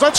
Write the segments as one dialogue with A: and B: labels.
A: Let's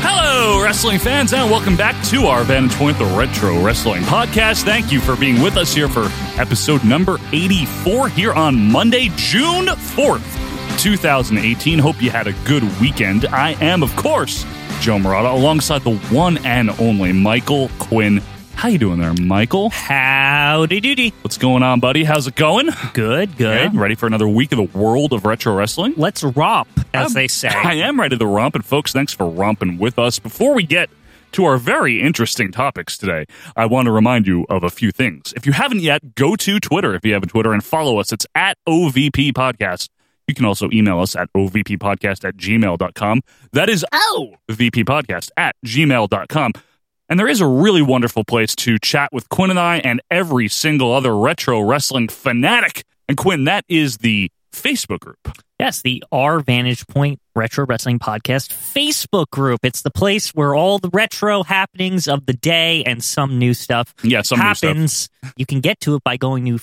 B: Hello, wrestling fans, and welcome back to our Vantage Point, the Retro Wrestling Podcast. Thank you for being with us here for episode number 84 here on Monday, June 4th, 2018. Hope you had a good weekend. I am, of course, Joe Morata, alongside the one and only Michael Quinn. How you doing there, Michael?
C: Howdy doody.
B: What's going on, buddy? How's it going?
C: Good,
B: Okay,
C: good.
B: ready for another week of the world of retro wrestling?
C: Let's romp, as
B: I'm-
C: they say.
B: I am ready to romp, and folks, thanks for romping with us. Before we get to our very interesting topics today, I want to remind you of a few things. If you haven't yet, go to Twitter if you have a Twitter and follow us. It's at OVP Podcast. You can also email us at ovppodcast at gmail.com. That is OVP Podcast at gmail.com. And there is a really wonderful place to chat with Quinn and I and every single other retro wrestling fanatic. And Quinn, that is the Facebook group.
C: Yes, the Our Vantage Point Retro Wrestling Podcast Facebook group. It's the place where all the retro happenings of the day and some new stuff
B: Yeah, some new stuff.
C: happens. You can get to it by going to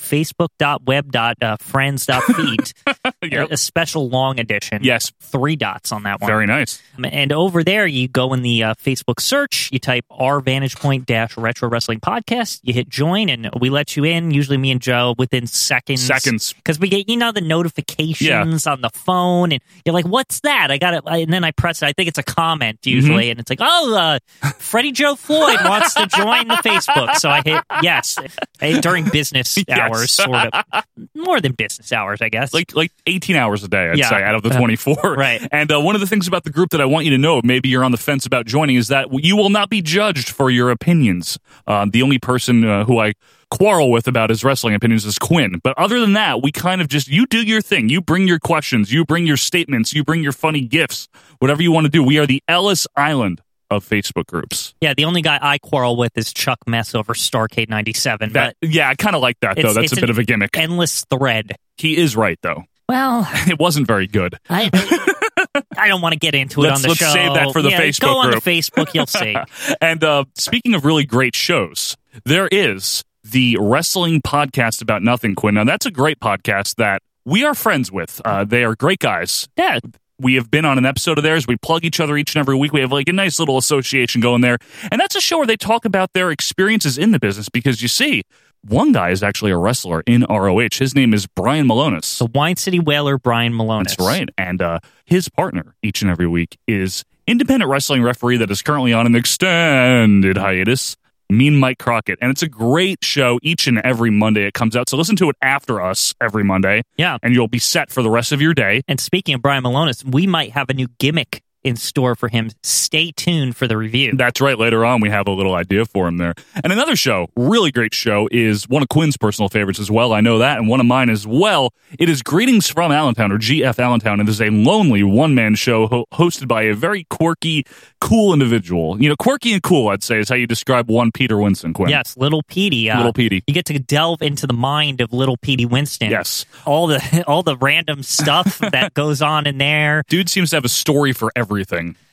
C: uh, facebook.web.friends.feed.
B: Yep.
C: a, a special long edition.
B: Yes.
C: Three dots on that one.
B: Very nice.
C: Um, And over there, you go in the uh, Facebook search, you type our Vantage Point dash Retro Wrestling Podcast, you hit join, and we let you in. Usually, me and Joe within seconds.
B: Seconds.
C: Because we get, you know, the notifications on the phone, and you're like, what's that? I got it. And then I press it. I think it's a comment
B: Mm-hmm.
C: usually, and it's like, oh, uh, Freddie Joe Floyd wants to join the Facebook. So I hit yes eh, during business
B: Yes.
C: hours, sort of. More than business hours, I guess.
B: Like like 18 hours a day, I'd
C: Yeah. Uh,
B: say, out of the 24.
C: Right.
B: And uh, one of the things about the group that I want you to know, maybe you're on the fence about joining, is that you will not be judged for your opinions. Uh, the only person uh, who I quarrel with about his wrestling opinions is Quinn. But other than that, we kind of just, you do your thing. You bring your questions, you bring your statements, you bring your funny gifts, whatever you want to do. We are the Ellis Island of Facebook groups.
C: Yeah, the only guy I quarrel with is Chuck Mess over Starcade 97.
B: That, yeah, I kind of like that,
C: but
B: though. That's a
C: an
B: bit of a gimmick.
C: Endless thread.
B: he is right, though.
C: Well,
B: It wasn't very good.
C: I, I don't want to get into it
B: Let's-
C: on the
B: let's
C: show.
B: save that for the
C: Yeah,
B: Facebook
C: Go on
B: group.
C: the Facebook, you'll see.
B: and uh, speaking of really great shows, there is the Wrestling Podcast About Nothing, Quinn. Now, that's a great podcast that we are friends with. Uh, they are great guys.
C: yeah,
B: We have been on an episode of theirs. We plug each other each and every week. We have like a nice little association going there. And that's a show where they talk about their experiences in the business because you see, one guy is actually a wrestler in ROH. His name is Brian Malonis.
C: the Wine City Whaler, Brian Malone.
B: That's right. And uh, his partner each and every week is independent wrestling referee that is currently on an extended hiatus, Mean Mike Crockett. And it's a great show each and every Monday it comes out. So listen to it after us every Monday,
C: Yeah.
B: and you'll be set for the rest of your day.
C: And speaking of Brian Malonis, we might have a new gimmick in store for him. Stay tuned for the review.
B: That's right. Later on, we have a little idea for him there. And another show, really great show, is one of Quinn's personal favorites as well. I know that, and one of mine as well. It is Greetings from Allentown, or GF Allentown. It is a lonely one man show ho- hosted by a very quirky, cool individual. You know, quirky and cool, I'd say, is how you describe one Peter Winston, Quinn.
C: Yes, Little Petey. Uh,
B: Little Petey.
C: You get to delve into the mind of Little Petey Winston.
B: Yes.
C: All the all the random stuff that goes on in there.
B: Dude seems to have a story for everything.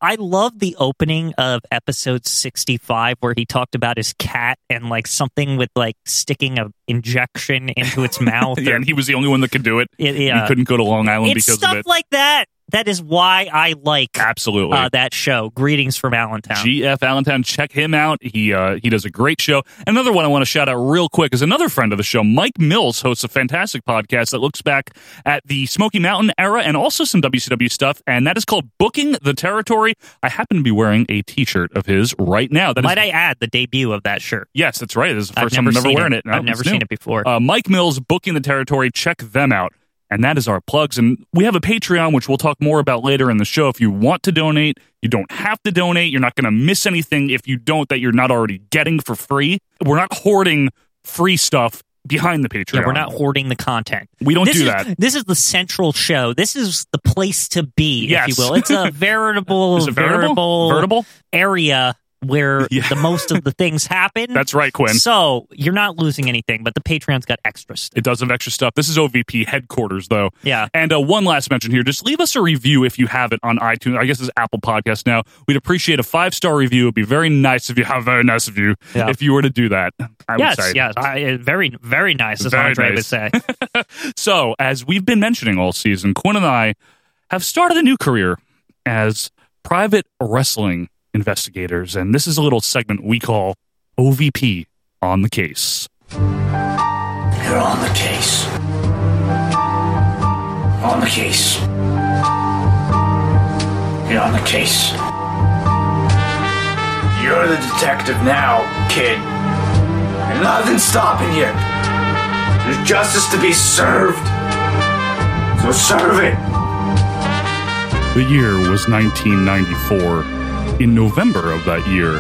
C: I love the opening of episode 65 where he talked about his cat and like something with like sticking a injection into its mouth.
B: Yeah,
C: or-
B: and he was the only one that could do it.
C: Yeah, yeah.
B: He couldn't go to Long Island
C: it's
B: because
C: stuff
B: of it.
C: like that. That is why I like
B: Absolutely.
C: uh, that show. Greetings from Allentown.
B: GF Allentown. Check him out. He uh, he does a great show. Another one I want to shout out real quick is another friend of the show, Mike Mills, hosts a fantastic podcast that looks back at the Smoky Mountain era and also some WCW stuff, and that is called Booking the Territory. I happen to be wearing a T-shirt of his right now. That is
C: Might I add the debut of that shirt?
B: yes, that's right. This is the
C: I've
B: first time I'm
C: never
B: ever
C: seen
B: wearing
C: it.
B: it. No,
C: I've never
B: it's new.
C: seen it before.
B: Uh, Mike Mills, Booking the Territory. Check them out. And that is our plugs. And we have a Patreon, which we'll talk more about later in the show. If you want to donate, you don't have to donate. You're not going to miss anything if you don't that you're not already getting for free. We're not hoarding free stuff behind the Patreon.
C: Yeah, we're not hoarding the content.
B: We don't
C: this
B: do
C: is,
B: that.
C: This is the central show. This is the place to be,
B: Yes.
C: if you will. It's a veritable,
B: Is it veritable?
C: veritable,
B: Veritable?
C: area where
B: Yeah.
C: the most of the things happen.
B: That's right, Quinn.
C: So you're not losing anything, but the Patreon's got extra stuff.
B: It does have extra stuff. This is OVP headquarters, though.
C: Yeah.
B: And uh, one last mention here. Just leave us a review if you have it on iTunes. I guess it's Apple Podcast now. We'd appreciate a five star review. It'd be very nice if you have very nice of you
C: Yeah.
B: if you were to do that. I
C: yes,
B: would say.
C: yes, I, eh, very, very nice, as
B: Very
C: Andre
B: nice.
C: would say.
B: So, as we've been mentioning all season, Quinn and I have started a new career as private wrestling investigators, and this is a little segment we call OVP on the case.
D: You're on the case. On the case. You're on the case. You're the detective now, kid. And nothing's stopping you. There's justice to be served. So serve it.
B: The year was 1994. In November of that year,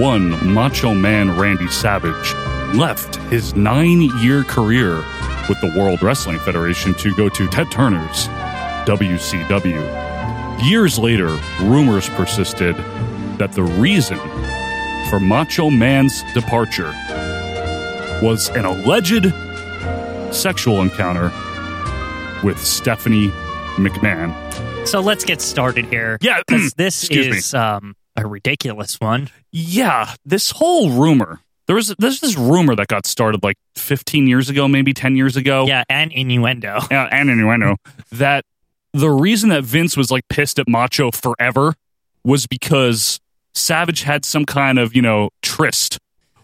B: one Macho Man Randy Savage left his nine year career with the World Wrestling Federation to go to Ted Turner's WCW. Years later, rumors persisted that the reason for Macho Man's departure was an alleged sexual encounter with Stephanie McMahon.
C: So let's get started here.
B: Yeah,
C: 'cause this
B: excuse
C: is um, a ridiculous one.
B: Yeah, this whole rumor. There was there's this rumor that got started like 15 years ago, maybe 10 years ago.
C: Yeah, and innuendo.
B: Yeah, and innuendo that the reason that Vince was like pissed at Macho forever was because Savage had some kind of you know tryst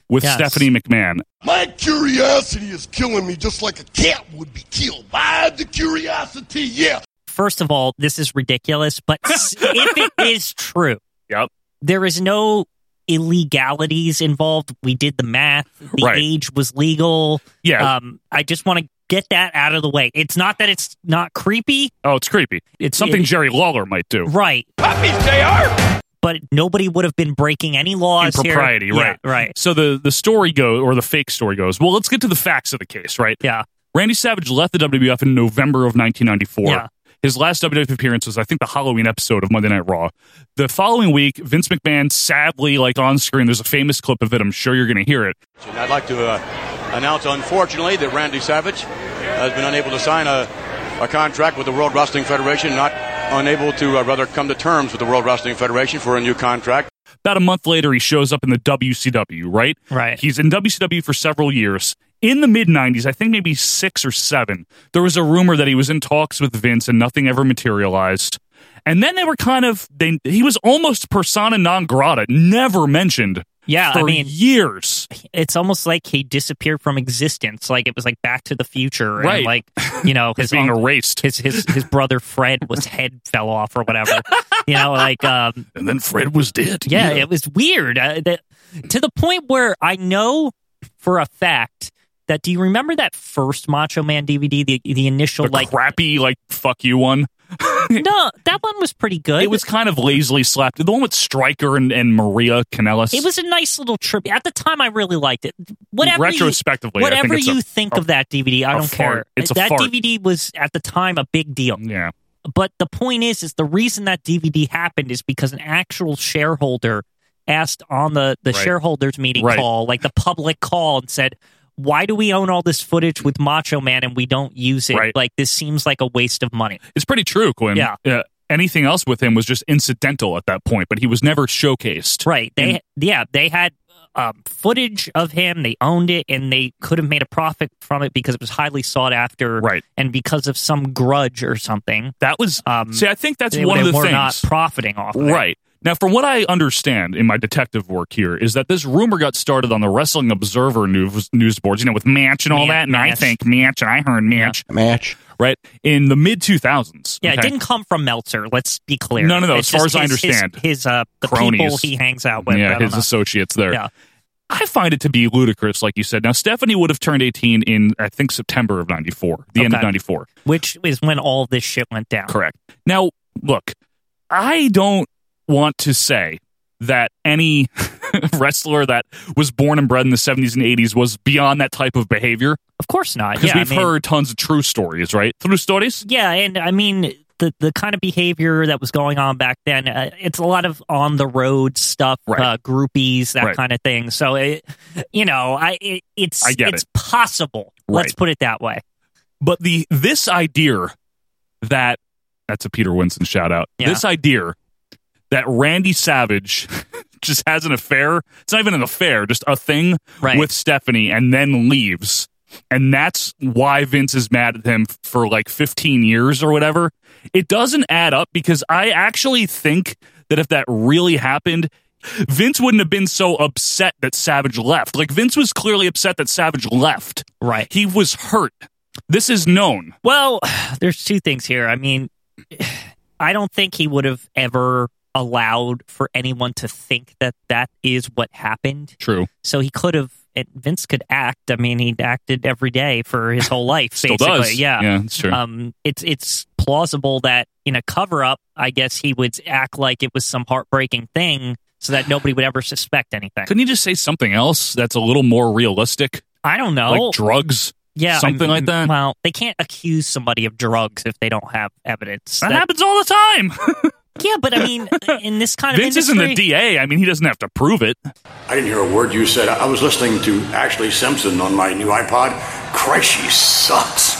B: with
C: Yes.
B: Stephanie McMahon.
E: My curiosity is killing me just like a cat would be killed by the curiosity, yeah.
C: First of all, this is ridiculous, but s- if it is true,
B: Yep.
C: there is no illegalities involved. We did the math. The
B: Right.
C: age was legal.
B: Yeah.
C: Um, I just want to get that out of the way. It's not that it's not creepy,
B: oh, it's creepy. It's
C: It's-
B: something
C: it-
B: Jerry Lawler might do.
C: right?
D: Puppies, JR!
C: But nobody would have been breaking any laws here.
B: Impropriety,
C: Yeah,
B: right?
C: right.
B: So the the story goes, or the fake story goes. Well, let's get to the facts of the case, right?
C: Yeah.
B: Randy Savage left the WWF in November of 1994.
C: Yeah.
B: His last WWF appearance was, I think, the Halloween episode of Monday Night Raw. The following week, Vince McMahon, sadly, like on screen, there's a famous clip of it. I'm sure you're going to hear it.
F: And I'd like to uh, announce, unfortunately, that Randy Savage has been unable to sign a, a contract with the World Wrestling Federation, not unable to uh, rather come to terms with the World Wrestling Federation for a new contract.
B: About a month later, he shows up in the WCW, right?
C: Right.
B: He's in WCW for several years. In the mid 90s, I think maybe six or seven, there was a rumor that he was in talks with Vince and nothing ever materialized. And then they were kind of, they, he was almost persona non grata, never mentioned
C: Yeah,
B: for
C: I mean,
B: years.
C: it's almost like he disappeared from existence. Like it was like Back to the Future,
B: Right.
C: And like you know,
B: He's
C: his
B: being
C: uncle-
B: erased.
C: his his his brother Fred was head fell off or whatever. You know, like um,
B: and then Fred was dead.
C: yeah, it was weird uh, that, to the point where I know for a fact that do you remember that first Macho Man DVD, the the initial
B: the
C: like
B: crappy, like fuck you one.
C: no, that one was pretty good.
B: It was kind of lazily slapped. The one with Stryker and, and Maria Kanellis.
C: It was a nice little trip. At the time, I really liked it. Whatever
B: Retrospectively,
C: you,
B: I think
C: whatever
B: it's a-
C: you think
B: a-
C: of that DVD, I
B: a
C: don't
B: fart.
C: care.
B: It's a
C: that
B: fart.
C: DVD was at the time a big deal.
B: yeah,
C: But the point is, is the reason that DVD happened is because an actual shareholder asked on the the
B: Right.
C: shareholders meeting
B: Right.
C: call, like the public call, and said. Why do we own all this footage with Macho Man and we don't use it?
B: Right.
C: Like this seems like a waste of money.
B: it's pretty true, Quinn. Uh,
C: Yeah.
B: Anything else with him was just incidental at that point, but he was never showcased.
C: Right. They
B: And-
C: yeah, they had um, footage of him. They owned it, and they could have made a profit from it because it was highly sought after,
B: Right.
C: And because of some grudge or something,
B: That was.
C: Um,
B: see, I think that's
C: they,
B: one
C: they
B: of the
C: were
B: things.
C: not profiting off. Of it.
B: Right. Now, from what I understand in my detective work here, is that this rumor got started on the Wrestling Observer news, news boards, you know, with Match and all
C: Man-
B: that. And I
C: Match.
B: think Match, and I heard Match. Match. Right. In the mid 2000s.
C: Yeah,
B: okay?
C: it didn't come from Meltzer. Let's be clear.
B: No, no, no, as
C: It's
B: far
C: just
B: as I
C: his- his-
B: understand.
C: his, uh, the
B: Cronies.
C: people he hangs out with. I
B: yeah,
C: don't
B: his
C: know.
B: associates there.
C: Yeah.
B: I find it to be ludicrous, like you said. Now, Stephanie would have turned 18 in, I think, September of 94, the end of
C: Okay.
B: 94.
C: which is when all this shit went down.
B: Correct. Now, look, I don't want to say that any wrestler that was born and bred in the 70s and 80s was beyond that type of behavior
C: Of course not.
B: because
C: Yeah, I
B: we've
C: mean-
B: heard tons of true stories, right? True stories?
C: Yeah, and I mean, the, the kind of behavior that was going on back then, uh, it's a lot of on the road stuff,
B: Right.
C: uh, groupies, that
B: Right.
C: kind of thing. So, it, you know, I it, it's
B: I get
C: it's
B: it.
C: possible. Let's
B: Right.
C: put it that way.
B: but the this idea that that's a Peter Winston shout out.
C: Yeah.
B: This idea that Randy Savage just has an affair. It's not even an affair, just a thing
C: Right.
B: with Stephanie and then leaves. And that's why Vince is mad at him for like 15 years or whatever. It doesn't add up because I actually think that if that really happened, Vince wouldn't have been so upset that Savage left. Like Vince was clearly upset that Savage left.
C: Right.
B: He was hurt. This is known.
C: Well, there's two things here. I mean, I don't think he would have ever allowed for anyone to think that that is what happened.
B: True.
C: So he could have. And Vince could act. I mean, he acted every day for his whole life.
B: Still
C: basically.
B: does.
C: Yeah.
B: Yeah, it's true.
C: Um, it's it's plausible that in a cover up, I guess he would act like it was some heartbreaking thing, so that nobody would ever suspect anything.
B: Couldn't you just say something else that's a little more realistic?
C: I don't know.
B: Like drugs?
C: yeah, I
B: Something
C: mean,
B: like that?
C: Well, they can't accuse somebody of drugs if they don't have evidence.
B: that
C: That-
B: happens all the time.
C: Yeah, but I mean, in this kind of
B: Vince
C: industry,
B: isn't the DA. I mean, he doesn't have to prove it.
G: I didn't hear a word you said. I I was listening to Ashley Simpson on my new iPod. Christ, she sucks.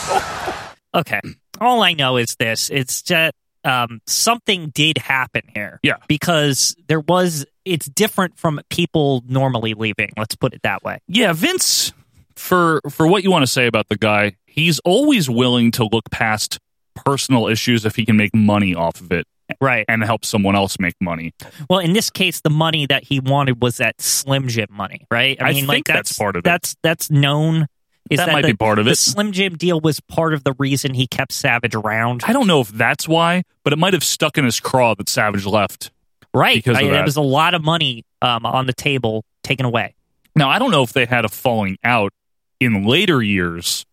C: okay. All I know is this: it's that um, something did happen here.
B: Yeah.
C: because there was. It's different from people normally leaving. Let's put it that way.
B: Yeah, Vince, for for what you want to say about the guy, he's always willing to look past personal issues if he can make money off of it
C: Right.
B: and help someone else make money.
C: Well, in this case, the money that he wanted was that Slim Jim money, right?
B: I think that's part of it.
C: That's that's known. Is
B: That
C: that,
B: might
C: the,
B: be part of
C: the
B: it.
C: Slim Jim deal was part of the reason he kept Savage around.
B: I don't know if that's why, but it might have stuck in his craw that Savage left.
C: Right.
B: because of
C: I- There
B: that.
C: was a lot of money um, on the table taken away.
B: Now, I don't know if they had a falling out in later years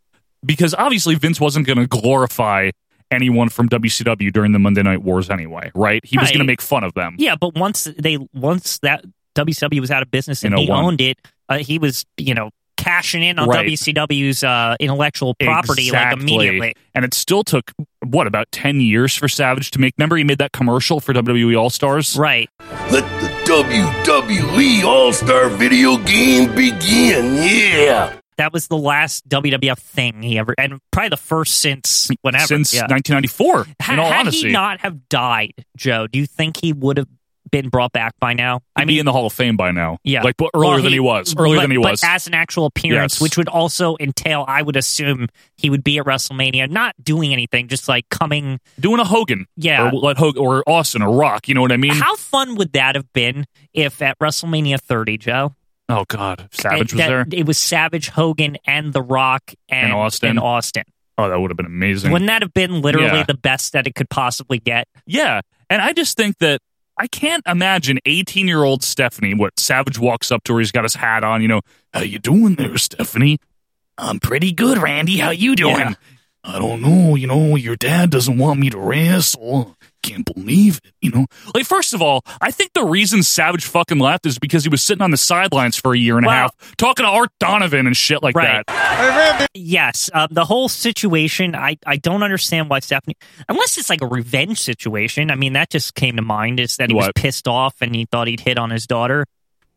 B: because obviously Vince wasn't going to glorify anyone from WCW during the Monday Night Wars anyway, right? He was
C: Right.
B: going to make fun of them.
C: Yeah, but once they once that WCW was out of business and
B: In
C: he
B: 01.
C: owned it, uh, he was you know cashing in on
B: Right.
C: WCW's uh, intellectual property like
B: Exactly.
C: immediately.
B: And it still took what about ten years for Savage to make. Remember, he made that commercial for E WWE All Stars.
C: Right.
E: Let the WWE All Star video game begin, yeah!
C: That was the last WWF thing he ever, and probably the first since whenever.
B: Since
C: yeah.
B: 1994,
C: Ha-
B: in all
C: had
B: honesty,
C: he not have died, Joe, do you think he would have been brought back by now?
B: I mean, in the Hall of Fame by now.
C: Yeah,
B: like but earlier
C: Well,
B: than he was, earlier
C: but-
B: than he was.
C: But as an actual appearance,
B: Yes.
C: which would also entail, I would assume, he would be at WrestleMania, not doing anything, just like coming.
B: doing a Hogan,
C: Yeah.
B: or let Hogan or Austin or Rock. You know what I mean?
C: How fun would that have been if at WrestleMania 30, Joe,
B: oh God, Savage
C: it,
B: was
C: that-
B: there.
C: It was Savage, Hogan, and The Rock, and,
B: And Austin.
C: and Austin.
B: Oh, that would have been amazing.
C: Wouldn't that have been literally
B: Yeah.
C: the best that it could possibly get?
B: Yeah. And I just think that I can't imagine 18 year old Stephanie, what Savage walks up to her, he's got his hat on, you know, how you doing there, Stephanie? I'm pretty good, Randy. How you doing?
C: Yeah.
B: I don't know, you know, your dad doesn't want me to wrestle. Can't believe it, you know. Like, first of all, I think the reason Savage fucking left is because he was sitting on the sidelines for a year and
C: Wow.
B: a half talking to Art Donovan and shit like
C: Right.
B: that.
C: Yes, um, the whole situation. I I don't understand why Stephanie, unless it's like a revenge situation. I mean, that just came to mind is that he was
B: What?
C: pissed off and he thought he'd hit on his daughter.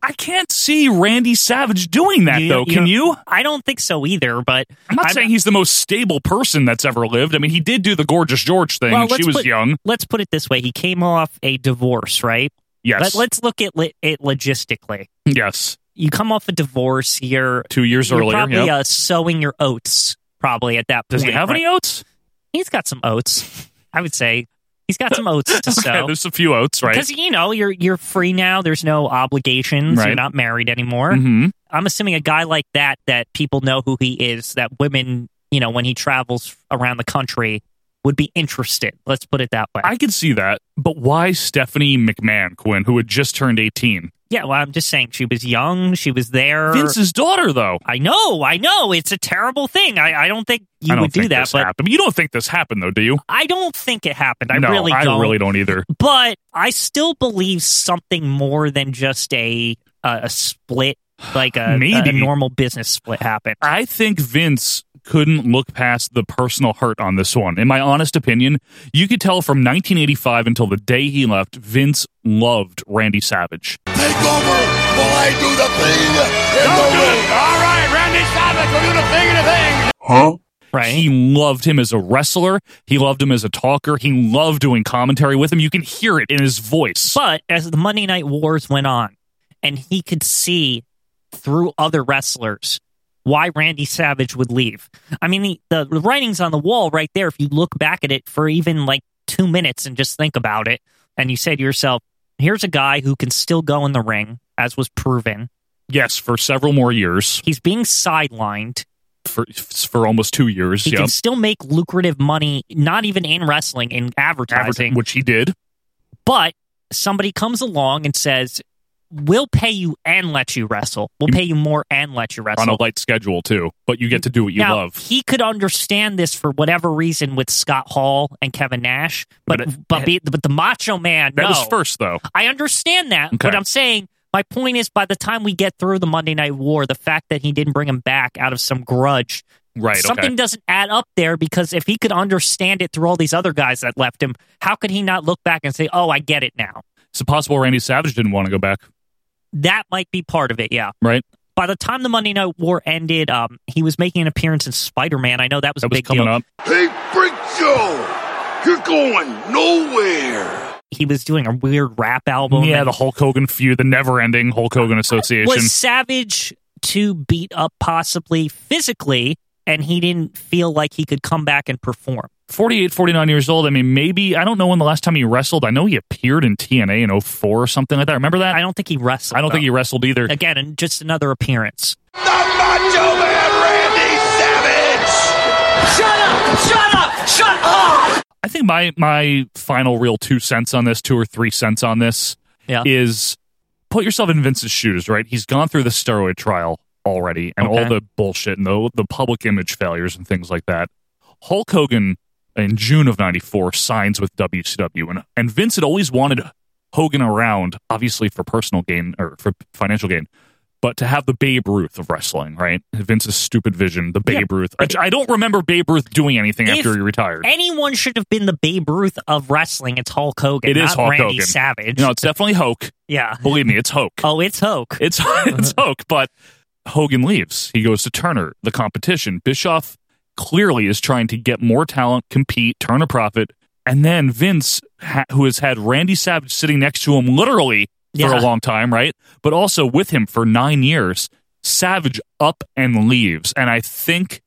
B: I can't see Randy Savage doing that, though. Can you?
C: I don't think so either. But
B: I'm not saying he's the most stable person that's ever lived. I mean, he did do the gorgeous George thing.
C: Well,
B: and she
C: let's
B: was
C: put-
B: young.
C: Let's put it this way: he came off a divorce, right?
B: Yes.
C: Let, us look at li- it logistically.
B: yes.
C: You come off a divorce. You're
B: Two years
C: you're
B: earlier.
C: probably
B: yep.
C: uh, sowing your oats. Probably at that.
B: Does he
C: point,
B: have
C: right?
B: any oats?
C: He's got some oats. I would say he's got some oats to
B: Yeah,
C: sow.
B: there's a few oats, right?
C: Because you know you're you're free now. There's no obligations.
B: Right.
C: You're not married anymore.
B: hmm
C: I'm assuming a guy like that that people know who he is. That women, you know, when he travels around the country, would be interested. Let's put it that way.
B: I could see that. But why Stephanie McMahon Quinn, who had just turned 18?
C: yeah. Well, I'm just saying she was young. She was there.
B: Vince's daughter, though.
C: I know. I know. It's a terrible thing. I, I don't think you
B: I don't
C: would
B: think
C: do that.
B: this
C: But
B: happened. You don't think this happened, though, do you?
C: I don't think it happened. I
B: no,
C: really
B: I
C: don't.
B: really don't either.
C: But I still believe something more than just a a, a split. Like a,
B: Maybe.
C: a normal business split happened.
B: I think Vince couldn't look past the personal hurt on this one. In my honest opinion, you could tell from 1985 until the day he left, Vince loved Randy Savage.
E: Take over while I do the thing in
F: Don't
E: the
F: do
E: ring.
F: it. All right, Randy Savage will do the thing in the thing.
C: Right.
B: He loved him as a wrestler. He loved him as a talker. He loved doing commentary with him. You can hear it in his voice.
C: But as the Monday Night Wars went on, and he could see through other wrestlers why Randy Savage would leave. I mean, the, the writing's on the wall right there. If you look back at it for even like two minutes and just think about it, and you say to yourself, here's a guy who can still go in the ring, as was proven.
B: Yes, for several more years,
C: He's being sidelined.
B: for for almost two years.
C: He
B: yep.
C: can still make lucrative money, not even in wrestling, in advertising.
B: Advertising, which he did.
C: But somebody comes along and says, "We'll pay you and let you wrestle.
B: Mm-hmm.
C: We'll pay you more and let you wrestle."
B: on a light schedule too, but you get to do what you
C: now,
B: love.
C: He could understand this for whatever reason with Scott Hall and Kevin Nash, but
B: But
C: but
B: it-
C: but, be, but the Macho Man.
B: That
C: no.
B: was first though.
C: I understand that,
B: Okay.
C: but I'm saying my point is, by the time we get through the Monday Night War, the fact that he didn't bring him back out of some grudge
B: Right.
C: Something
B: okay.
C: doesn't add up there because if he could understand it through all these other guys that left him, how could he not look back and say, "Oh, I get it now"?
B: It's possible Randy Savage didn't want to go back,
C: That might be part of it. Yeah.
B: right?
C: By the time the Monday Night War ended, um, he was making an appearance in Spider Man. I know that was a
B: That was
C: big
B: coming
C: deal.
B: up.
E: Hey, Freak Show, you're going nowhere.
C: He was doing a weird rap album.
B: yeah,
C: and
B: the Hulk Hogan feud, the never-ending Hulk Hogan Association.
C: was Savage too beat up possibly physically, and he didn't feel like he could come back and perform.
B: 48, 49 years old. I mean, maybe I don't know when the last time he wrestled. I know he appeared in TNA in 04 or something like that. Remember that?
C: I don't think he wrestled.
B: I don't think he
C: though.
B: wrestled either.
C: again, and just another appearance.
D: The Macho Man Randy Savage.
B: I think my my final real two cents on this, two or three cents on this,
C: Yeah.
B: is put yourself in Vince's shoes. Right, he's gone through the steroid trial already, and all
C: Okay.
B: the bullshit and the the public image failures and things like that. Hulk Hogan in June of '94 signs with WCW, and and Vince had always wanted Hogan around, obviously for personal gain or for financial gain. But to have the Babe Ruth of wrestling, right? Vince's stupid vision, the Babe Ruth. Which I don't remember Babe Ruth doing anything
C: If
B: after he retired.
C: anyone should have been the Babe Ruth of wrestling, it's Hulk Hogan.
B: It is
C: not
B: Hulk
C: Randy
B: Hogan.
C: Savage.
B: No, it's definitely Hoke.
C: yeah.
B: Believe me, it's Hoke.
C: Oh, it's Hulk.
B: It's it's Hoke, but Hogan leaves. He goes to Turner, the competition. Bischoff clearly is trying to get more talent, compete, turn a profit, and then Vince, ha- who has had Randy Savage sitting next to him literally for
C: Yeah.
B: a long time, right? But also with him for nine years, Savage up and leaves, and I think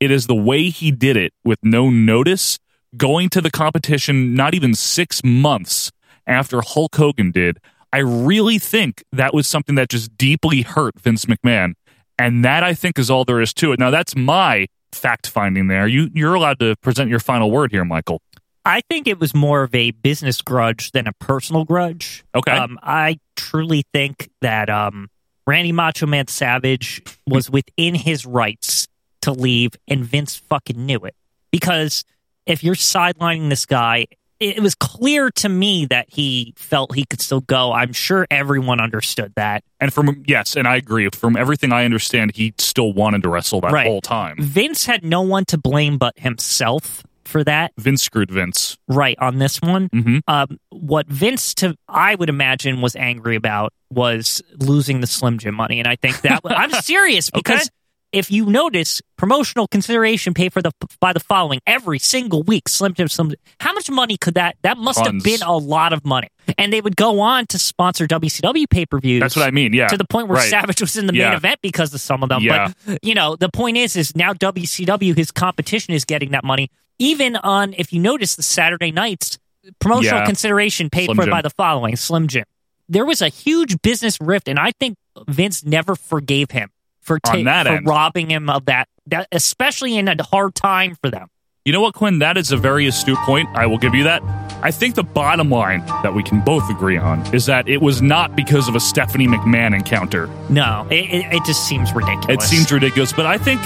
B: it is the way he did it with no notice, going to the competition not even six months after Hulk Hogan did. I really think that was something that just deeply hurt Vince McMahon. And that I think is all there is to it. Now that's my fact finding there. You you're allowed to present your final word here, Michael.
C: I think it was more of a business grudge than a personal grudge.
B: Okay.
C: Um, I truly think that um, Randy Macho Man Savage was within his rights to leave, and Vince fucking knew it. Because if you're sidelining this guy, it it was clear to me that he felt he could still go. I'm sure everyone understood that.
B: And from yes, and I agree. From everything I understand, he still wanted to wrestle that
C: Right.
B: whole time.
C: Vince had no one to blame but himself for that,
B: Vince screwed Vince.
C: right, on this one.
B: Mhm.
C: Um, what Vince, to I would imagine, was angry about was losing the Slim Jim money. And I think that, I'm serious because if you notice, promotional consideration paid for the by the following every single week, Slim Jim, Slim Jim. How much money could that, that must
B: Tons.
C: have been a lot of money. And they would go on to sponsor WCW pay-per-views
B: That's what I mean. Yeah.
C: to the point where
B: Right.
C: Savage was in the
B: Yeah.
C: main event because of some of them.
B: Yeah.
C: But you know, the point is, is now WCW his competition is getting that money. Even on, if you notice, the Saturday nights promotional
B: Yeah.
C: consideration paid
B: Slim
C: for
B: Jim.
C: by the following Slim Jim. There was a huge business rift, and I think Vince never forgave him for ta-
B: On that
C: for
B: end.
C: robbing him of that, that, especially in a hard time for them.
B: You know what, Quinn? That is a very astute point. I will give you that. I think the bottom line that we can both agree on is that it was not because of a Stephanie McMahon encounter.
C: No, it, it, it just seems
B: It
C: ridiculous.
B: seems ridiculous, but I think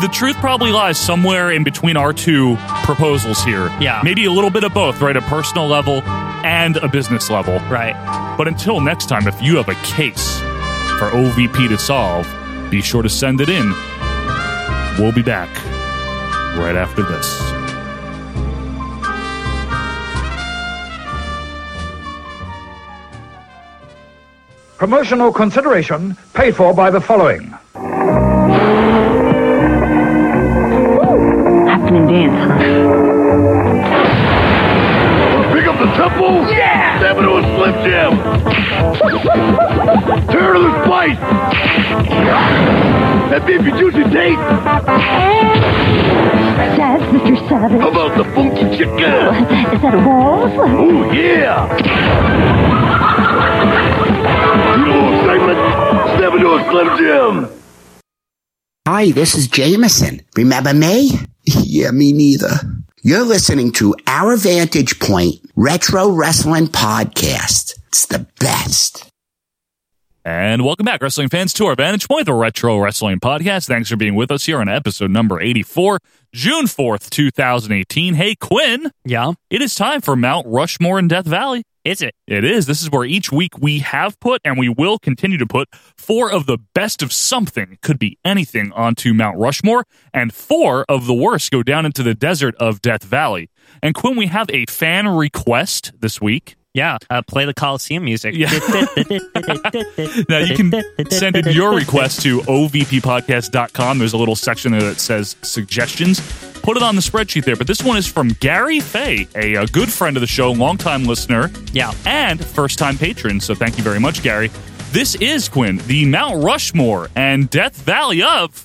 B: the truth probably lies somewhere in between our two proposals here.
C: Yeah.
B: Maybe a little bit of both, right? A personal level and a business level.
C: right.
B: But until next time, if you have a case for OVP to solve, be sure to send it in. We'll be back right after this.
H: Promotional consideration paid for by the following.
I: Happen and dance,
E: Pick up the tempo. Yeah. Stab into a slim jim. Tear to the spice. That beefy juicy date.
I: huh? Jazz, Mr. Savage.
E: How about the funky chicken?
I: Is that a waltz?
E: Oh yeah. You know excitement. Stab into a slim jim.
J: Hi, this is Jameson. Remember me? yeah, me neither. You're listening to Our Vantage Point Retro Wrestling Podcast. It's the best.
B: And welcome back, wrestling fans, to our Vantage Point, the Retro Wrestling Podcast. Thanks for being with us here on episode number 84, June 4th, 2018. Hey, Quinn,
C: Yeah.
B: it is time for Mount Rushmore in Death Valley.
C: Is it?
B: It is. This is where each week we have put and we will continue to put four of the best of something, could be anything, onto Mount Rushmore, and four of the worst go down into the desert of Death Valley. And Quinn, we have a fan request this week.
C: Yeah. Uh, play the Coliseum music.
B: Yeah. Now you can send in your request to ovppodcast.com. There's a little section there that says suggestions. Put it on the spreadsheet there. But this one is from Gary Fay, a, a good friend of the show, longtime listener,
C: Yeah.
B: and first time patron. So thank you very much, Gary. This is Quinn, the Mount Rushmore and Death Valley of.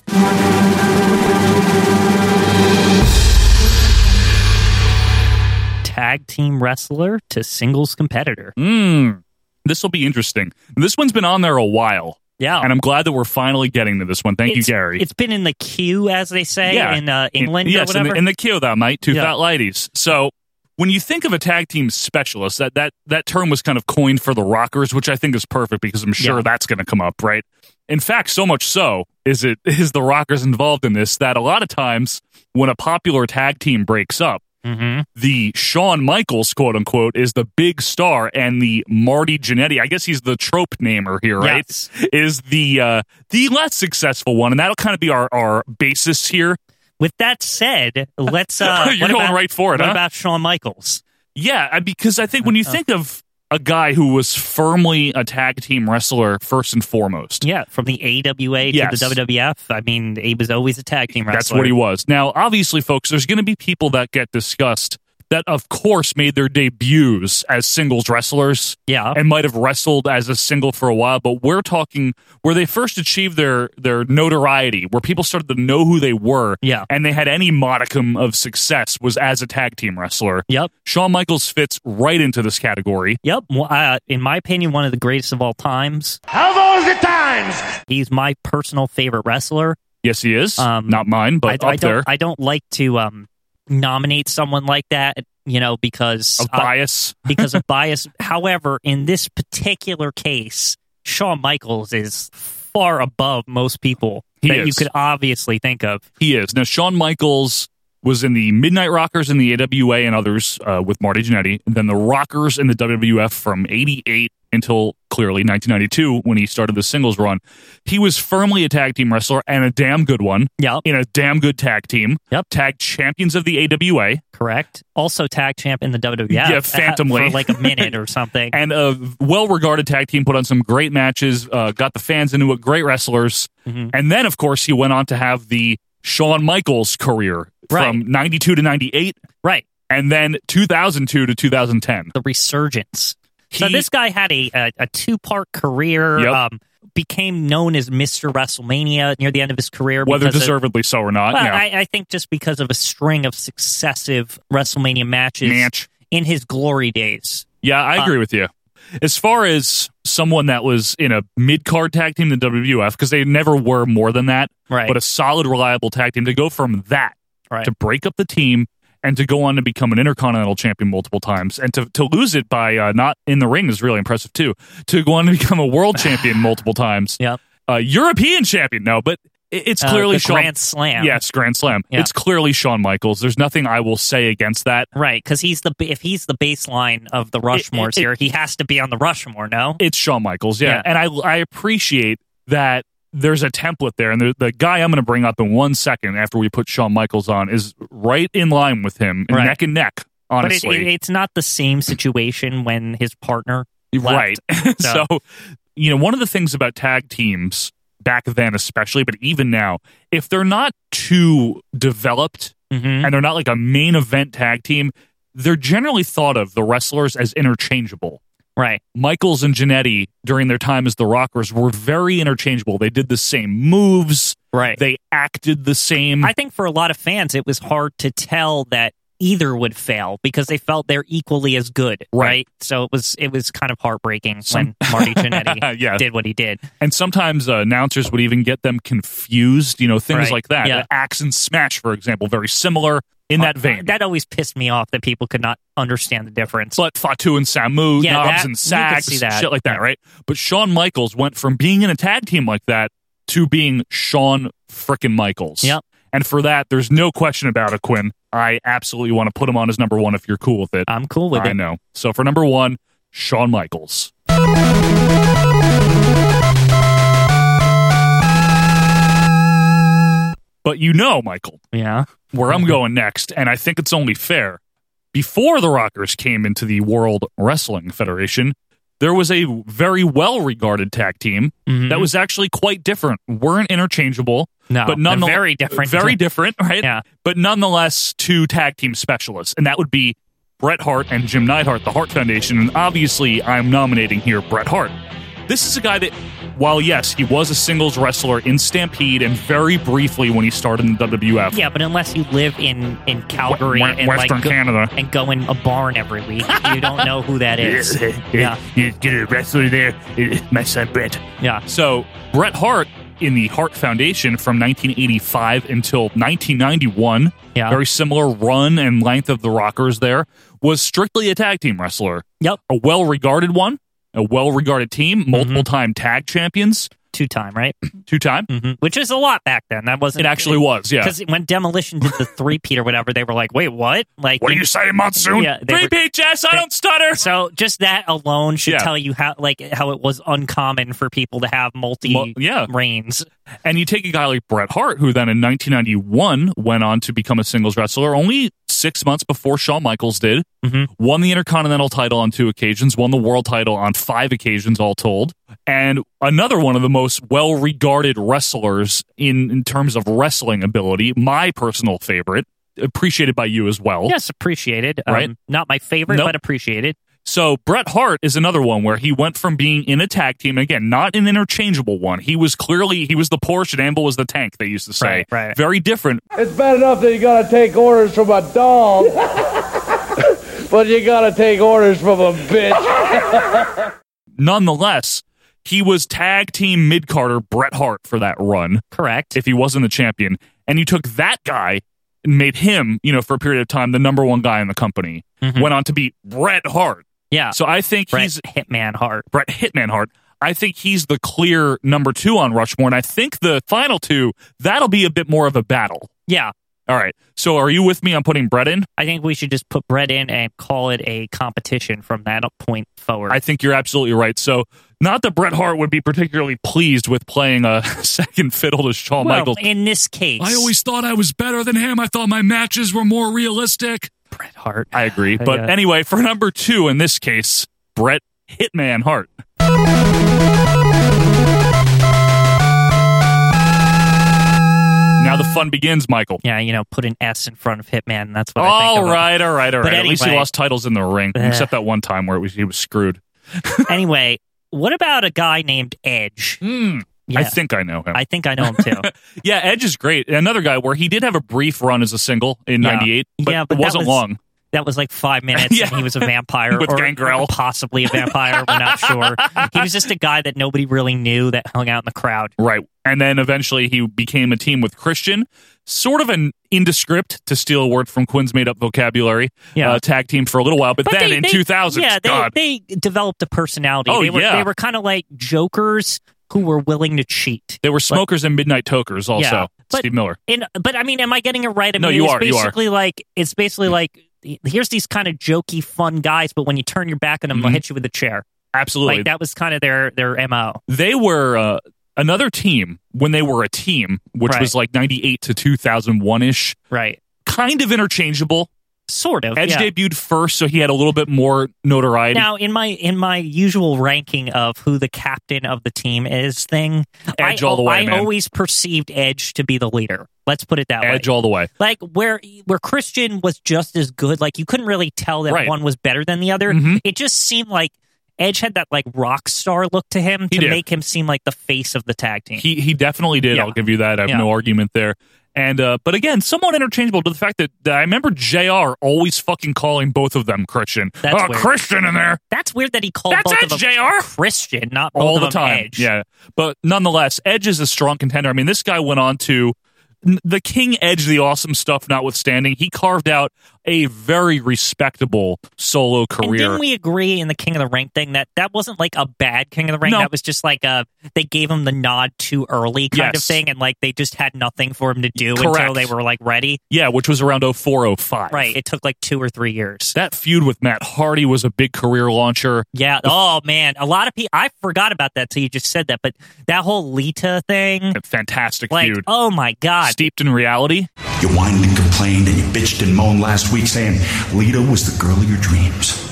C: Tag team wrestler to singles competitor.
B: Mm, this will be interesting. This one's been on there a while,
C: Yeah.
B: and I'm glad that we're finally getting to this one. Thank
C: It's-
B: you, Gary.
C: It's been in the queue, as they say, in uh, England
B: yes,
C: or whatever.
B: in the, in the queue, though, mate. Two
C: Yeah.
B: fat ladies. So when you think of a tag team specialist, that, that, that term was kind of coined for the Rockers, which I think is perfect because I'm sure
C: Yeah.
B: that's going to come up, right? In fact, so much so is it is the Rockers involved in this that a lot of times when a popular tag team breaks up,
C: Mhm.
B: the Shawn Michaels, quote unquote, is the big star, and the Marty Jannetty, I guess he's the trope namer here, right?
C: Yes.
B: Is the uh, the less successful one, and that'll kind of be our our basis here.
C: With that said, let's. Uh,
B: You're
C: what
B: going
C: about-
B: right for it,
C: What
B: huh?
C: about Shawn Michaels?
B: Yeah, I- because I think when you think of a guy who was firmly a tag team wrestler first and foremost,
C: Yeah, from the AWA
B: Yes.
C: to the WWF. I mean, he was always a tag team wrestler.
B: that's what he was. Now, obviously, folks, there's going to be people that get discussed that, of course, made their debuts as singles wrestlers.
C: Yeah.
B: and might have wrestled as a single for a while, but we're talking where they first achieved their their notoriety, where people started to know who they were,
C: Yeah.
B: and they had any modicum of success was as a tag team wrestler.
C: Yep.
B: Shawn Michaels fits right into this category.
C: Yep. Well, uh, in my opinion, one of the greatest of all times.
D: How those the times?
C: He's my personal favorite wrestler.
B: Yes, he is.
C: Um,
B: Not mine, but
C: I,
B: up
C: I don't.
B: there.
C: I don't like to um, nominate someone like that. You know, because
B: of
C: I-
B: bias.
C: because of bias. However, in this particular case, Shawn Michaels is far above most people
B: He
C: that you
B: is.
C: could obviously think of.
B: He is. Now, Shawn Michaels was in the Midnight Rockers and the AWA and others uh, with Marty Jannetty, then the Rockers in the WWF from 88 until clearly 1992 when he started the singles run. He was firmly a tag team wrestler and a damn good one
C: Yep.
B: in a damn good tag team.
C: Yep.
B: Tag champions of the AWA
C: Correct. Also, tag champ in the WWF.
B: Yeah, phantomly.
C: uh, for like a minute or something.
B: and a well regarded tag team, put on some great matches, uh, got the fans into it, great wrestlers.
C: Mhm.
B: And then, of course, he went on to have the Shawn Michaels career
C: Right.
B: from 92 to 98.
C: right.
B: and then 2002 to 2010.
C: The resurgence. so
B: He-
C: this guy had a a, a two part career.
B: Yep.
C: Um, became known as Mister WrestleMania near the end of his career.
B: Whether
C: because of-
B: deservedly so or not,
C: well,
B: yeah.
C: I, I think just because of a string of successive WrestleMania matches
B: Match.
C: in his glory days.
B: yeah,
C: Uh,
B: I agree with you. As far as someone that was in a mid card tag team in the WWF, because they never were more than that,
C: Right.
B: but a solid, reliable tag team, to go from that
C: Right.
B: to break up the team and to go on to become an intercontinental champion multiple times and to, to lose it by uh, not in the ring is really impressive too. To go on to become a world champion multiple times,
C: Yep.
B: uh, European champion, no, but it- it's
C: Uh,
B: clearly
C: the
B: Shawn-
C: Grand Slam.
B: Yes, Grand Slam.
C: Yeah.
B: It's clearly Shawn Michaels. There's nothing I will say against that.
C: Right, because he's the if he's the baseline of the Rushmores
B: it-
C: here, he has to be on the Rushmore. No,
B: It's Shawn Michaels, yeah.
C: Yeah.
B: And I I appreciate that there's a template there, and the, the guy I'm going to bring up in one second after we put Shawn Michaels on is right in line with him,
C: Right.
B: neck and neck. Honestly,
C: But it, it, it's not the same situation when his partner
B: Right.
C: left.
B: so, you know, one of the things about tag teams back then, especially, but even now, if they're not too developed
C: Mm-hmm.
B: and they're not like a main event tag team, they're generally thought of the wrestlers as interchangeable.
C: Right.
B: Michaels and Janetti during their time as the Rockers were very interchangeable. They did the same moves.
C: Right.
B: They acted the same.
C: I think for a lot of fans, it was hard to tell that either would fail because they felt they're equally as good, right? So it was it was kind of heartbreaking when Marty Jannetty
B: Yeah.
C: did what he did.
B: And sometimes uh, announcers would even get them confused, you know, things
C: Right.
B: like that.
C: Yeah. Oh,
B: Axe and Smash, for example, very similar in that vein.
C: Uh, That always pissed me off that people could not understand the difference.
B: But Fatu and Samu,
C: Yeah,
B: Knobs
C: that- we
B: and
C: could
B: Sacks,
C: see that.
B: shit like that, right? But Shawn Michaels went from being in a tag team like that to being Shawn frickin' Michaels. Yep. And for that, there's no question about it, Quinn. I absolutely want to put him on as number one if you're cool with it.
C: I'm cool with
B: I
C: it.
B: know. So for number one, Shawn Michaels. But you know, Michael,
C: yeah,
B: where I'm going next, and I think it's only fair. Before the Rockers came into the World Wrestling Federation, there was a very well-regarded tag team
C: Mhm.
B: that was actually quite different, weren't interchangeable,
C: No,
B: but
C: they're
B: none
C: very different.
B: very different, right?
C: Yeah.
B: But nonetheless, two tag team specialists, and that would be Bret Hart and Jim Neidhart, the Hart Foundation, and obviously I'm nominating here Bret Hart. This is a guy that, while yes, he was a singles wrestler in Stampede and very briefly when he started in the WWF,
C: Yeah, but unless you live in in Calgary
B: we-
C: and
B: Western
C: like go,
B: Canada.
C: and go in a barn every week, you don't know who that is. yeah,
B: you get a wrestler there, my son Brett.
C: Yeah.
B: So Bret Hart in the Hart Foundation from 1985 until 1991,
C: Yeah.
B: very similar run and length of the Rockers there, was strictly a tag team wrestler.
C: Yep.
B: A well regarded one, a well regarded team,
C: Mm-hmm.
B: multiple time tag champions,
C: two time, right? Mm-hmm.
B: two time.
C: Which is a lot back then. That wasn't.
B: It actually was, yeah.
C: Because when Demolition did the three peat or whatever, they were like, "Wait, what? Like,
B: What do you say, Monsoon?
C: Yeah, they
B: Three
C: were-
B: PHS, I
C: they-
B: don't stutter.
C: So just that alone should
B: Yeah.
C: tell you how like how it was uncommon for people to have multi
B: Mu- yeah.
C: reigns.
B: And you take a guy like Bret Hart, who then in 1991 went on to become a singles wrestler, only six months before Shawn Michaels did,
C: Mhm.
B: won the Intercontinental title on two occasions, won the World title on five occasions, all told, and another one of the most well regarded wrestlers in, in terms of wrestling ability, my personal favorite, appreciated by you as well.
C: Yes, appreciated. Um,
B: Right.
C: Not my favorite,
B: Nope.
C: but appreciated.
B: So Bret Hart is another one where he went from being in a tag team again, not an interchangeable one. He was clearly he was the Porsche and Anvil was the tank. They used to say
C: Right, right.
B: very different.
K: It's bad enough that you gotta take orders from a dog, but you gotta take orders from a bitch.
B: Nonetheless, he was tag team mid Carter Bret Hart for that run.
C: Correct.
B: If he wasn't the champion, and you took that guy and made him, you know, for a period of time the number one guy in the company. Went on to beat Bret Hart.
C: Yeah.
B: So I think
C: Mm-hmm. Bret
B: he's
C: Hitman Hart.
B: Bret Hitman Hart. I think he's the clear number two on Rushmore, and I think the final two that'll be a bit more of a battle.
C: Yeah.
B: All right. So are you with me on putting Brett in?
C: I think we should just put Brett in and call it a competition from that point forward.
B: I think you're absolutely right. So not that Bret Hart would be particularly pleased with playing a second fiddle to Shawn
C: well,
B: Michaels.
C: in this case,
B: thought I was better than him. I thought my matches were more realistic.
C: Bret Hart.
B: I agree. But
C: Yeah.
B: anyway, for number two in this case, Brett Hitman Hart. Now the fun begins, Michael.
C: yeah, you know, put an S in front of Hitman. and That's what I think.
B: All
C: about.
B: right, all right, all
C: But
B: right. At least he
C: anyway-
B: lost titles in the ring,
C: Ugh.
B: except that one time where it was, he was screwed.
C: anyway, what about a guy named Edge? Yeah.
B: Hmm. I think I know him.
C: I think I know him too.
B: yeah, Edge is great. Another guy where he did have a brief run as a single in
C: Yeah.
B: '98, but,
C: Yeah, but
B: it
C: that
B: wasn't
C: was-
B: long.
C: That was like five minutes,
B: Yeah.
C: and he was a vampire
B: With
C: or
B: Gangrel.
C: possibly a vampire. We're not sure. He was just a guy that nobody really knew that hung out in the crowd.
B: Right. And then eventually he became a team with Christian, sort of an indescript, to steal a word from Quinn's made up vocabulary,
C: Yeah.
B: uh, tag team for a little while. But, then
C: they-
B: in
C: they-
B: 2000,
C: yeah, they,
B: God,
C: they developed a personality.
B: Oh,
C: they were,
B: yeah.
C: they were kind of like jokers who were willing to cheat.
B: they were smokers and midnight tokers also.
C: Yeah, but-
B: Steve Miller.
C: And but I mean, am I getting it right? I
B: No,
C: mean,
B: you
C: it's
B: are, you are. Mm.
C: Basically, like it's basically like here's these kind of jokey, fun guys, but when you
B: Mm-hmm.
C: turn your back on them, they'll hit you with a chair.
B: Absolutely.
C: Like that was kind of their their mo.
B: they were uh, another team when they were a team, which
C: Right.
B: was like 98 to 2001 ish.
C: Right.
B: Kind of interchangeable.
C: Sort of.
B: Edge
C: yeah.
B: debuted first, so he had a little bit more notoriety.
C: Now, in my in my usual ranking of who the captain of the team is thing,
B: Edge
C: I,
B: all the way,
C: I
B: man.
C: always perceived Edge to be the leader. Let's put it that way.
B: Edge all the way.
C: Like where where Christian was just as good. Like you couldn't really tell that
B: Right.
C: one was better than the other.
B: Mhm.
C: It just seemed like Edge had that like rock star look to him
B: He
C: to
B: did.
C: make him seem like the face of the tag team.
B: He he definitely did.
C: Yeah.
B: I'll give you that. I have
C: Yeah.
B: no argument there. And uh, but again, somewhat interchangeable to the fact that, that I remember Jr. always fucking calling both of them Christian.
C: That's
B: oh,
C: weird.
B: Christian in there.
C: That's weird that he called
B: That's
C: both
B: Edge,
C: of them
B: JR.
C: Christian, not both
B: all
C: of
B: the
C: them
B: time.
C: Edge.
B: Yeah, but nonetheless, Edge is a strong contender. I mean, this guy went on to n- the King Edge, the awesome stuff notwithstanding, he carved out a very respectable solo
C: And
B: career.
C: didn't we agree in the King of the Ring thing that that wasn't like a bad King of the Ring?
B: No.
C: That was just like a they gave him the nod too early kind of
B: Yes.
C: thing, and like they just had nothing for him to do
B: Correct.
C: until they were like ready.
B: yeah, which was around 0405.
C: Right? It took like two or three years.
B: That feud with Matt Hardy was a big career launcher.
C: Yeah. Oh man, a lot of people. I forgot about that till you just said that. But that whole Lita thing,
B: A fantastic
C: like,
B: feud.
C: oh my god,
B: Steeped in reality.
L: You whined and complained and you bitched and moaned last week saying Lita was the girl of your dreams.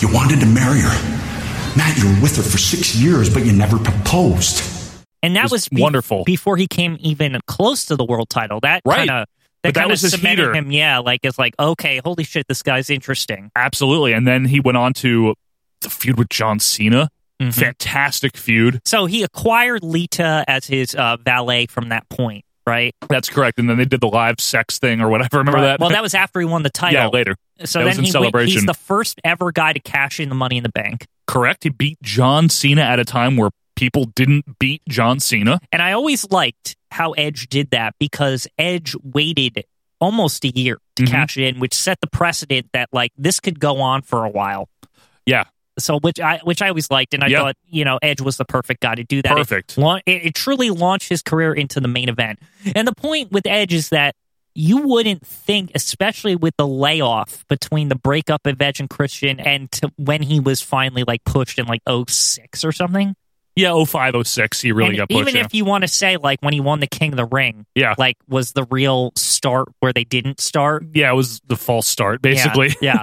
L: You wanted to marry her. Matt, you were with her for six years, but you never proposed.
C: and that
L: was
C: was be-
L: wonderful.
C: before he came even close to the world title. That
B: Right.
C: kind
B: But
C: of that
B: that
C: kind of
B: was his
C: cemented
B: heater.
C: him. Yeah, like it's like okay, holy shit, this guy's interesting.
B: Absolutely. And then he went on to the feud with John Cena.
C: Mhm.
B: Fantastic feud.
C: So he acquired Lita as his uh, valet from that point, right?
B: That's correct. And then they did the live sex thing or whatever. Remember
C: Right.
B: that?
C: Well, that was after he won the title.
B: Yeah, later.
C: So
B: That
C: then
B: was in
C: he
B: Celebration.
C: Went, he's the first ever guy to cash in the Money in the Bank.
B: correct. He beat John Cena at a time where people didn't beat John Cena.
C: And I always liked how Edge did that because Edge waited almost a year to
B: Mm-hmm.
C: cash it in, which set the precedent that like this could go on for a while.
B: Yeah.
C: So which I which I always liked, and I
B: Yeah.
C: thought you know Edge was the perfect guy to do that.
B: Perfect.
C: It, lau- it, it truly launched his career into the main event. And the point with Edge is that you wouldn't think, especially with the layoff between the breakup of Edge and Christian, and to when he was finally like pushed in like 06 or something.
B: Yeah, 0506, he really
C: And
B: got pushed.
C: even
B: yeah.
C: if you want to say like when he won the King of the Ring,
B: Yeah.
C: like was the real start where they didn't start.
B: yeah, it was the false start,
C: Yeah,
B: basically.
C: yeah.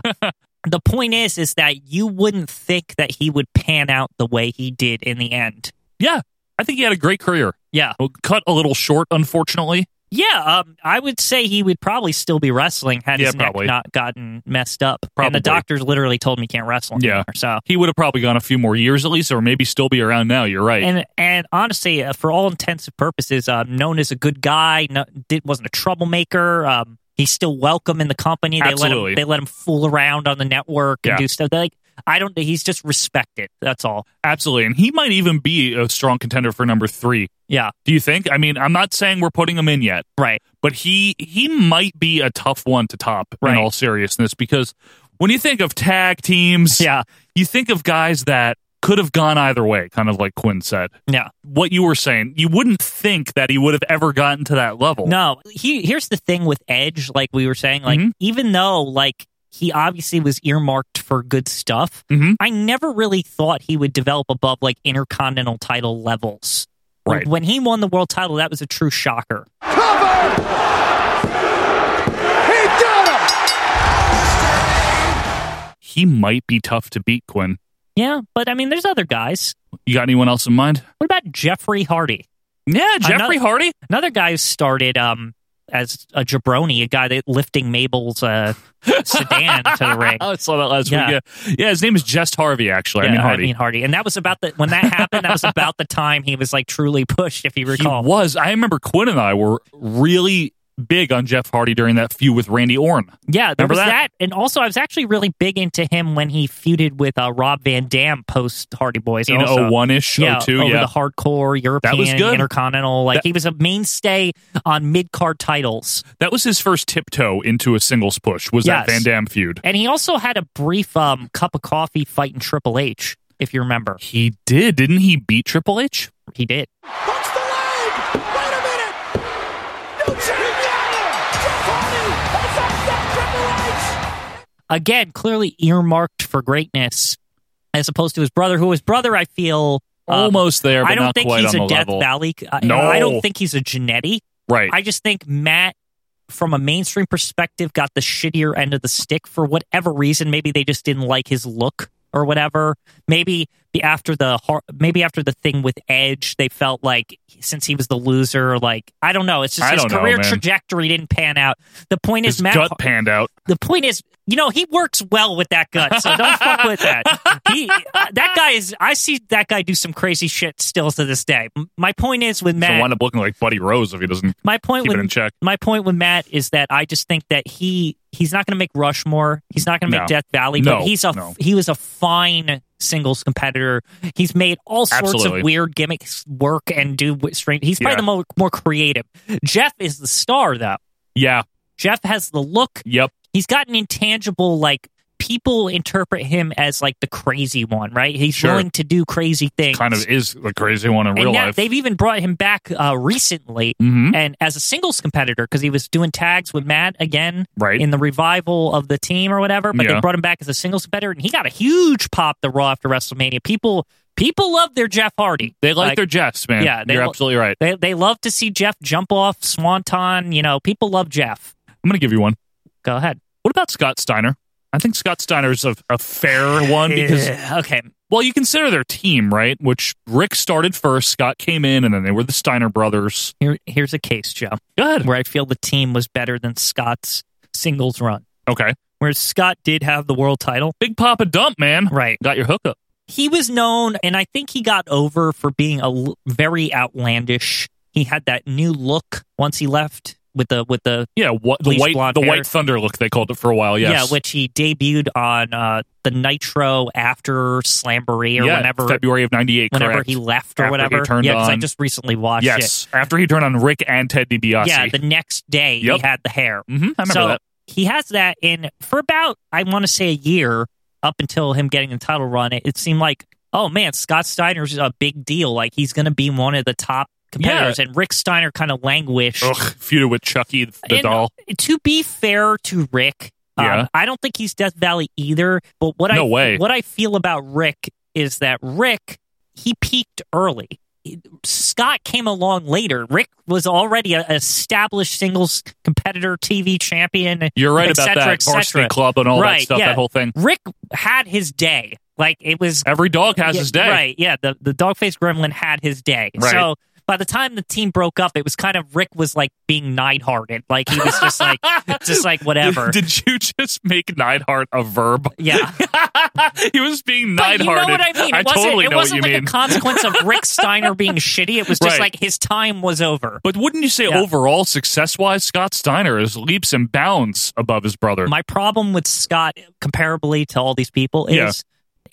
C: the point is, is that you wouldn't think that he would pan out the way he did in the end.
B: Yeah, I think he had a great career.
C: Yeah.
B: Well, cut a little short, unfortunately.
C: Yeah, um, I would say he would probably still be wrestling had
B: Yeah,
C: his neck
B: probably.
C: not gotten messed up. And
B: Probably.
C: the doctors literally told me he can't wrestle
B: Yeah.
C: anymore. So,
B: He would have probably gone a few more years at least, or maybe still be around now. You're right.
C: and and honestly, uh, for all intents and purposes, uh, known as a good guy, no, did, wasn't a troublemaker. Um, he's still welcome in the company. They let
B: Absolutely.
C: him, they let him fool around on the network and
B: Yeah.
C: do stuff. They're like I don't. He's just respected. That's all.
B: Absolutely. And he might even be a strong contender for number three.
C: Yeah.
B: Do you think? I mean, I'm not saying we're putting him in yet.
C: Right.
B: But he he might be a tough one to top
C: Right.
B: in all seriousness because when you think of tag teams,
C: Yeah.
B: you think of guys that could have gone either way, kind of like Quinn said.
C: Yeah.
B: What you were saying, you wouldn't think that he would have ever gotten to that level.
C: No, he, here's the thing with Edge, like we were saying, like even though like he obviously was earmarked for good stuff,
B: Mhm.
C: I never really thought he would develop above like intercontinental title levels. Like,
B: Right.
C: when he won the world title, that was a true shocker.
K: He got him!
B: He might be tough to beat, Quinn.
C: Yeah, but I mean, there's other guys.
B: You got anyone else in mind?
C: What about Jeffrey Hardy?
B: Yeah, Jeffrey
C: Another-
B: Hardy.
C: Another guy who started um as a jabroni, a guy that lifting Mabel's uh, sedan to the ring.
B: I saw that last
C: Yeah.
B: week. Yeah. yeah, his name is Jess Harvey, actually. I mean, Hardy.
C: And that was about the when that happened. That was about the time he was like truly pushed, if you recall.
B: He was. I remember Quinn and I were really big on Jeff Hardy during that feud with Randy Orton.
C: yeah, there
B: Remember
C: was that?
B: that?
C: and also I was actually really big into him when he feuded with uh, Rob Van Dam post Hardy Boys
B: In
C: also.
B: 01-ish,
C: yeah,
B: 02,
C: over
B: yeah.
C: the hardcore European
B: was good.
C: Intercontinental. Like
B: That-
C: he was a mainstay on mid card titles,
B: That was his first tiptoe into a singles push. Was that
C: Yes.
B: Van Dam feud?
C: and he also had a brief um, cup of coffee fight in Triple H, if you remember.
B: He did, didn't he? Beat Triple H.
C: He did.
K: What's the leg? Wait a minute! New champion! Jeff Hardy has upset Triple H!
C: again, clearly earmarked for greatness, as opposed to his brother, who his brother I feel um,
B: Almost there, but
C: I don't
B: not
C: think
B: quite
C: he's
B: on
C: a
B: the
C: Death
B: level.
C: Valley. uh, I,
B: No.
C: I don't think he's a Genetti.
B: Right.
C: I just think Matt, from a mainstream perspective, got the shittier end of the stick for whatever reason. Maybe they just didn't like his look or whatever. Maybe the- after the har- maybe after the thing with Edge, they felt like since he was the loser, like I don't know. It's just
B: I
C: his
B: don't know,
C: career
B: man.
C: trajectory didn't pan out. The point
B: His
C: is, Matt
B: gut panned out.
C: the point is, you know, he works well with that gut, so don't fuck with that. He, uh, that guy is. I see that guy do some crazy shit still to this day. M- My point is with
B: He'll
C: Matt.
B: wind up looking like Buddy Rose if he doesn't
C: my point
B: keep
C: with
B: it in check.
C: my point with Matt is that I just think that he he's not going to make Rushmore. He's not going to
B: No.
C: make Death Valley.
B: No,
C: but he's a
B: no.
C: he was a fine singles competitor. He's made all sorts
B: Absolutely.
C: of weird gimmicks work and do w- strange. He's probably
B: Yeah.
C: the more more creative. Jeff is the star though.
B: Yeah.
C: Jeff has the look.
B: Yep.
C: He's got an intangible like people interpret him as like the crazy one, right? He's
B: Sure.
C: willing to do crazy things.
B: Kind of is the crazy one in
C: and
B: real
C: now
B: life.
C: they've even brought him back uh, recently
B: Mhm.
C: and as a singles competitor because he was doing tags with Matt again
B: Right.
C: in the revival of the team or whatever. But
B: Yeah.
C: they brought him back as a singles competitor and he got a huge pop the Raw after WrestleMania. People people love their Jeff Hardy.
B: They like their Jeffs, man.
C: Yeah, they
B: You're
C: lo-
B: absolutely right.
C: They they love to see Jeff jump off Swanton. You know, people love Jeff.
B: I'm going to give you one.
C: Go ahead.
B: What about Scott Steiner? I think Scott Steiner's a, a fair one because,
C: Yeah, okay,
B: well, you consider their team, right? Which Rick started first, Scott came in, and then they were the Steiner brothers.
C: here here's a case, Joe.
B: Go ahead.
C: Where I feel the team was better than Scott's singles run.
B: Okay.
C: Whereas Scott did have the world title.
B: Big Papa Dump, man.
C: Right.
B: Got your hookup.
C: he was known, and I think he got over for being a l- very outlandish. He had that new look once he left with the with the
B: Yeah, what, the
C: Bleached
B: white
C: blonde
B: the
C: hair.
B: white thunder look they called it for a while. Yes.
C: yeah, which he debuted on uh, the Nitro after Slamboree or
B: Yeah,
C: whenever
B: February of '98.
C: whenever
B: correct.
C: he left or
B: After
C: whatever.
B: He turned
C: yeah, 'cause
B: on.
C: I just recently watched
B: yes, after he turned on Rick and Ted DiBiase.
C: it. Yeah, the next day
B: Yep.
C: he had the hair.
B: Mhm, I remember
C: so
B: that.
C: he has that in for about I want to say a year up until him getting the title run. It, it seemed like oh man, Scott Steiner's a big deal. Like he's going to be one of the top competitors, and Rick Steiner kind of languished.
B: Ugh, feuded with Chucky the
C: And,
B: doll.
C: uh, To be fair to Rick, um,
B: Yeah.
C: I don't think he's Death Valley either. But what
B: No
C: I
B: way.
C: what I feel about Rick is that Rick he peaked early. Scott came along later. Rick was already an established singles competitor, TV champion.
B: You're right
C: et
B: about
C: cetera,
B: that.
C: et cetera.
B: Varsity Club and all that
C: Right,
B: stuff,
C: yeah.
B: that whole thing.
C: Rick had his day. Like it was
B: Every dog has
C: yeah,
B: his day.
C: Right. Yeah. The the dog faced gremlin had his day.
B: Right.
C: So by the time the team broke up, it was kind of Rick was like being nighthearted. Like he was just like just like whatever.
B: Did you just make Neidhart a verb?
C: yeah.
B: he was being
C: But
B: Neidharted.
C: you know what I mean. It wasn't,
B: totally
C: it
B: know what
C: wasn't like
B: you
C: a
B: mean.
C: consequence of Rick Steiner being shitty. It was just
B: Right.
C: like his time was over.
B: but wouldn't you say
C: Yeah.
B: overall success wise, Scott Steiner is leaps and bounds above his brother?
C: My problem with Scott, comparably to all these people, is
B: Yeah.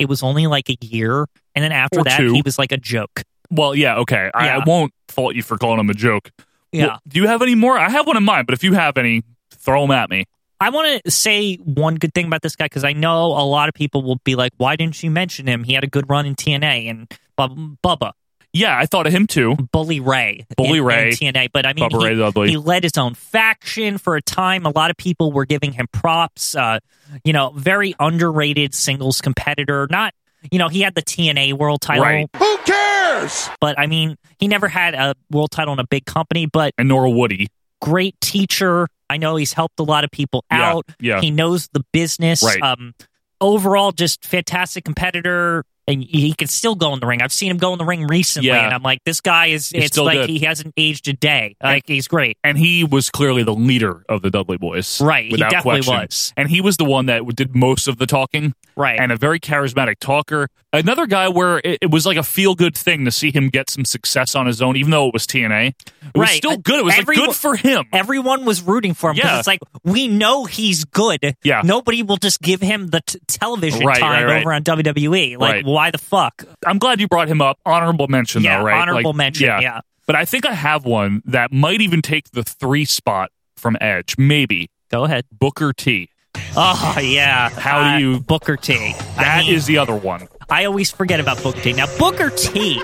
C: it was only like a year, and then after
B: Or
C: that,
B: two.
C: he was like a joke.
B: well, yeah, okay. I,
C: Yeah.
B: I won't fault you for calling him a joke.
C: Yeah.
B: Well, do you have any more? I have one in mind, but if you have any, throw them at me.
C: I want to say one good thing about this guy because I know a lot of people will be like, "Why didn't you mention him? He had a good run in TNA and Bub- Bubba,
B: Yeah, I thought of him too.
C: Bully Ray,
B: Bully
C: in-
B: Ray,
C: in TNA." But I mean,
B: Bubba Ray
C: he,
B: Dudley.
C: he led his own faction for a time. A lot of people were giving him props. Uh, you know, very underrated singles competitor. Not, you know, he had the TNA World Title,
B: Right.
A: Who cares?
C: but I mean, he never had a world title in a big company. But
B: And Nora Woody.
C: great teacher. I know he's helped a lot of people
B: Yeah,
C: out.
B: yeah.
C: He knows the business.
B: Right.
C: Um, overall, just fantastic competitor. And he can still go in the ring. I've seen him go in the ring recently,
B: Yeah.
C: and I'm like, this guy is.
B: He's
C: it's
B: still
C: like
B: good.
C: he hasn't aged a day. Like he's great.
B: and he was clearly the leader of the Dudley Boys,
C: Right, he
B: Without
C: definitely
B: question.
C: was.
B: and he was the one that did most of the talking,
C: Right.
B: And a very charismatic talker. Another guy where it, it was like a feel good thing to see him get some success on his own, even though it was TNA. It was
C: Right.
B: still good. It was like,
C: Everyone-
B: good for him.
C: Everyone was rooting for him because
B: Yeah.
C: it's like we know he's good.
B: Yeah.
C: Nobody will just give him the t- television
B: Right,
C: time
B: right, right.
C: over on WWE. Like,
B: Right.
C: why the fuck?
B: I'm glad you brought him up. Honorable mention,
C: Yeah,
B: though, right?
C: honorable mention, yeah.
B: But I think I have one that might even take the three spot from Edge. Maybe
C: Go ahead.
B: Booker T.
C: Oh yeah.
B: How
C: Uh,
B: do you-
C: Booker T?
B: That is
C: I mean-
B: the other one.
C: I always forget about Booker T. Now, Booker T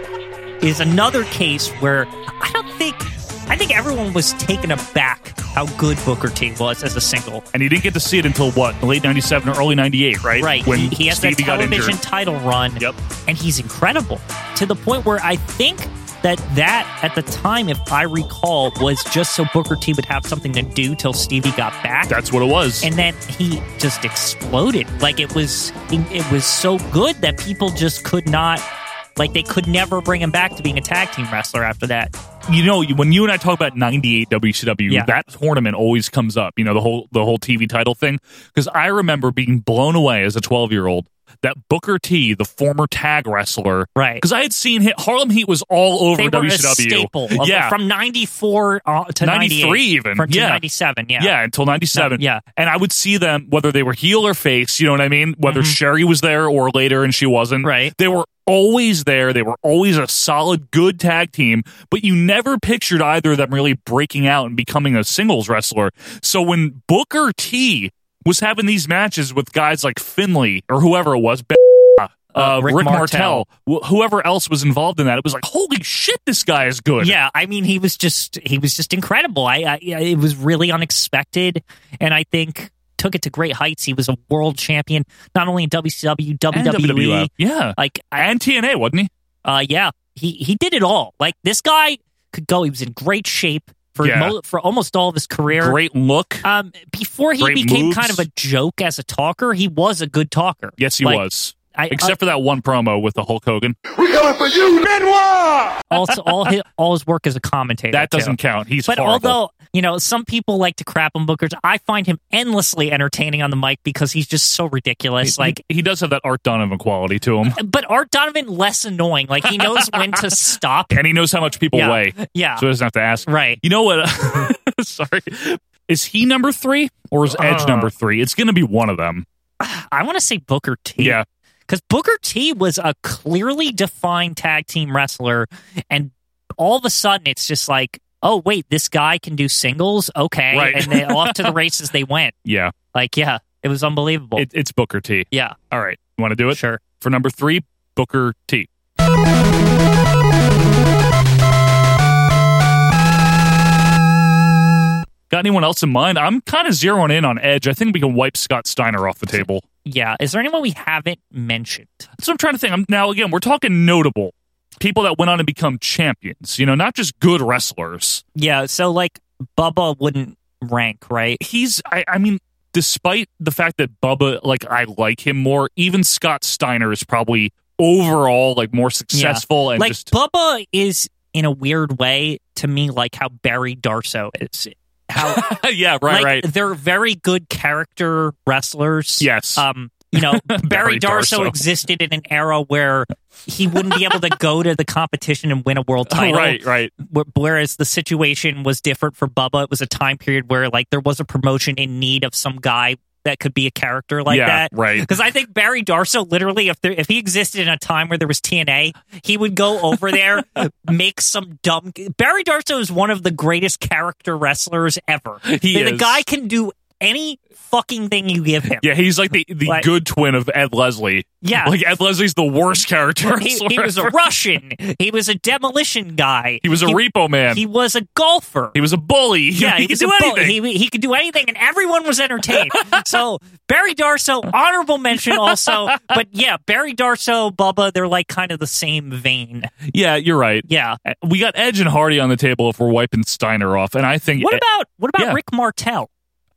C: is another case where I don't think, I think everyone was taken aback how good Booker T was as a single.
B: And you didn't get to see it until what, late 97 or early 98, right?
C: Right.
B: When
C: he, he has
B: Stevie
C: that
B: got
C: television
B: injured.
C: title run.
B: Yep.
C: And he's incredible. to the point where I think that that at the time, if I recall, was just so Booker T would have something to do till Stevie got back.
B: That's what it was.
C: And then he just exploded. Like it was, it was so good that people just could not, like they could never bring him back to being a tag team wrestler after that.
B: you know, when you and I talk about '98 WCW,
C: Yeah.
B: that tournament always comes up. You know, the whole the whole TV title thing. Because I remember being blown away as a 12 year old that Booker T, the former tag wrestler, right? Because I had seen hit Harlem Heat was all over
C: they were
B: WCW.
C: a staple. of-
B: yeah,
C: from '94 to
B: '93 even.
C: from
B: yeah.
C: '97. Yeah,
B: Yeah, until 97.
C: yeah.
B: And I would see them, whether they were heel or face, you know what I mean? Whether
C: Mm-hmm.
B: Sherry was there or later and she wasn't. Right. They were always there. They were always a solid, good tag team, but you never pictured either of them really breaking out and becoming a singles wrestler. So when Booker T was having these matches with guys like Finley or whoever it was, uh, Rick,
C: Rick
B: Martel, wh- whoever else was involved in that, it was like, holy shit, this guy is good.
C: Yeah, I mean, he was just he was just incredible. I, I yeah, it was really unexpected, and I think took it to great heights. He was a world champion, not only in WCW,
B: And
C: WWE,
B: WWF. E. Yeah.
C: E, like
B: and TNA, wasn't he?
C: Uh, yeah, he he did it all. Like this guy could go. He was in great shape for
B: Yeah.
C: mo- for almost all of his career.
B: Great look.
C: Um, before he
B: Great
C: became
B: moves.
C: kind of a joke as a talker, he was a good talker.
B: Yes, he
C: Like, uh,
B: was.
C: I-
B: Except for that one promo with the Hulk Hogan.
K: We're coming for you, Benoit!
C: also all his, all his work as a commentator.
B: That
C: too.
B: doesn't count. He's
C: but
B: horrible.
C: although you know some people like to crap on Booker's, I find him endlessly entertaining on the mic because he's just so ridiculous. like,
B: he, he does have that Art Donovan quality to him,
C: but Art Donovan less annoying. Like he knows when to stop.
B: and he knows how much people
C: Yeah.
B: weigh.
C: Yeah.
B: so he doesn't have to ask.
C: Right.
B: You know what? Sorry. Is he number three or is Edge
C: Uh.
B: number three? It's going to be one of them.
C: I want to say Booker T.
B: Yeah.
C: because Booker T was a clearly defined tag team wrestler, and all of a sudden it's just like, oh wait, this guy can do singles. Okay,
B: Right.
C: and then off to the races they went.
B: Yeah.
C: Like, yeah, it was unbelievable.
B: It, it's Booker T.
C: yeah.
B: All right. You want to do it?
C: Sure.
B: For number three, Booker T. Got anyone else in mind? I'm kind of zeroing in on Edge. I think we can wipe Scott Steiner off the table.
C: Yeah. Is there anyone we haven't mentioned?
B: So I'm trying to think. I'm, now, again, we're talking notable people that went on to become champions. You know, not just good wrestlers.
C: Yeah. So like Bubba wouldn't rank, right?
B: He's. I, I mean, despite the fact that Bubba, like, I like him more. Even Scott Steiner is probably overall like more successful
C: Yeah.
B: and
C: like
B: just
C: Bubba is in a weird way to me like how Barry Darso is. How
B: yeah, right,
C: like,
B: right.
C: They're very good character wrestlers.
B: Yes.
C: Um, you know,
B: Barry
C: Barry, Darso,
B: Darso.
C: existed in an era where he wouldn't be able to go to the competition and win a world title.
B: Right, right.
C: Wh- Whereas the situation was different for Bubba. It was a time period where like there was a promotion in need of some guy that could be a character like
B: Yeah,
C: that.
B: right.
C: Because I think Barry Darso literally, if there, if he existed in a time where there was TNA, he would go over there, make some dumb. Barry Darso is one of the greatest character wrestlers ever.
B: He
C: the, the
B: is.
C: guy can do any fucking thing you give him.
B: Yeah, he's like the, the
C: Like-
B: good twin of Ed Leslie.
C: Yeah.
B: Like Ed Leslie's the worst character.
C: He, he was a
B: ever.
C: Russian. He was a demolition guy.
B: He was a repo man.
C: He was a golfer.
B: He was a bully.
C: yeah, he,
B: could
C: was
B: do
C: a bull-
B: anything.
C: He, he could do anything, and everyone was entertained. so Barry Darso, honorable mention also. But yeah, Barry Darso, Bubba, they're like kind of the same vein.
B: yeah, you're right.
C: Yeah.
B: We got Edge and Hardy on the table if we're wiping Steiner off, and I think
C: What about what about
B: yeah.
C: Rick Martel?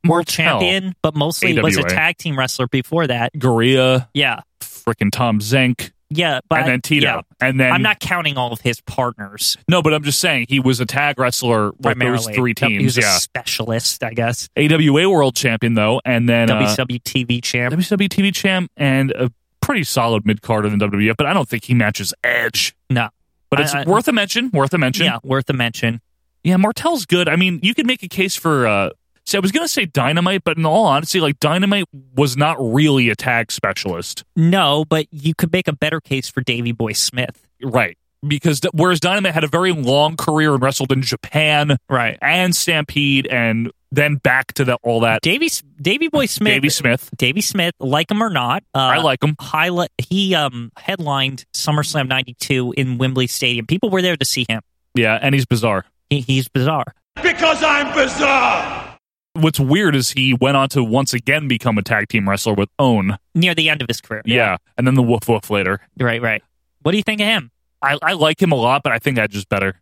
B: Martel.
C: Champion, but mostly was a
B: AWA.
C: tag team wrestler before that.
B: Gorilla,
C: Yeah,
B: freaking Tom Zenk,
C: yeah, but
B: and then Tito,
C: yeah.
B: and then
C: I'm not counting all of his partners.
B: No, but I'm just saying he was a tag wrestler with
C: Primarily,
B: those three
C: Yep, He was
B: teams.
C: a
B: Yeah,
C: specialist, I guess.
B: AWA World Champion though, and then uh,
C: WCW TV champ.
B: WCW TV E champ, and a pretty solid mid carder in WWF. E, But I don't think he matches Edge.
C: No,
B: But it's
C: I- I-
B: worth a mention. Worth a mention.
C: yeah, worth a mention.
B: Yeah, Martel's good. I mean, you could make a case for. uh See, I was gonna say Dynamite, but in all honesty, like Dynamite was not really a tag specialist,
C: No, but you could make a better case for Davy Boy Smith.
B: right? Because th- whereas Dynamite had a very long career and wrestled in Japan,
C: Right.
B: and Stampede, and then back to the, all that.
C: Davy Davy Boy Smith.
B: Davey Smith.
C: Davy Smith, like him or not, uh, I
B: like him.
C: Highlight. He um headlined SummerSlam '92 in Wembley Stadium. People were there to see him.
B: Yeah, and he's bizarre.
C: He, he's bizarre.
K: Because I'm bizarre!
B: What's weird is he went on to once again become a tag team wrestler with Own.
C: Near the end of his career.
B: Yeah, and then the Woof Woof later.
C: Right. Right. What do you think of him?
B: I, I like him a lot, but I think Edge is better.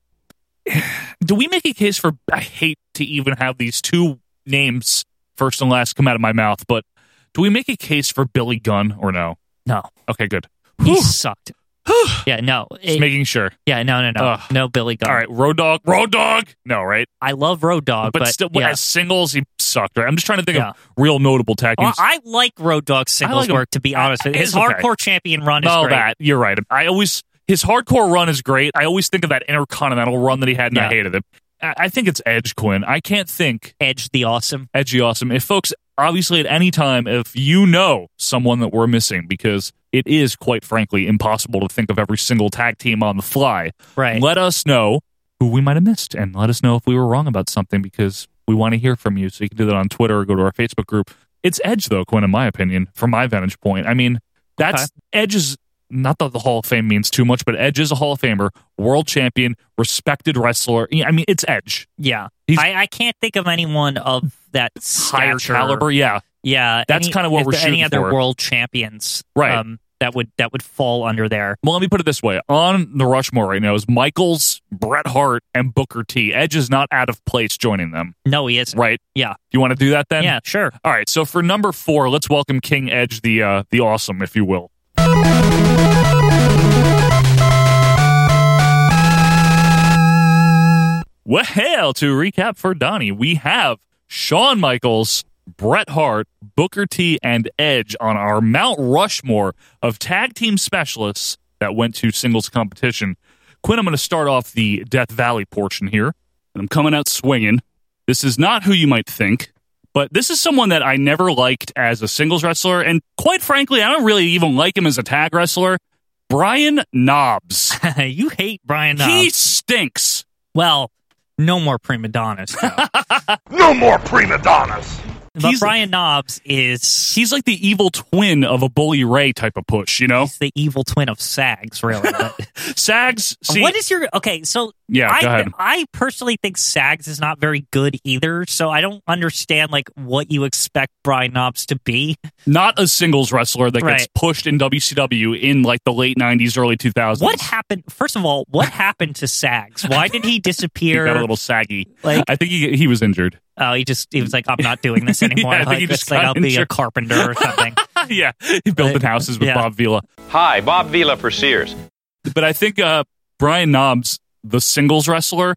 B: Do we make a case for? I hate to even have these two names first and last come out of my mouth, but do we make a case for Billy Gunn or no?
C: No.
B: Okay, good.
C: He
B: Whew.
C: sucked. yeah, no.
B: Just
C: it-
B: making sure.
C: yeah, no, no, no.
B: Ugh.
C: No Billy Gunn.
B: All right, Road Dog. Road Dog. No, right.
C: I love Road Dog,
B: but,
C: but,
B: still,
C: yeah.
B: as singles, he sucked. Right. I'm just trying to think
C: Yeah.
B: of real notable tag
C: Well,
B: teams.
C: I like Road Dog singles
B: like him.
C: work, to be honest with you. His
B: It's okay.
C: hardcore champion run is
B: All
C: great.
B: Oh, that you're right. I always his hardcore run is great. I always think of that intercontinental run that he had, and I
C: Yeah.
B: hated it. I, I think it's Edge Quinn. I can't think
C: Edge the awesome.
B: Edgy Awesome. If folks, obviously, at any time, if you know someone that we're missing, because it is quite frankly impossible to think of every single tag team on the fly,
C: Right.
B: let us know who we might have missed and let us know if we were wrong about something because we want to hear from you. So you can do that on Twitter or go to our Facebook group. It's Edge, though, Quinn, in my opinion, from my vantage point. I mean, that's Edge is not that the Hall of Fame means too much, but Edge is a Hall of Famer, world champion, respected wrestler. I mean, it's Edge.
C: Yeah.
B: He's-
C: I, I can't think of anyone of that
B: Higher
C: stature.
B: caliber, yeah.
C: Yeah.
B: That's
C: any-
B: kinda what
C: if
B: we're
C: there any
B: shooting
C: other
B: for.
C: world champions
B: Right.
C: um, that would that would fall under there.
B: Well, let me put it this way: on the Rushmore right now is Michaels, Bret Hart, and Booker T. Edge is not out of place joining them,
C: No, he isn't.
B: right?
C: Yeah.
B: You want to do that then?
C: Yeah, sure.
B: All right. So for number four, let's welcome King Edge, the uh, the awesome, if you will. Well, to recap for Donnie, we have Shawn Michaels, Bret Hart, Booker T, and Edge on our Mount Rushmore of tag team specialists that went to singles competition. Quinn, I'm going to start off the Death Valley portion here, and I'm coming out swinging. This is not who you might think, but this is someone that I never liked as a singles wrestler, and quite frankly, I don't really even like him as a tag wrestler. Brian Knobs.
C: you hate Brian
B: He
C: Knobs.
B: stinks.
C: Well, no more prima donnas. though.
E: No more prima donnas.
C: but
B: He's-
C: Brian Knobs is
B: He's like the evil twin of a bully Ray type of push, you know?
C: he's the evil twin of Sags, really. But-
B: Sags, see,
C: what is your okay? So
B: Yeah,
C: I,
B: go ahead.
C: I personally think Sags is not very good either. So I don't understand like what you expect Brian Knobs to be.
B: not a singles wrestler that gets
C: Right.
B: pushed in WCW in like the late 90s, early 2000s.
C: What happened? First of all, what happened to Sags? Why did he
B: He
C: disappear?
B: got a little saggy.
C: Like-
B: I think he, he was injured.
C: oh, he just he was like, I'm not doing this
B: Yeah, I
C: anymore.
B: think
C: like,
B: he
C: it's
B: just
C: like
B: got
C: I'll be a
B: injured.
C: carpenter or something.
B: yeah, he built in houses with
C: yeah.
B: Bob Vila.
M: Hi, Bob Vila for Sears.
B: But I think uh, Brian Knobs, the singles wrestler,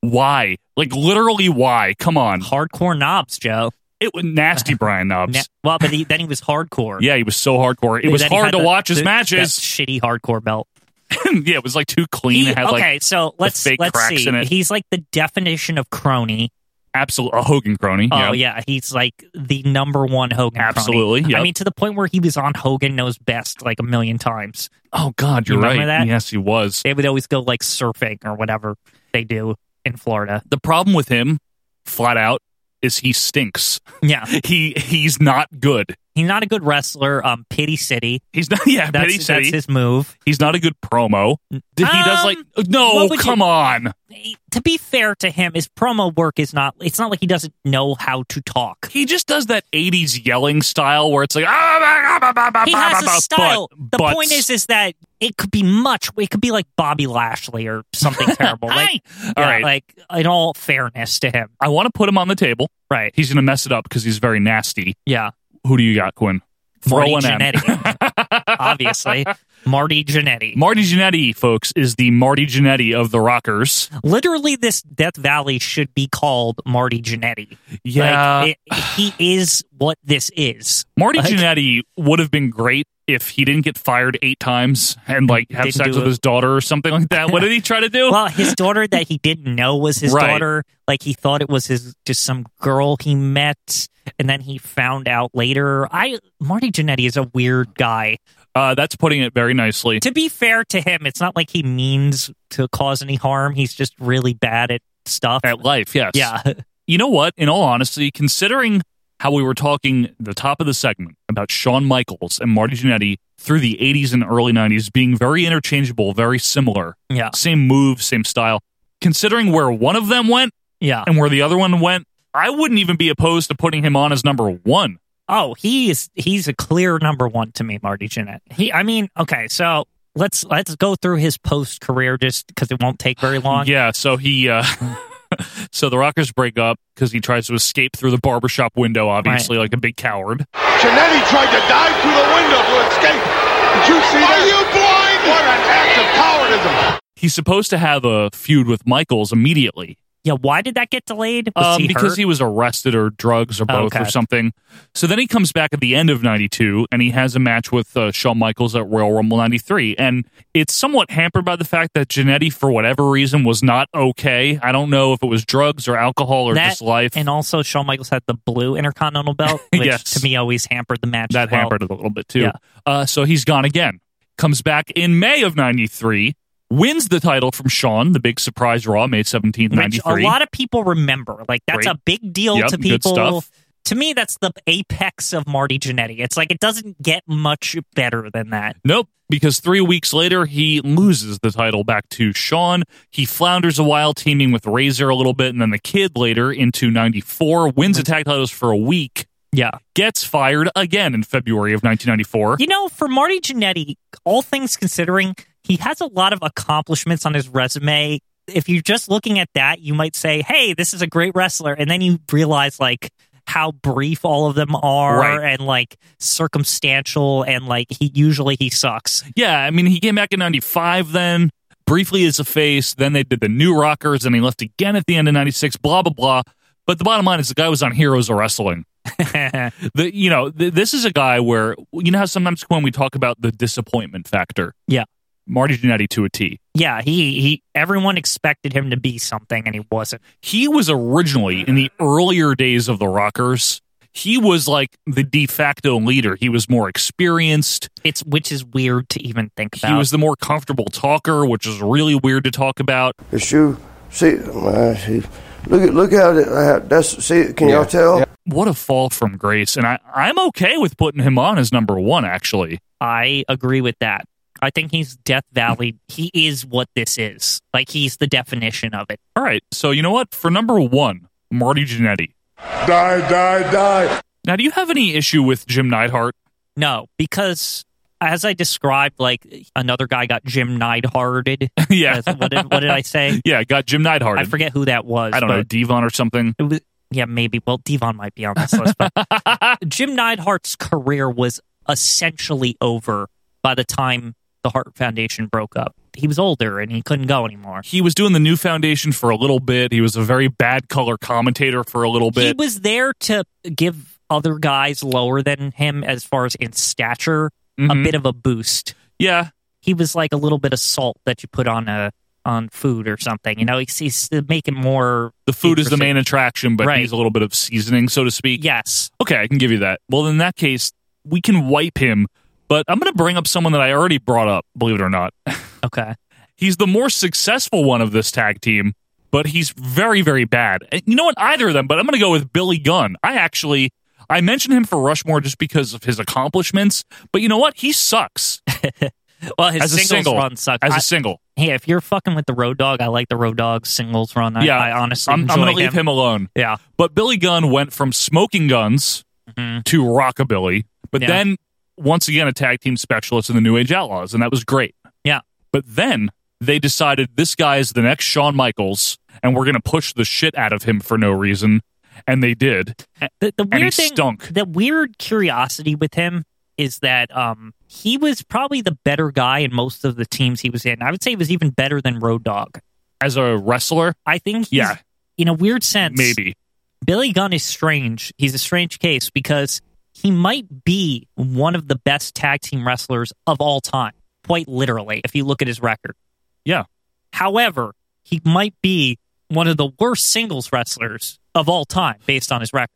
B: why? Like literally, why? Come on,
C: hardcore knobs, Joe.
B: it was nasty, Brian Knobs.
C: Ne- well, but he, then he was hardcore.
B: yeah, he was so hardcore. It was
C: Then he
B: hard
C: had
B: to
C: the-
B: watch his
C: the-
B: matches.
C: that shitty hardcore belt.
B: yeah, it was like too clean.
C: He-
B: it had
C: okay,
B: like
C: so let's
B: fake
C: let's
B: cracks
C: see.
B: in it.
C: He's like the definition of crony.
B: absolute a Hogan crony.
C: Oh yeah, he's like the number one Hogan. crony.
B: Absolutely, yep.
C: I mean, to the point where he was on Hogan Knows Best like a million times.
B: Oh God,
C: You
B: you're right.
C: remember that?
B: Yes, he was.
C: They would always go like surfing or whatever they do in Florida.
B: The problem with him, flat out, is he stinks.
C: Yeah,
B: He he's not good.
C: he's not a good wrestler. Um, Pity City.
B: He's not. Yeah,
C: That's,
B: Pity City.
C: that's his move.
B: he's not a good promo. He does like
C: Um,
B: no.
C: what would
B: Come
C: you-
B: on.
C: He- To be fair to him, his promo work is not. It's not like he doesn't know how to talk.
B: He just does that '80s yelling style where it's like ah, bah, bah, bah, bah,
C: he
B: bah,
C: has
B: bah,
C: a style.
B: but-
C: the
B: but-
C: point is, is that it could be much. It could be like Bobby Lashley or something terrible. Like,
B: All
C: yeah,
B: right.
C: like in all fairness to him,
B: I want to put him on the table.
C: right?
B: He's gonna mess it up because he's very nasty.
C: Yeah,
B: Who do you got, Quinn?
C: Marty
B: Throw one in.
C: Jannetty, obviously, Marty Jannetty.
B: Marty Jannetty, folks, is the Marty Jannetty of the Rockers.
C: Literally, this Death Valley should be called Marty Jannetty.
B: Yeah.
C: like, it, he is what this is.
B: Marty
C: Like-
B: Jannetty would have been great if he didn't get fired eight times and like have
C: Didn't
B: sex
C: do
B: with
C: it.
B: his daughter or something like that. What did he try to do?
C: Well, his daughter that he didn't know was his
B: Right.
C: daughter. Like he thought it was his just some girl he met, and then he found out later. I Marty Jannetty is a weird guy.
B: uh, that's putting it very nicely.
C: To be fair to him, it's not like he means to cause any harm. He's just really bad at stuff.
B: At life, yes.
C: yeah,
B: You know what? In all honesty, considering how we were talking the top of the segment about Shawn Michaels and Marty Jannetty through the 80s and early 90s being very interchangeable, very similar,
C: yeah,
B: same move, same style, considering where one of them went
C: yeah.
B: and where the other one went, I wouldn't even be opposed to putting him on as number one.
C: Oh, he is. He's a clear number one to me, Marty Jannetty. He. I mean, okay, so let's let's go through his post career just because it won't take very long.
B: Yeah, so he uh so the Rockers break up because he tries to escape through the barbershop window, obviously, like a big coward.
K: Janetti tried to dive through the window to escape. Did you see that? Are you blind? What an act of cowardism.
B: He's supposed to have a feud with Michaels immediately.
C: Yeah, why did that get delayed? Was
B: Um,
C: he
B: because
C: hurt?
B: he was arrested or drugs or both or
C: Okay.
B: something. So then he comes back at the end of 92 and he has a match with uh, Shawn Michaels at Royal Rumble 93. And it's somewhat hampered by the fact that Janetti, for whatever reason, was not okay. I don't know if it was drugs or alcohol or
C: That-
B: just life.
C: and also Shawn Michaels had the blue Intercontinental belt, which
B: Yes.
C: to me always hampered the match.
B: that
C: as well.
B: hampered it a little bit too.
C: Yeah.
B: Uh, so he's gone again. Comes back in May of 93, wins the title from Shawn, the big surprise Raw, May 17th,
C: which
B: 93.
C: a lot of people remember. Like that's
B: Great.
C: a big deal
B: Yep,
C: to
B: good
C: people.
B: stuff.
C: To me, that's the apex of Marty Jannetty. It's like it doesn't get much better than that.
B: Nope, because three weeks later, he loses the title back to Sean. He flounders a while, teaming with Razor a little bit, and then the kid later into 94, wins the tag titles for a week,
C: Mm-hmm. Yeah.
B: gets fired again in February of 1994.
C: You know, for Marty Jannetty, all things considering, he has a lot of accomplishments on his resume. If you're just looking at that, you might say, "Hey, this is a great wrestler," and then you realize like how brief all of them are
B: Right.
C: and like circumstantial and like he usually he sucks.
B: Yeah, I mean, he came back in 95 then, briefly as a face, then they did the New Rockers, and he left again at the end of 96, blah, blah, blah. But the bottom line is the guy was on Heroes of Wrestling. the, you know, th- this is a guy where, you know how sometimes when we talk about the disappointment factor,
C: Yeah.
B: Marty Jannetty to a T.
C: Yeah, he he everyone expected him to be something and he wasn't.
B: He was originally in the earlier days of the Rockers. He was like the de facto leader. He was more experienced.
C: It's which is weird to even think about.
B: He was the more comfortable talker, which is really weird to talk about.
N: The shoe. See, uh, see look at look how, that- how that's. See, can y'all tell?
B: What a fall from grace. And I, I'm okay with putting him on as number one, actually.
C: I agree with that. I think he's Death Valley. He is what this is. Like he's the definition of it.
B: All right. So, you know what? For number one, Marty Jannetty.
E: Die, die, die.
B: Now, do you have any issue with Jim Neidhart?
C: No, because as I described, like another guy got Jim Neidharted.
B: yeah.
C: What did, what did I say?
B: Yeah, got Jim Neidhart.
C: I forget who that was.
B: I don't know,
C: but
B: Devon or something.
C: It was, yeah, maybe. Well, Devon might be on this list, but Jim Neidhart's career was essentially over by the time the Hart Foundation broke up. He was older and he couldn't go anymore.
B: He was doing the new foundation for a little bit. He was a very bad color commentator for a little bit.
C: He was there to give other guys lower than him, as far as in stature,
B: Mhm.
C: a bit of a boost.
B: Yeah,
C: he was like a little bit of salt that you put on a on food or something. You know, he's, he's making more.
B: the food is the main attraction, but
C: Right.
B: he's a little bit of seasoning, so to speak.
C: Yes.
B: Okay, I can give you that. Well, in that case, we can wipe him, but I'm going to bring up someone that I already brought up, believe it or not.
C: Okay.
B: he's the more successful one of this tag team, but he's very, very bad. And you know what? Either of them, but I'm going to go with Billy Gunn. I actually. I mentioned him for Rushmore just because of his accomplishments, but you know what? He sucks.
C: Well, his
B: as a
C: singles
B: single,
C: run sucked.
B: As
C: I-
B: a single,
C: Hey, if you're fucking with the Road Dog, I like the Road Dog singles run. I,
B: yeah,
C: I honestly
B: I'm, I'm
C: enjoy
B: gonna leave him alone.
C: Yeah.
B: But Billy Gunn went from smoking guns to rockabilly, but
C: Mm-hmm. Yeah.
B: then once again a tag team specialist in the New Age Outlaws, and that was great.
C: Yeah.
B: But then they decided this guy is the next Shawn Michaels, and we're gonna push the shit out of him for no reason, and they did. A-
C: The, the
B: and he
C: weird thing,
B: stunk.
C: the weird curiosity with him is that um, he was probably the better guy in most of the teams he was in. I would say he was even better than Road Dog.
B: As a wrestler,
C: I think. He's,
B: Yeah.
C: In a weird sense,
B: maybe.
C: Billy Gunn is strange. He's a strange case because he might be one of the best tag team wrestlers of all time, quite literally, if you look at his record.
B: Yeah.
C: However, he might be one of the worst singles wrestlers of all time based on his record.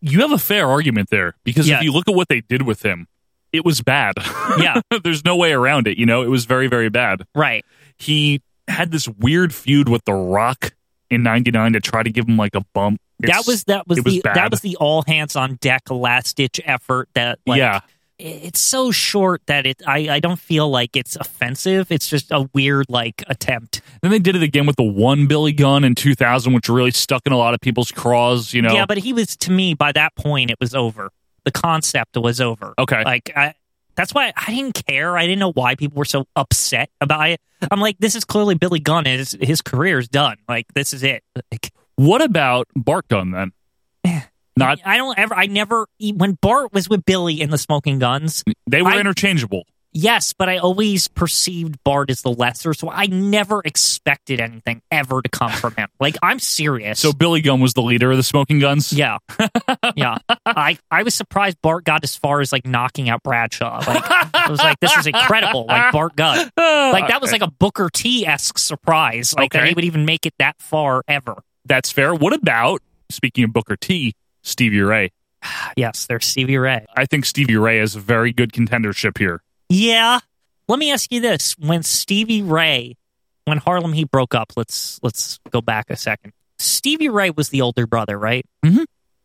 B: You have a fair argument there because
C: Yeah.
B: if you look at what they did with him, it was bad.
C: Yeah.
B: There's no way around it, you know? It was very, very bad.
C: Right.
B: he had this weird feud with The Rock in '99 to try to give him like a bump. It's-
C: that was that was,
B: it was
C: the
B: bad.
C: that was the all hands on deck last ditch effort that like
B: Yeah.
C: i- it's so short that it I, I don't feel like it's offensive. It's just a weird like attempt.
B: Then they did it again with the one Billy Gunn in 2000, which really stuck in a lot of people's craws. You know,
C: Yeah, but he was to me by that point it was over. The concept was over.
B: Okay.
C: Like I That's why I didn't care. I didn't know why people were so upset about it. I'm like, this is clearly Billy Gunn. His his career is done. Like this is it. Like,
B: What about Bark Gun then? Not
C: I don't ever. I never. e, When Bart was with Billy in the Smoking Guns,
B: they were
C: I-
B: interchangeable.
C: Yes, but I always perceived Bart as the lesser, so I never expected anything ever to come from him. Like I'm serious.
B: So Billy Gunn was the leader of the Smoking Guns.
C: Yeah, yeah. I I was surprised Bart got as far as like knocking out Bradshaw. Like I was like, this is incredible. Like Bart Gunn. Like that was
B: Okay.
C: like a Booker T esque surprise. Like that
B: Okay.
C: he would even make it that far ever.
B: That's fair. What about speaking of Booker T, Stevie Ray?
C: Yes, there's Stevie Ray.
B: I think Stevie Ray is a very good contendership here.
C: Yeah. Let me ask you this: When Stevie Ray, when Harlem Heat broke up, let's let's go back a second. Stevie Ray was the older brother, right? Mm-hmm.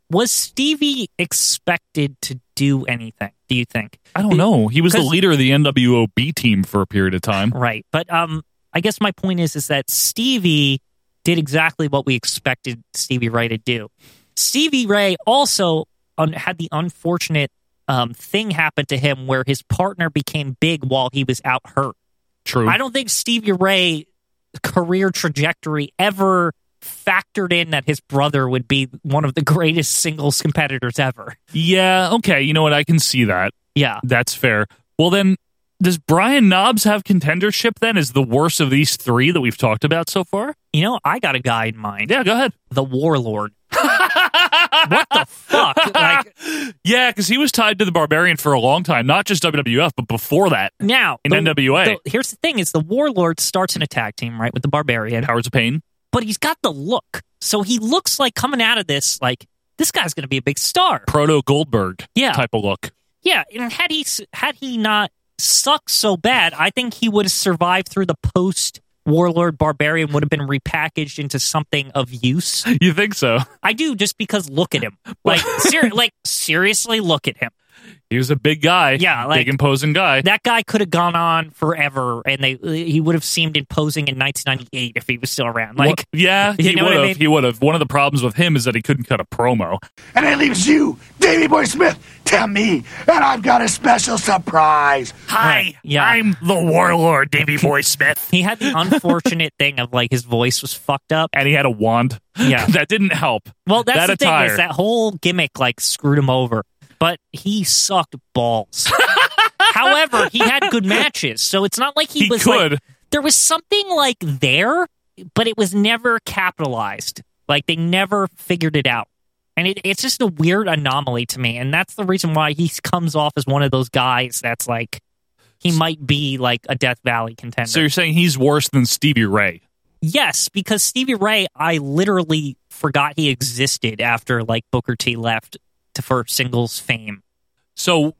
C: Was Stevie expected to do anything? Do you think?
B: I don't know. He was the
C: 'Cause-
B: leader of the NWOB team for a period of time.
C: Right. But um, I guess my point is is that Stevie did exactly what we expected Stevie Ray to do. Stevie Ray also un- had the unfortunate um, thing happen to him where his partner became big while he was out hurt.
B: True.
C: I don't think Stevie Ray career trajectory ever factored in that his brother would be one of the greatest singles competitors ever.
B: Yeah. Okay. You know what? I can see that.
C: Yeah.
B: That's fair. Well, then, does Brian Knobs have contendership then? Is the worst of these three that we've talked about so far?
C: You know, I got a guy in mind.
B: Yeah, go ahead.
C: The Warlord. what the fuck? Like
B: Yeah, because he was tied to the Barbarian for a long time, not just WWF, but before that.
C: now
B: In NWA.
C: the- here's the thing: is the Warlord starts an attack team right with the Barbarian,
B: Powers of Pain.
C: but he's got the look, so he looks like coming out of this like this guy's going to be a big star.
B: Proto Goldberg
C: Yeah.
B: type of look.
C: Yeah, and had he s- had he not sucked so bad, I think he would have survived through the post Warlord Barbarian would have been repackaged into something of use.
B: You think so?
C: I do just because look at him, like ser- like seriously, look at him.
B: He was a big guy.
C: Yeah, like-
B: big imposing guy.
C: That guy could have gone on forever, and they he would have seemed imposing in 1998 if he was still around. Like,
B: Wha- yeah,
C: you
B: he
C: know
B: would
C: what I
B: have.
C: mean?
B: He would have. One of the problems with him is that he couldn't cut a promo.
K: And it leaves you, Davy Boy Smith, to me, and I've got a special surprise.
B: Hi,
C: yeah.
B: I'm the warlord, Davy Boy Smith,
C: he had the unfortunate thing of like his voice was fucked up.
B: and he had a wand.
C: Yeah.
B: that didn't help.
C: Well, that's
B: that
C: the
B: attire.
C: thing is that whole gimmick like screwed him over, but he sucked balls. However, he had good matches, so it's not like he,
B: He
C: was
B: could.
C: like there was something like there, but it was never capitalized. Like they never figured it out. And it, it's just a weird anomaly to me, and that's the reason why he comes off as one of those guys that's like he might be like a Death Valley contender.
B: So you're saying he's worse than Stevie Ray?
C: Yes, because Stevie Ray, I literally forgot he existed after like Booker T left to, for singles fame.
B: So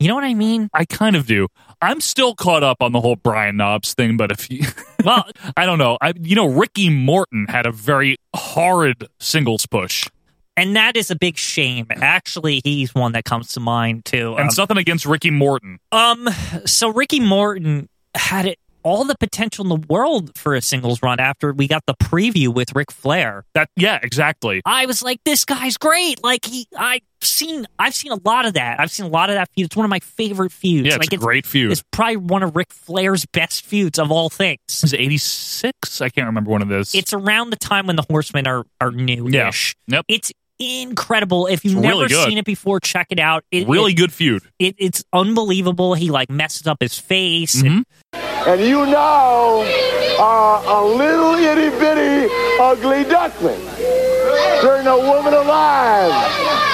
C: You know what I mean?
B: I kind of do. I'm still caught up on the whole Brian Knobs thing, but if you,
C: Well,
B: I don't know. I, you know, Ricky Morton had a very horrid singles push,
C: and that is a big shame. Actually, he's one that comes to mind too.
B: and
C: Um,
B: it's nothing against Ricky Morton.
C: Um, so Ricky Morton had it all the potential in the world for a singles run after we got the preview with Ric Flair.
B: That yeah, exactly.
C: I was like, this guy's great. Like he, I've seen, I've seen a lot of that. I've seen a lot of that feud. It's one of my favorite feuds.
B: Yeah, it's
C: like
B: a great feud.
C: It's probably one of Ric Flair's best feuds of all things.
B: Is it 86? I can't remember one of those.
C: It's around the time when the Horsemen are are new.
B: yeah. Yep.
C: It's incredible. If you've
B: It's
C: never
B: really good.
C: seen it before, check it out. It,
B: really
C: it-
B: good feud.
C: It, it's unbelievable. He like messes up his face.
B: Mm-hmm.
C: And
K: And you now are a little itty bitty ugly duckling. There ain't no woman alive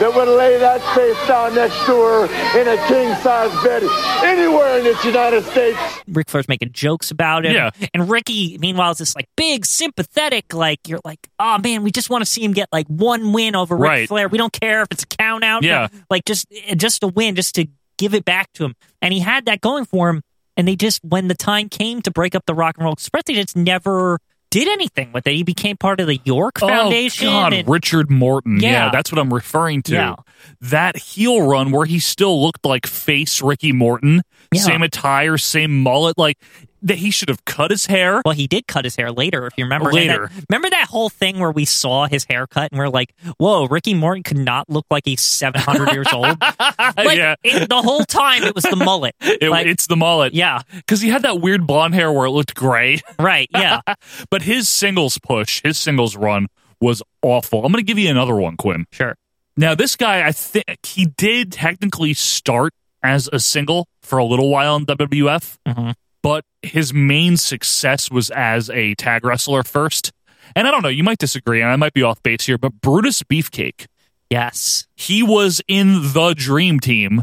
K: that would lay that face down next to her in a king size bed anywhere in this United States.
C: Ric Flair's making jokes about it.
B: Yeah.
C: And Ricky, meanwhile, is this like big, sympathetic. Like you're like, oh man, we just want to see him get like one win over Ric
B: Right.
C: Flair. We don't care if it's a count out.
B: Yeah.
C: Like just just a win, just to give it back to him. And he had that going for him. And they just, when the time came to break up the Rock and Roll Express, they just never did anything with it. He became part of the York Foundation.
B: Oh God,
C: and-
B: Richard Morton. Yeah.
C: Yeah.
B: that's what I'm referring to.
C: Yeah.
B: That heel run where he still looked like face Ricky Morton,
C: Yeah.
B: same attire, same mullet. Like that he should have cut his hair.
C: Well, he did cut his hair later, if you remember. And
B: Later.
C: that- remember that whole thing where we saw his haircut and we're like, "Whoa, Ricky Morton could not look like he's seven hundred years old." Like,
B: Yeah.
C: it- the whole time it was the mullet.
B: It-
C: Like,
B: it's the mullet.
C: Yeah.
B: Because he had that weird blonde hair where it looked gray.
C: Right. Yeah.
B: but his singles push, his singles run was awful. I'm going to give you another one, Quinn.
C: Sure.
B: Now, this guy, I think he did technically start as a single for a little while in WWF, but his main success was as a tag wrestler first. And I don't know, you might disagree, and I might be off base here, but Brutus Beefcake.
C: Yes.
B: He was in the dream team.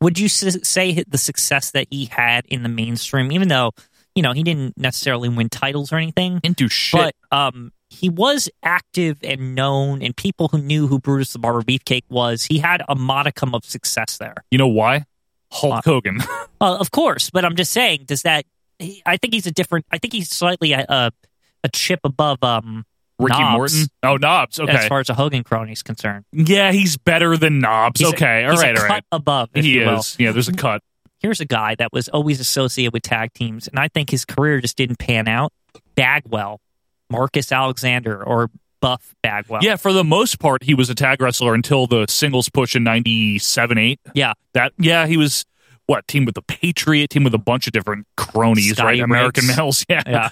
C: Would you s- say the success that he had in the mainstream, even though you know he didn't necessarily win titles or anything,
B: into shit.
C: but um, he was active and known, and people who knew who Brutus the Barber Beefcake was, he had a modicum of success there.
B: You know why? Hulk Hogan.
C: Uh, of course, but I'm just saying, does that? he- I think he's a different. I think he's slightly a a, a chip above um
B: Ricky
C: Knobs,
B: Morton? Oh, Knobs. Okay.
C: as far as a Hogan crony is concerned.
B: yeah, he's better than Knobs.
C: He's a-
B: okay. all
C: he's a
B: right. all
C: cut
B: right.
C: above, if
B: he
C: you will. Mm-hmm.
B: is. Yeah, there's a cut.
C: Here's a guy that was always associated with tag teams, and I think his career just didn't pan out. Bagwell, Marcus Alexander, or Buff Bagwell.
B: Yeah, for the most part, he was a tag wrestler until the singles push in '97, '8.
C: Yeah.
B: that. Yeah, he was what team with the Patriot, team with a bunch of different cronies,
C: Scotty
B: right?
C: Riggs.
B: American males. Yeah.
C: Yeah.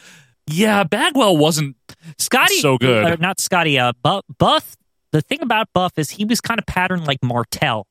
B: Yeah, Bagwell wasn't
C: Scotty,
B: so good.
C: uh, not Scotty. Uh, Buff, Buff. The thing about Buff is he was kind of patterned like Martel,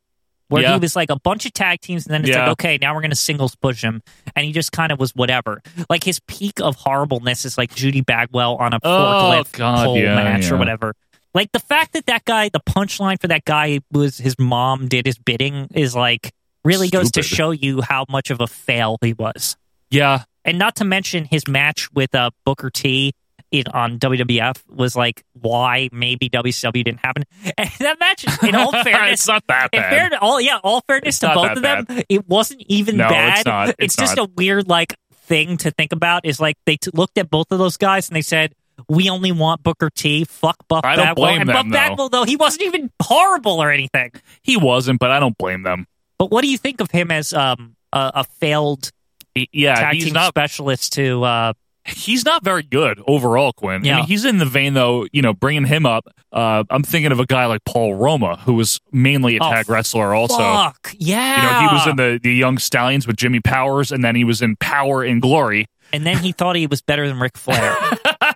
C: where
B: Yeah.
C: he was like a bunch of tag teams, and then it's
B: Yeah.
C: like, okay, now we're going to singles push him, and he just kind of was whatever. Like his peak of horribleness is like Judy Bagwell on a
B: Oh,
C: forklift
B: God,
C: pole
B: yeah,
C: match or
B: yeah.
C: whatever. Like the fact that that guy, the punchline for that guy was his mom did his bidding is like really goes to
B: Stupid.
C: show you how much of a fail he was
B: Yeah,
C: and not to mention his match with uh, Booker T in on WWF was like why maybe WCW didn't happen. And that match, in all fairness,
B: It's not that
C: in
B: bad.
C: fair to all, yeah, all fairness
B: It's
C: to
B: not
C: both
B: that
C: of them,
B: bad.
C: it wasn't even
B: No, it's
C: bad.
B: not. It's
C: just
B: not.
C: a weird like thing to think about. Is like they t- looked at both of those guys and they said. We only want Booker T. Fuck Buff
B: I don't
C: Bagwell.
B: blame
C: and
B: them,
C: Buff
B: though.
C: Bagwell, though, he wasn't even horrible or anything.
B: he wasn't, but I don't blame them.
C: But what do you think of him as um, a, a failed
B: He- yeah,
C: tag
B: Uh, he's
C: team
B: not.
C: specialist to uh,
B: He's not very good overall, Quinn. I
C: Yeah.
B: mean, he's in the vein though. You know, bringing him up. Uh, I'm thinking of a guy like Paul Roma, who was mainly a
C: Oh,
B: tag wrestler. Also,
C: Fuck yeah!
B: You know, he was in the, the Young Stallions with Jimmy Powers, and then he was in Power and Glory.
C: and then he thought he was better than Ric Flair.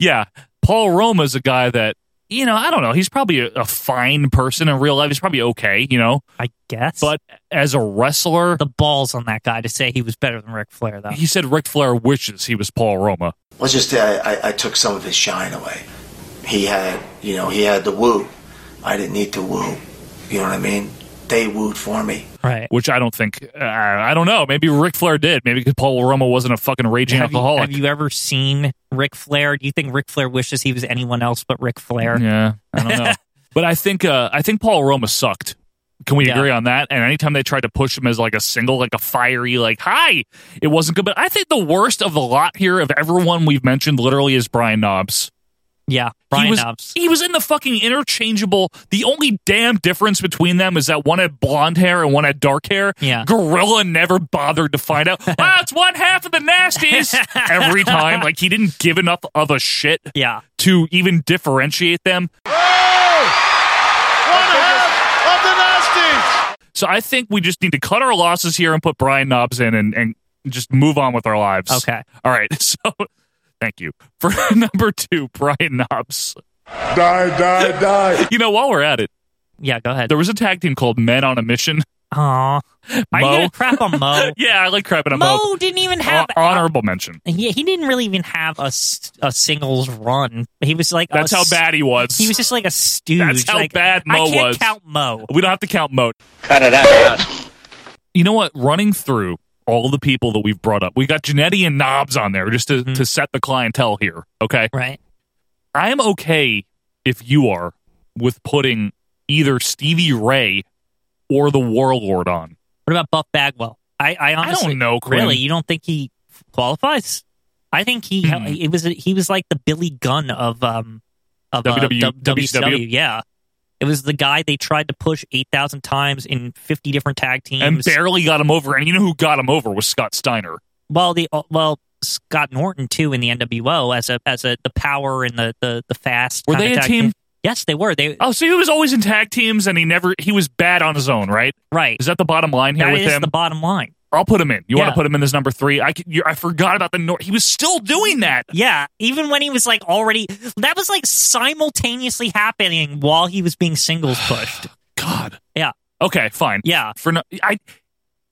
B: Yeah. Paul Roma's a guy that, you know, I don't know. He's probably a, a fine person in real life. He's probably okay, you know.
C: I guess.
B: But as a wrestler,
C: the balls on that guy to say he was better than Ric Flair, though.
B: he said Ric Flair wishes he was Paul Roma.
O: Let's just say I, I, I took some of his shine away. He had, you know, he had the woo. I didn't need to woo. You know what I mean? They wooed for me.
C: Right.
B: Which I don't think, uh, I don't know. Maybe Ric Flair did. Maybe 'cause Paul Roma wasn't a fucking raging
C: have, you,
B: alcoholic.
C: have you ever seen Ric Flair? Do you think Ric Flair wishes he was anyone else but Ric Flair?
B: Yeah, I don't know. but I think uh, I think Paul Roma sucked. Can we
C: Yeah.
B: agree on that? And anytime they tried to push him as like a single, like a fiery, like hi, it wasn't good. But I think the worst of the lot here of everyone we've mentioned literally is Brian Knobs.
C: Yeah, Brian
B: he was,
C: Knobs.
B: He was in the fucking interchangeable. The only damn difference between them is that one had blonde hair and one had dark hair.
C: Yeah.
B: Gorilla never bothered to find out. wow, it's one half of the nasties every time. Like he didn't give enough of a shit
C: Yeah.
B: to even differentiate them.
K: One half of the Nasties.
B: So I think we just need to cut our losses here and put Brian Knobs in and, and just move on with our lives.
C: Okay.
B: All right. So thank you. For number two, Brian Knobs.
E: Die, die, die.
B: You know, while we're at it,
C: Yeah, go ahead.
B: there was a tag team called Men on a Mission.
C: Aw. Are you
B: Mo?
C: gonna crap on Mo?
B: Yeah, I like crapping on
C: Mo
B: Mo. Uh,
C: didn't even have.
B: Hon- honorable mention.
C: yeah, he didn't really even have a, s- a singles run. He was like a
B: That's how
C: s-
B: bad he was.
C: He was just like a stooge.
B: That's how
C: Like,
B: bad Mo
C: I can't
B: was.
C: Count Mo.
B: we don't have to count Moat.
M: Cut it out.
B: you know what? Running through all the people that we've brought up, we got Janetti and Knobs on there just to,
C: Mm-hmm.
B: to set the clientele here. Okay.
C: Right.
B: I am okay if you are with putting either Stevie Ray or the Warlord on.
C: What about Buff Bagwell? I, I honestly
B: don't know, Quinn.
C: Really, you don't think he qualifies? I think he
B: Hmm.
C: it was he was like the Billy Gunn of um of uh,
B: WW.
C: W- WCW. Yeah, it was the guy they tried to push eight thousand times in fifty different tag teams.
B: And barely got him over. And you know who got him over was Scott Steiner.
C: well, the uh, well Scott Norton too in the NWO as a as a the power and the the the fast.
B: Were
C: kinda
B: they a
C: tag
B: team?
C: Yes, they were. They
B: Oh, so he was always in tag teams, and he never he was bad on his own, right?
C: Right.
B: Is that the bottom line here
C: That
B: with
C: is
B: him?
C: the bottom line.
B: I'll put him in. You want
C: Yeah.
B: to put him in as number three? I c- you, I forgot about the North. He was still doing that.
C: Yeah, even when he was like already that was like simultaneously happening while he was being singles pushed.
B: God.
C: Yeah.
B: Okay, fine.
C: Yeah.
B: For no, I,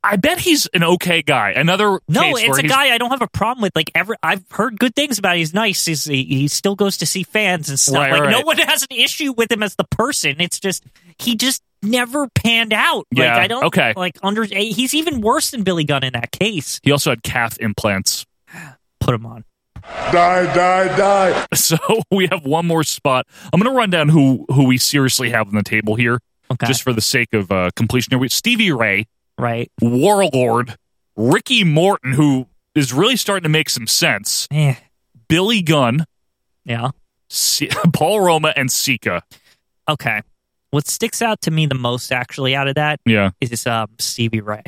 B: I bet he's an okay guy. Another
C: No,
B: case
C: it's
B: where
C: a
B: he's-
C: guy I don't have a problem with. Like every, I've heard good things about. Him. He's nice. He's, he, he still goes to see fans and stuff.
B: Right,
C: like no
B: right.
C: one has an issue with him as the person. It's just he just never panned out.
B: Yeah,
C: Like I don't.
B: okay.
C: Like under, eh, he's even worse than Billy Gunn in that case.
B: He also had calf implants.
C: Put him on.
B: Die, die, die. So we have one more spot. I'm going to run down who who we seriously have on the table here,
C: okay.
B: just for the sake of uh, completion. Here we Stevie Ray,
C: right?
B: Warlord, Ricky Morton, who is really starting to make some sense.
C: Yeah.
B: Billy Gunn,
C: Eh, Yeah.
B: Se- Paul Roma, and Sika.
C: Okay. What sticks out to me the most, actually, out of that,
B: Yeah.
C: is um, Stevie Ray.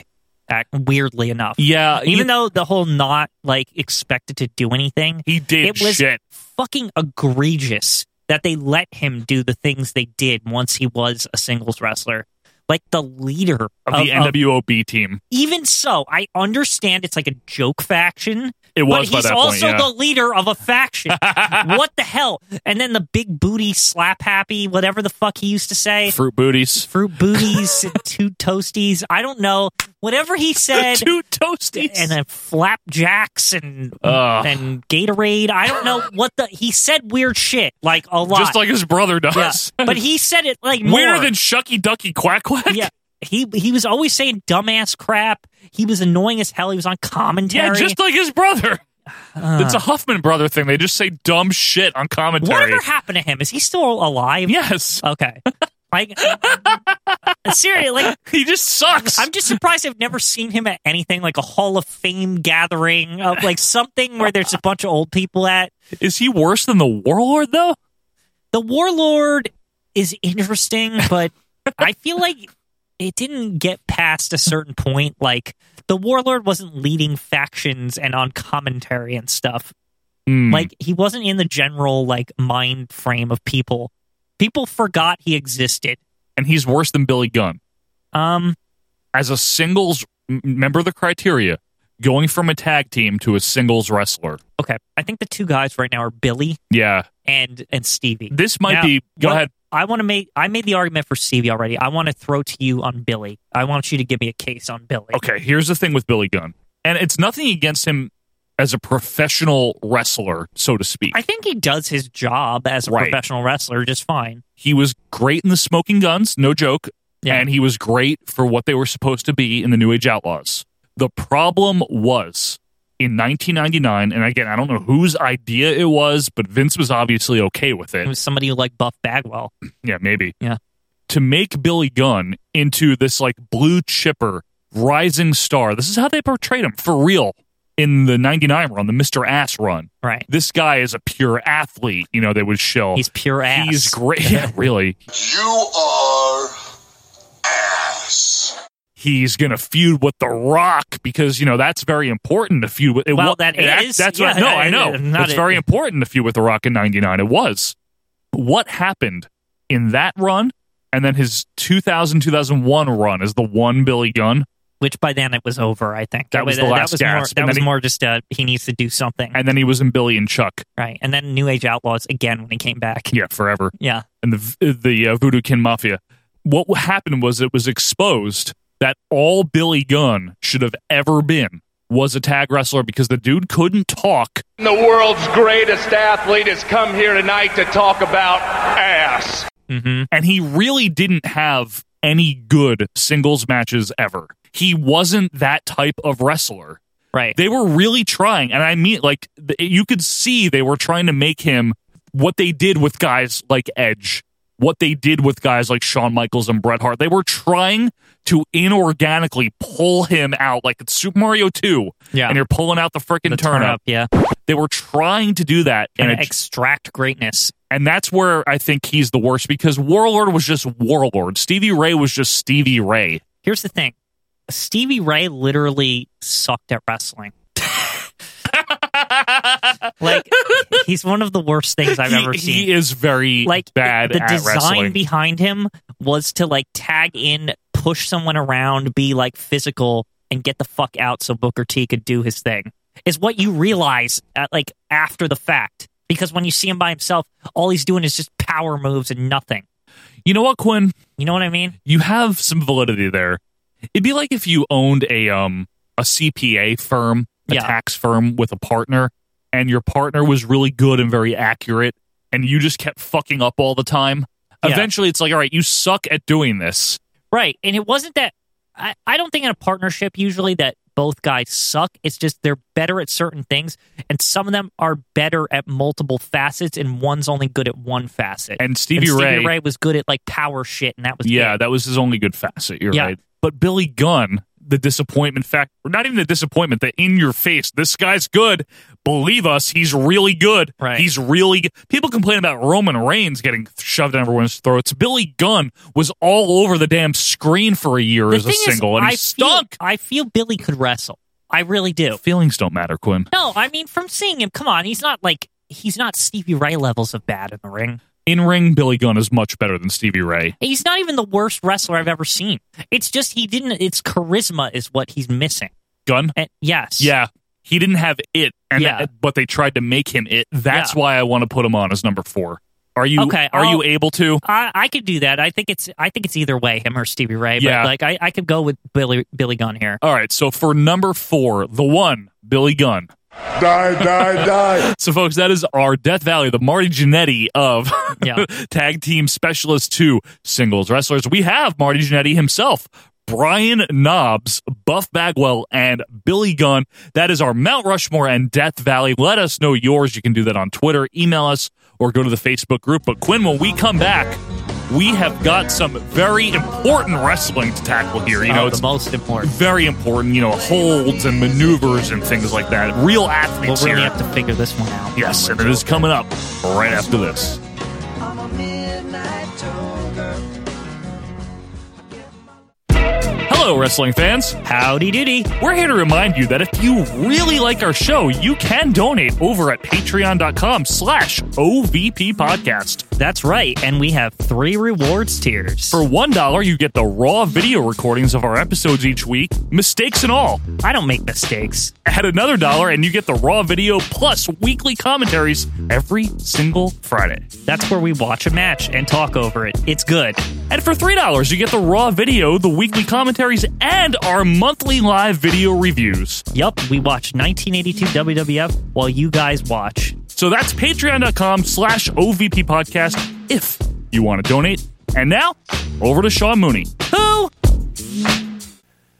C: Act, weirdly enough,
B: Yeah,
C: Even
B: you-
C: though the whole not like expected to do anything,
B: he did
C: It was
B: shit.
C: fucking egregious that they let him do the things they did once he was a singles wrestler, like the leader
B: Of the NWO B team.
C: even so, I understand it's like a joke faction.
B: It was
C: but
B: by
C: he's
B: that point,
C: also
B: yeah.
C: the leader of a faction. what the hell? And then the big booty slap happy, whatever the fuck he used to say.
B: Fruit booties.
C: Fruit booties, two toasties. I don't know. Whatever he said,
B: two toasties,
C: and then flapjacks and
B: Ugh.
C: and Gatorade. I don't know what the he said. Weird shit, like a lot,
B: Just like his brother
C: Yeah.
B: does.
C: But he said it like more.
B: Weirder than Shucky Ducky Quack Quack?
C: Yeah. He he was always saying dumbass crap. He was annoying as hell. He was on commentary.
B: Yeah, just like his brother.
C: Uh.
B: it's a Huffman brother thing. They just say dumb shit on commentary.
C: Whatever happened to him? Is he still alive?
B: Yes.
C: Okay. Like seriously, like
B: he just sucks.
C: I'm just surprised I've never seen him at anything like a Hall of Fame gathering of like something where there's a bunch of old people at.
B: Is he worse than the Warlord though?
C: The Warlord is interesting, but I feel like it didn't get past a certain point. Like the Warlord wasn't leading factions and on commentary and stuff.
B: Hmm.
C: Like he wasn't in the general like mind frame of people. People forgot he existed.
B: and he's worse than Billy Gunn
C: Um,
B: as a singles m- member of the criteria, going from a tag team to a singles wrestler.
C: okay. I think the two guys right now are Billy
B: Yeah,
C: and and Stevie.
B: this might
C: Now,
B: be. Go
C: what-
B: ahead.
C: I want to make I made the argument for Stevie already. I want to throw to you on Billy. I want you to give me a case on Billy.
B: Okay, here's the thing with Billy Gunn, and it's nothing against him as a professional wrestler, so to speak.
C: I think he does his job as a
B: Right.
C: professional wrestler just fine.
B: he was great in the Smoking Guns, no joke,
C: Yeah.
B: and he was great for what they were supposed to be in the New Age Outlaws. The problem was in 1999, and again, I don't know whose idea it was, but Vince was obviously okay with
C: It
B: it.
C: was somebody who like Buff Bagwell.
B: Yeah, maybe.
C: Yeah.
B: To make Billy Gunn into this like blue chipper rising star. This is how they portrayed him for real in the 99 run, the Mr. Ass run.
C: Right.
B: This guy is a pure athlete, you know, they would shill.
C: He's pure ass.
B: He's great. Yeah, really.
E: You are ass.
B: He's gonna feud with The Rock because you know that's very important to feud with. It,
C: Well,
B: wa-
C: that
B: it act-
C: is-
B: That's what
C: yeah,
B: no, I know.
C: I'm not-
B: It's very important to feud with The Rock in '99. It was. What happened in that run, and then his 2000 2001 run is the one Billy Gunn,
C: Which by then it was over, I think.
B: That was the last
C: that was more,
B: gasp,
C: that
B: and
C: was
B: then he-
C: more just uh he needs to do something.
B: and then he was in Billy and Chuck.
C: right. And then New Age Outlaws again when he came back.
B: Yeah, forever.
C: Yeah.
B: and the the uh, Voodoo Kin Mafia. What happened was it was exposed that all Billy Gunn should have ever been was a tag wrestler because the dude couldn't talk.
P: The world's greatest athlete has come here tonight to talk about ass.
C: Mm-hmm.
B: and he really didn't have any good singles matches ever. He wasn't that type of wrestler.
C: Right.
B: They were really trying, and I mean, like th- you could see they were trying to make him what they did with guys like Edge, what they did with guys like Shawn Michaels and Bret Hart. They were trying to inorganically pull him out, like it's Super Mario Two,
C: Yeah.
B: and you're pulling out the freaking
C: The
B: turn up.
C: yeah.
B: They were trying to do that,
C: And
B: and it
C: extract greatness.
B: and that's where I think he's the worst because Warlord was just Warlord. Stevie Ray was just Stevie Ray.
C: Here's the thing. Stevie Ray literally sucked at wrestling. like he's one of the worst things I've ever
B: he,
C: seen.
B: he is very
C: like
B: bad
C: the
B: at
C: design
B: wrestling.
C: behind him was to like tag in, push someone around, be like physical, and get the fuck out so Booker T could do his thing. Is what you realize at, like after the fact because when you see him by himself, all he's doing is just power moves and nothing.
B: you know what, Quinn?
C: You know what I mean?
B: You have some validity there. It'd be like if you owned a um a CPA firm, a
C: Yeah.
B: tax firm with a partner, and your partner was really good and very accurate, and you just kept fucking up all the time.
C: Yeah.
B: Eventually, it's like, all right, you suck at doing this.
C: Right. And it wasn't that I, I don't think in a partnership usually that both guys suck. It's just they're better at certain things and some of them are better at multiple facets and one's only good at one facet.
B: And Stevie Ray-
C: Ray was good at like power shit and that was
B: yeah,
C: it.
B: that was his only good facet. You're
C: Yeah.
B: right. But Billy Gunn, the disappointment fact, or not even the disappointment, the in your face, this guy's good. Believe us, he's really good. Right. He's really good. People complain about Roman Reigns getting shoved down everyone's throats. Billy Gunn was all over the damn screen for a year
C: The
B: as a
C: thing is,
B: single, and
C: I
B: he stunk.
C: Feel, I feel Billy could wrestle. I really do.
B: Feelings don't matter, Quinn.
C: No, I mean from seeing him, come on, he's not like he's not Stevie Ray levels of bad in the ring.
B: In ring, Billy Gunn is much better than Stevie Ray.
C: He's not even the worst wrestler I've ever seen. It's just he didn't. It's charisma is what he's missing.
B: Gunn?
C: And yes.
B: Yeah. He didn't have it, and
C: Yeah.
B: but they tried to make him it. That's
C: Yeah.
B: why I want to put him on as number four. Are you
C: Okay,
B: Are you
C: I'll-
B: able to?
C: I, I could do that. I think it's I think it's either way, him or Stevie Ray.
B: Yeah.
C: But like I, I could go with Billy Billy Gunn here.
B: All right, so for number four, the one, Billy Gunn.
E: Die, die, die.
B: So, folks, that is our Death Valley, the Marty Jannetty of
C: Yeah.
B: Tag Team Specialist 2 Singles Wrestlers. We have Marty Jannetty himself, Brian Knobs, Buff Bagwell, and Billy Gunn. That is our Mount Rushmore and Death Valley. Let us know yours. You can do that on Twitter, email us, or go to the Facebook group. But, Quinn, when we come back, we have got some very important wrestling to tackle here. You
C: Oh,
B: know,
C: the
B: it's
C: most important.
B: very important, you know, holds and maneuvers and things like that. Real
C: We'll
B: athletes
C: really
B: here.
C: have to figure this one out.
B: Yes, and it is coming up right after this. Hello, wrestling fans.
C: Howdy doody.
B: We're here to remind you that if you really like our show, you can donate over at patreon.com slash OVP podcast.
C: That's right. And we have three rewards tiers.
B: For $1, you get the raw video recordings of our episodes each week, mistakes and all.
C: I don't make mistakes.
B: Add another dollar, and you get the raw video plus weekly commentaries every single Friday.
C: That's where we watch a match and talk over it. It's good.
B: And for $3, you get the raw video, the weekly commentaries, and our monthly live video reviews.
C: Yup, we watch 1982 WWF while you guys watch.
B: So that's patreon.com slash OVP podcast if you want to donate. And now, over to Sean Mooney.
C: Who?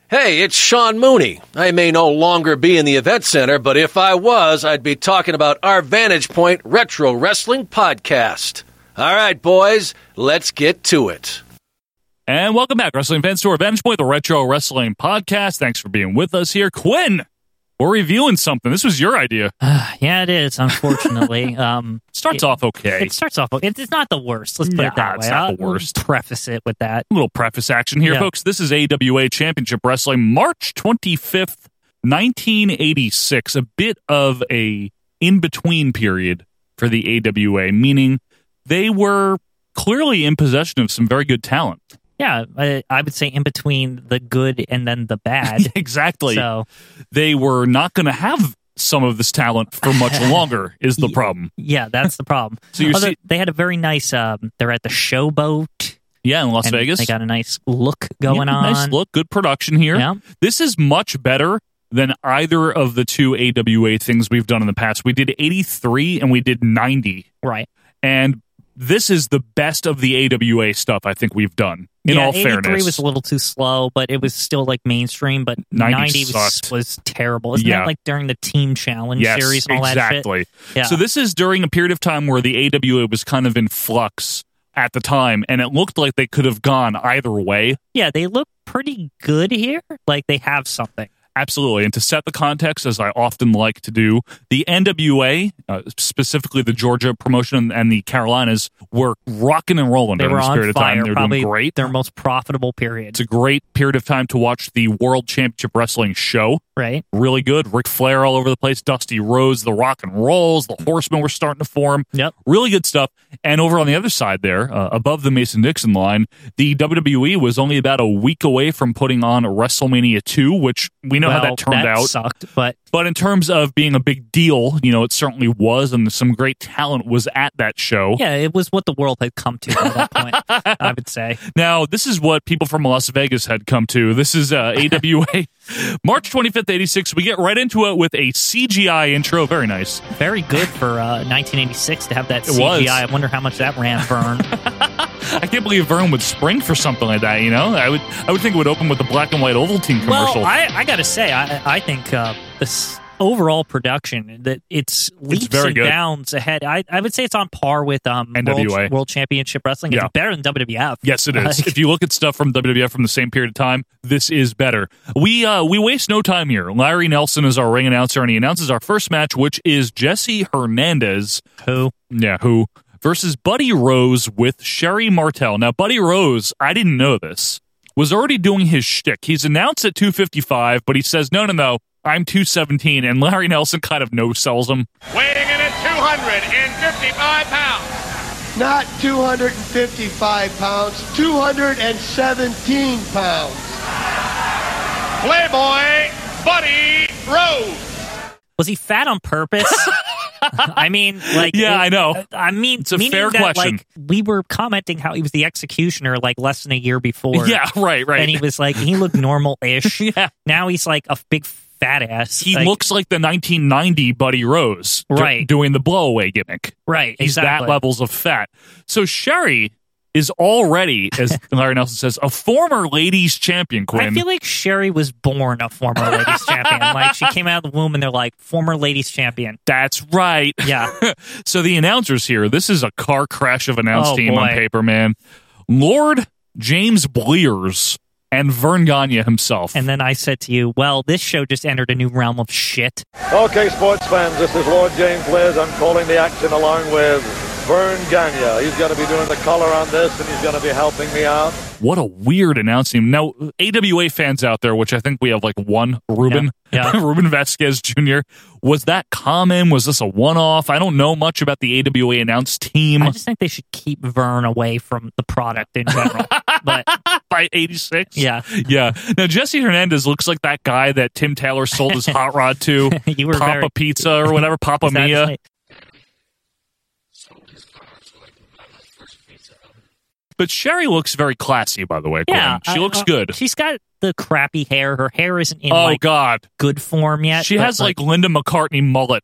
Q: Hey, it's Sean Mooney. I may no longer be in the event center, but if I was, I'd be talking about our Vantage Point Retro Wrestling Podcast. All right, boys, let's get to it.
B: And welcome back, wrestling fans, to our Vantage Point, the Retro Wrestling Podcast. Thanks for being with us here. Quinn, we're reviewing something. This was your idea.
C: Yeah, it is, unfortunately. um,
B: Starts
C: it-
B: off okay.
C: It starts off. It's, it's not the worst. Let's put
B: Nah,
C: it that
B: it's
C: way.
B: not
C: I'll-
B: the
C: we'll
B: worst.
C: preface it with that.
B: little preface action here,
C: Yeah.
B: folks. This is AWA Championship Wrestling, March 25th, 1986. A bit of a in between period for the AWA, meaning they were clearly in possession of some very good talent.
C: Yeah, I, I would say in between the good and then the bad.
B: Exactly.
C: So-
B: They were not going to have some of this talent for much longer, is the problem.
C: yeah, that's the problem.
B: So you
C: Although
B: see-
C: they had a very nice. Um, they're at the showboat.
B: Yeah, in Las
C: and
B: Vegas.
C: They got a nice look going
B: Yeah,
C: on.
B: Nice look, good production here.
C: Yeah.
B: This is much better than either of the two AWA things we've done in the past. We did 83 and we did 90.
C: Right.
B: And this is the best of the AWA stuff I think we've done, in
C: yeah,
B: all
C: 83
B: fairness.
C: was a little too slow, but it was still like mainstream. But
B: 90
C: 90 was,
B: sucked.
C: was terrible. Isn't
B: Yeah.
C: that like during the team challenge
B: yes,
C: series and all
B: exactly.
C: that shit? Yeah.
B: So this is during a period of time where the AWA was kind of in flux at the time, and it looked like they could have gone either way.
C: yeah, they look pretty good here. Like they have something.
B: Absolutely. And to set the context, as I often like to do, the NWA, uh, specifically the Georgia promotion and the Carolinas, were rocking and rolling
C: They
B: during
C: were
B: this
C: on
B: period of time.
C: fire.
B: They were
C: Probably
B: doing great.
C: their most profitable period.
B: It's a great period of time to watch the World Championship Wrestling show.
C: Right.
B: Really good. Ric Flair all over the place, Dusty Rhodes, the Rock and Rolls, the Horsemen were starting to form.
C: Yep.
B: Really good stuff. And over on the other side there, uh, above the Mason Dixon line, the WWE was only about a week away from putting on WrestleMania 2, which we know how
C: Well,
B: that turned
C: that
B: out.
C: Sucked, but
B: But in terms of being a big deal, you know, it certainly was, and some great talent was at that show.
C: yeah, it was what the world had come to at that point. I would say.
B: Now, this is what people from Las Vegas had come to. This is uh, AWA. March 25th, 86. We get right into it with a CGI intro. Very nice.
C: Very good for uh, 1986 to have that
B: It
C: CGI.
B: was.
C: I wonder how much that ran Vern.
B: I can't believe Vern would spring for something like that, you know? I would I would think it would open with the black and white Ovaltine commercial.
C: Well, I, I got to say, I, I think uh, this overall production that it's leaps
B: very
C: and
B: good.
C: bounds ahead. I, I would say it's on par with um,
B: NWA.
C: World, World Championship Wrestling.
B: Yeah.
C: It's better than WWF.
B: Yes, it is.
C: Like,
B: if you look at stuff from WWF from the same period of time, this is better. We uh, we waste no time here. Larry Nelson is our ring announcer, and he announces our first match, which is Jesse Hernandez.
C: Who?
B: Yeah, who versus Buddy Rose with Sherry Martel. Now, Buddy Rose, I didn't know this, was already doing his shtick. He's announced at 255, but he says, no, no, no, I'm 217. And Larry Nelson kind of no sells him.
P: Weighing in at 255 pounds.
K: Not 255 pounds, 217 pounds.
P: Playboy Buddy Rose.
C: was he fat on purpose? I mean, like,
B: Yeah, I know.
C: I mean,
B: It's a
C: meaning
B: fair
C: that,
B: question.
C: Like, we were commenting how he was the executioner like less than a year before.
B: Yeah, right, right.
C: And he was like, he looked normal-ish.
B: Yeah.
C: Now he's like a big fat ass.
B: He
C: Like,
B: looks like the 1990 Buddy Rose do-
C: Right.
B: doing the blowaway gimmick.
C: right.
B: He's
C: exactly.
B: that levels of fat. So Sherry is already, as Larry Nelson says, a former ladies champion, Quinn.
C: I feel like Sherry was born a former ladies champion. Like she came out of the womb and they're like former ladies champion.
B: That's right.
C: Yeah.
B: so the announcers here, this is a car crash of announce
C: Oh,
B: team on
C: boy.
B: paper, man. Lord James Bleers and Vern Gagne himself.
C: And then I said to you, "Well, this show just entered a new realm of shit."
R: Okay, sports fans, this is Lord James Laird. I'm calling the action along with Vern Gagne. He's going to be doing the color on this, and he's going to be helping me out.
B: what a weird announce team. Now, AWA fans out there, which I think we have like one, Ruben,
C: Yeah. Yeah.
B: Ruben Vasquez Jr. Was that common? Was this a one off? I don't know much about the AWA announce team
C: I just think they should keep Vern away from the product in general. but
B: by 86.
C: yeah,
B: yeah. Now Jesse Hernandez looks like that guy that Tim Taylor sold his hot rod to.
C: You were
B: Papa
C: very-
B: Pizza or whatever, Papa
C: Is that
B: Mia.
C: his name?
B: But Sherry looks very classy, by the way. Quinn.
C: yeah,
B: she
C: I-
B: looks
C: uh,
B: good.
C: She's got the crappy hair. Her hair isn't in
B: oh
C: like
B: God,
C: good form yet.
B: she
C: but,
B: has like, Linda McCartney mullet,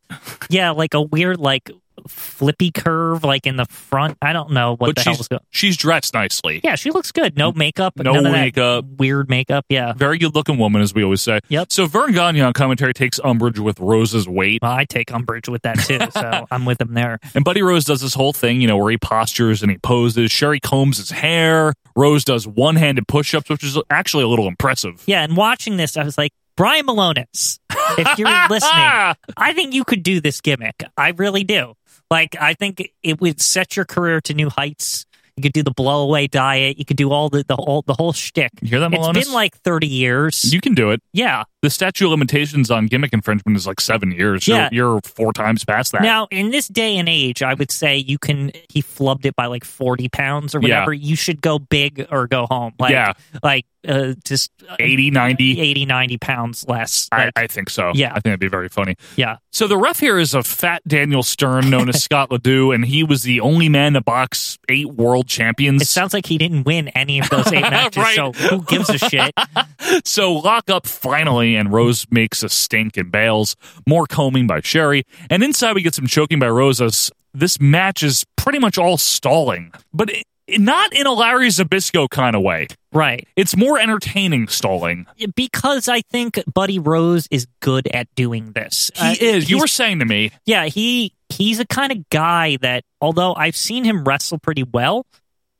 C: yeah, like a weird like flippy curve like in the front. I don't know what
B: but
C: the hell was
B: she's
C: going.
B: she's dressed nicely.
C: Yeah, she looks good. No makeup.
B: No
C: none of that
B: makeup.
C: Weird makeup. Yeah.
B: Very good looking woman, as we always say.
C: Yep. Uh-huh.
B: So Vern Gagne on commentary takes umbrage with Rose's weight.
C: Well, I take umbrage with that too, so I'm with him there.
B: And Buddy Rose does this whole thing, you know, where he postures and he poses. Sherry combs his hair. Rose does one handed push ups, which is actually a little impressive.
C: Yeah, and watching this, I was like, Brian Malonis, if you're listening, I think you could do this gimmick. I really do. Like, I think it would set your career to new heights. You could do the blowaway diet. You could do all the the whole the whole shtick.
B: You hear that, Malonis?
C: It's been like thirty years.
B: You can do it.
C: yeah.
B: The statute of limitations on gimmick infringement is like seven years. You're-
C: Yeah.
B: You're, four times past that.
C: Now, in this day and age, I would say you can. He flubbed it by like forty pounds or
B: Yeah.
C: whatever. You should go big or go home. Like,
B: Yeah.
C: like uh, just uh,
B: 80, 90.
C: 80, 90 pounds less.
B: I,
C: Like,
B: I think so.
C: Yeah.
B: I think that'd be very funny.
C: yeah,
B: So the ref here is a fat Daniel Stern known as Scott Ledoux, and he was the only man to box eight world champions.
C: it sounds like he didn't win any of those eight matches.
B: Right.
C: So who gives a shit?
B: So lock up finally, and Rose makes a stink and bails. More combing by Sherry, and inside we get some choking by Rose. As this match is pretty much all stalling, but it, not in a Larry Zabisco kind of way.
C: right,
B: It's more entertaining stalling.
C: because I think Buddy Rose is good at doing this. Uh,
B: He is. You were saying to me,
C: yeah he he's a kind of guy that although i've seen him wrestle pretty well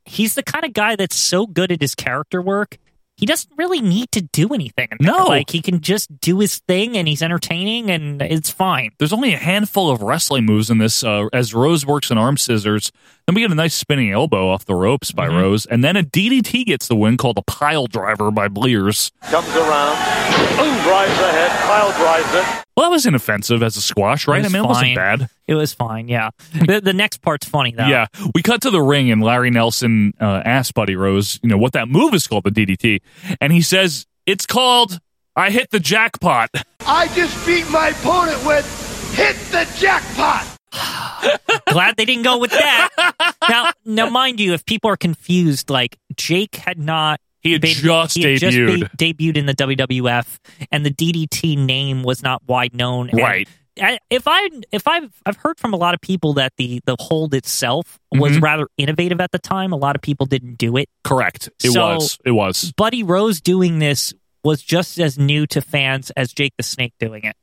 C: he's the kind of guy that's so good at his character work he doesn't really need to do anything. in there.
B: No.
C: like he can just do his thing, and he's entertaining, and it's fine.
B: There's only a handful of wrestling moves in this. Uh, as Rose works an arm scissors, then we get a nice spinning elbow off the ropes by
C: Mm-hmm.
B: Rose, and then a DDT gets the win called a pile driver by Bleers.
R: Comes around, boom, drives ahead, pile drives it.
B: Well, that was inoffensive as a squash, right? I mean, it wasn't bad.
C: It was fine. Yeah. the, the next part's funny though.
B: Yeah, we cut to the ring and Larry Nelson uh, asked Buddy Rose, you know, what that move is called, the DDT, and he says it's called "I hit the jackpot."
K: I just beat my opponent with hit the jackpot.
C: Glad they didn't go with that. now, now, mind you, if people are confused, like Jake had not. He
B: had just
C: he had
B: debuted.
C: be- debuted in the WWF, and the DDT name was not wide known. And
B: Right.
C: I, if I if I've I've heard from a lot of people that the the hold itself was
B: Mhm.
C: rather innovative at the time. A lot of people didn't do it.
B: Correct. It
C: So-
B: was. It was.
C: Buddy Rose doing this was just as new to fans as Jake the Snake doing it.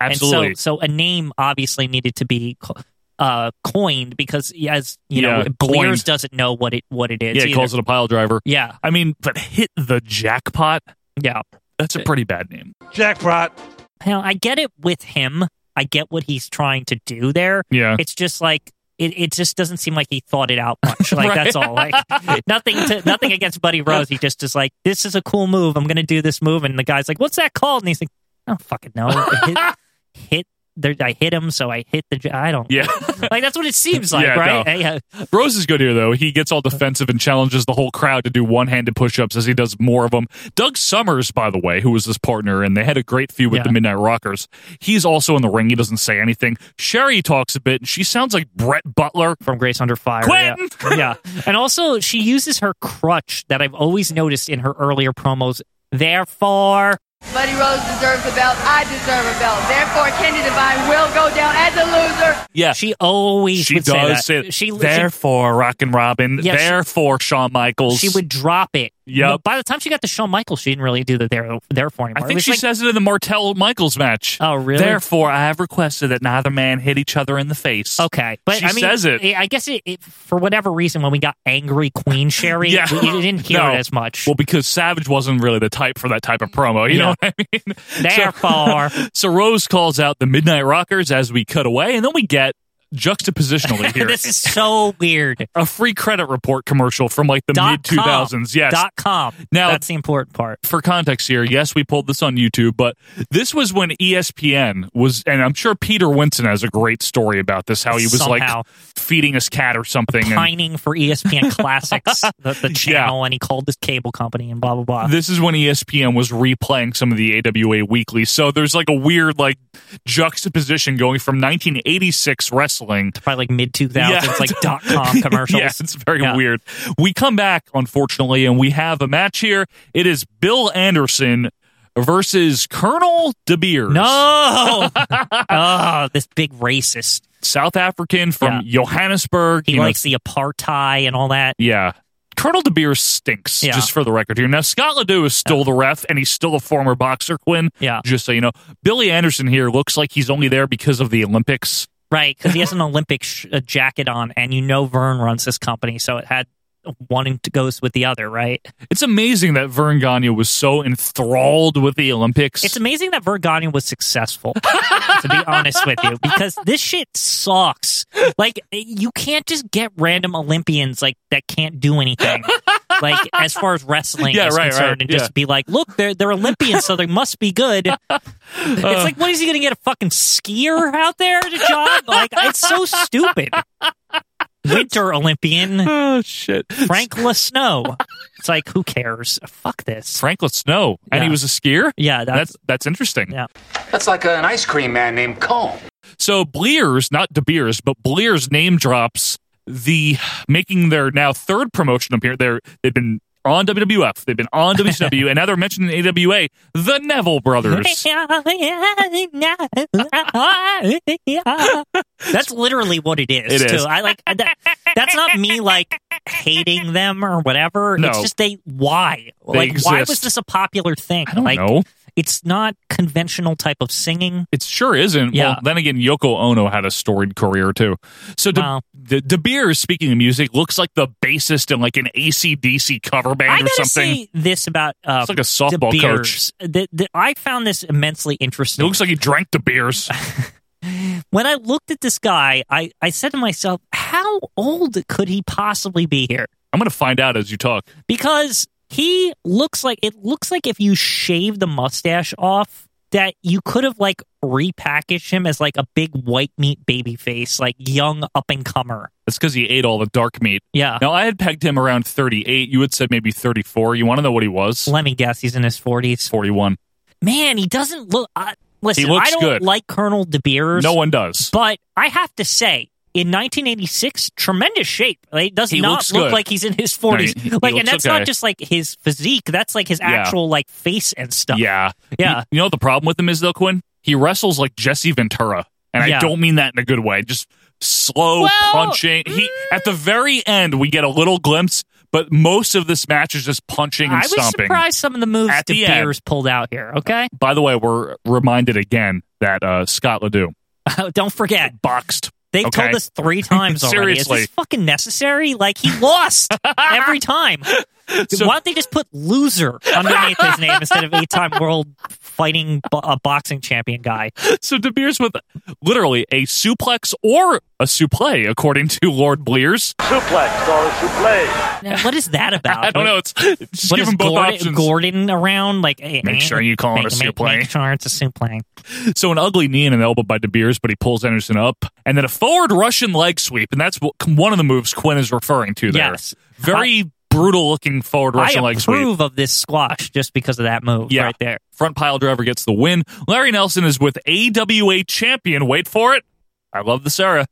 B: Absolutely.
C: And so, so a name obviously needed to be co- uh, coined because as you
B: Yeah,
C: know, Blears
B: coined.
C: doesn't know what it what it is.
B: yeah, he
C: either.
B: calls it a pile driver.
C: Yeah.
B: I mean, but hit the jackpot.
C: Yeah,
B: that's a pretty bad name.
C: jackpot. Now I get it with him. I get what he's trying to do there.
B: Yeah.
C: it's just like. It, it just doesn't seem like he thought it out much. Like
B: Right.
C: that's all. Like nothing to nothing against Buddy Rose. He just is like, this is a cool move. I'm going to do this move, and the guy's like, what's that called? And he's like, I don't fucking know. Hit, hit there, I hit him, so I hit the. j- I don't.
B: Yeah.
C: like that's what it seems like,
B: Yeah,
C: right?
B: no.
C: Hey, uh,
B: Rose is good here, though. He gets all defensive and challenges the whole crowd to do one handed push ups as he does more of them. Doug Summers, by the way, who was his partner, and they had a great feud with
C: Yeah.
B: the Midnight Rockers, he's also in the ring. He doesn't say anything. Sherry talks a bit, and she sounds like Brett Butler
C: from Grace Under Fire.
B: Quentin!
C: Yeah. yeah. And also, she uses her crutch that I've always noticed in her earlier promos. Therefore,
S: Buddy Rose deserves a belt. I deserve a belt. Therefore, Kenny Devine will go down as a loser.
B: Yeah.
C: She always
B: she
C: would
B: does
C: say that.
B: say that.
C: She- she-
B: therefore, Rockin' Robin.
C: Yeah, she-
B: therefore, Shawn Michaels.
C: she would drop it.
B: Yep.
C: No, by the time she got to Shawn Michaels, she didn't really do the there, therefore
B: I
C: anymore. It
B: think
C: was
B: she
C: like,
B: says it in the Martell Michaels match.
C: Oh, really?
B: Therefore, I have requested that neither man hit each other in the face.
C: Okay, but
B: she
C: I mean,
B: says it.
C: I guess it, it for whatever reason when we got angry Queen Sherry,
B: Yeah.
C: we, you didn't hear
B: No.
C: it as much.
B: Well, because Savage wasn't really the type for that type of promo. You know what I mean?
C: Therefore.
B: So, so Rose calls out the Midnight Rockers as we cut away, and then we get juxtapositionally here
C: this is so weird.
B: a free credit report commercial from like the
C: Dot
B: mid 2000s.
C: com.
B: Yes.
C: Dot com.
B: Now-
C: that's the important part.
B: for context here, yes, we pulled this on YouTube, but this was when E ESPN was, and I'm sure Peter Winston has a great story about this, how he was
C: Somehow.
B: like feeding his cat or something. and-
C: pining for E ESPN Classics, the, the channel, and he called this cable company and blah blah blah.
B: Uh, this is when E ESPN was replaying some of the AWA weekly. So there's like a weird like juxtaposition going from 1986 wrestling to
C: probably like mid 2000s like dot com commercials.
B: yeah, it's very
C: Yeah.
B: weird. We come back unfortunately and we have a match here. It is Bill Anderson versus Colonel De Beers.
C: No, oh, this big racist.
B: South African from Johannesburg.
C: He
B: You know,
C: likes the apartheid and all that.
B: Yeah. Colonel De Beers stinks,
C: Yeah.
B: just for the record here. Now, Scott Ledoux is still the ref, and he's still a former boxer, Quinn.
C: Yeah.
B: Just so you know. Billy Anderson here looks like he's only there because of the Olympics.
C: Right, because he has an Olympic sh- uh, jacket on, and you know Vern runs this company, so it had one to goes with the other, right?
B: It's amazing that Vern Gagne was so enthralled with the Olympics.
C: It's amazing that Vergania was successful, to be honest with you, because this shit sucks. Like, you can't just get random Olympians like that can't do anything. Like, as far as wrestling
B: Yeah,
C: is
B: right,
C: concerned,
B: right,
C: and
B: yeah.
C: just be like, look, they're they're Olympians, so they must be good. it's
B: Uh.
C: like, what is he going to get a fucking skier out there to job? Like, it's so stupid. Winter Olympian
B: oh, shit.
C: Frank Snow. It's like, who cares? Fuck this.
B: Franklin Snow. And he
C: Yeah.
B: was a skier?
C: Yeah,
B: That's, that's, interesting.
C: Yeah.
T: That's like an ice cream man named Cone.
B: So Bleers, not De Beers, but Bleers name drops the making their now third promotion appear. They're they've been on WWF, they've been on WCW, and now they're mentioned in AWA, the Neville brothers.
C: That's literally what it is.
B: It
C: too.
B: is.
C: I like that, that's not me like hating them or whatever.
B: No.
C: It's just they why
B: They
C: like why was
B: exist.
C: this a popular thing?
B: I don't
C: like
B: know.
C: It's not conventional type of singing.
B: It sure isn't.
C: Yeah.
B: Well, then again, Yoko Ono had a storied career too. So De,
C: Wow.
B: De, De Beers, speaking of music, looks like the bassist in like an AC/DC cover band
C: I
B: or
C: gotta
B: something.
C: say this about uh,
B: It's like a softball
C: De
B: coach.
C: Beers. The- the- I found this immensely
B: It
C: interesting.
B: looks like he drank De Beers.
C: when I looked at this guy, I, I said to myself, how old could he possibly be here?
B: I'm gonna find out as you talk.
C: Because he looks like it looks like if you shave the mustache off, that you could have like repackaged him as like a big white meat baby face, like young up and comer.
B: That's because he ate all the dark meat.
C: Yeah.
B: Now I had pegged him around 38. You had said maybe 34. You want to know what he was?
C: Let me guess, he's in his 40s.
B: 41.
C: Man, he doesn't look. I listen,
B: looks
C: I don't
B: good.
C: like Colonel De Beers.
B: No one does.
C: But I have to say, in 1986, tremendous shape. Like, it does
B: He
C: not
B: looks
C: look
B: good.
C: like he's in his
B: No, he-
C: 40s.
B: he
C: like, and
B: looks
C: that's
B: okay.
C: not just like his physique. That's like his
B: Yeah.
C: actual like face and stuff.
B: Yeah.
C: Yeah.
B: You, you know what the problem with him is though, Quinn? He wrestles like Jesse Ventura. And I
C: Yeah.
B: don't mean that in a good way. Just slow
C: Well, mm.
B: punching. He at the very end we get a little glimpse, but most of this match is just punching and
C: I was
B: stomping.
C: surprised some of the moves
B: At
C: De
B: the end.
C: Beers pulled out here. Okay,
B: By the way, we're reminded again that uh, Scott Ledoux
C: don't forget
B: boxed.
C: They
B: Okay.
C: told us three times already. Is
B: Seriously.
C: this fucking necessary? Like he lost every time. Why don't they just put loser underneath his name instead of eight-time world fighting bo- uh, boxing champion guy?
B: so De Beers with literally a suplex or a suplex, according to Lord Bleers.
R: Suplex or souffle.
C: Now, what is that about?
B: I don't know. It's just
C: What
B: give
C: is
B: him both
C: Gordon,
B: options.
C: Gordon around? Like eh,
B: Make sure you call it
C: make-
B: a
C: make-
B: suplex.
C: Make sure it's a suplex.
B: So an ugly knee and an elbow by De Beers, but he pulls Anderson up, and then a forward Russian leg sweep, and that's what, one of the moves Quinn is referring to there.
C: Yes.
B: Very brutal looking forward
C: I
B: Russian leg sweep.
C: approve of this squash just because of that move
B: Yeah.
C: right there.
B: Front pile driver gets the win. Larry Nelson is with AWA champion. Wait for it. I love the Sarah.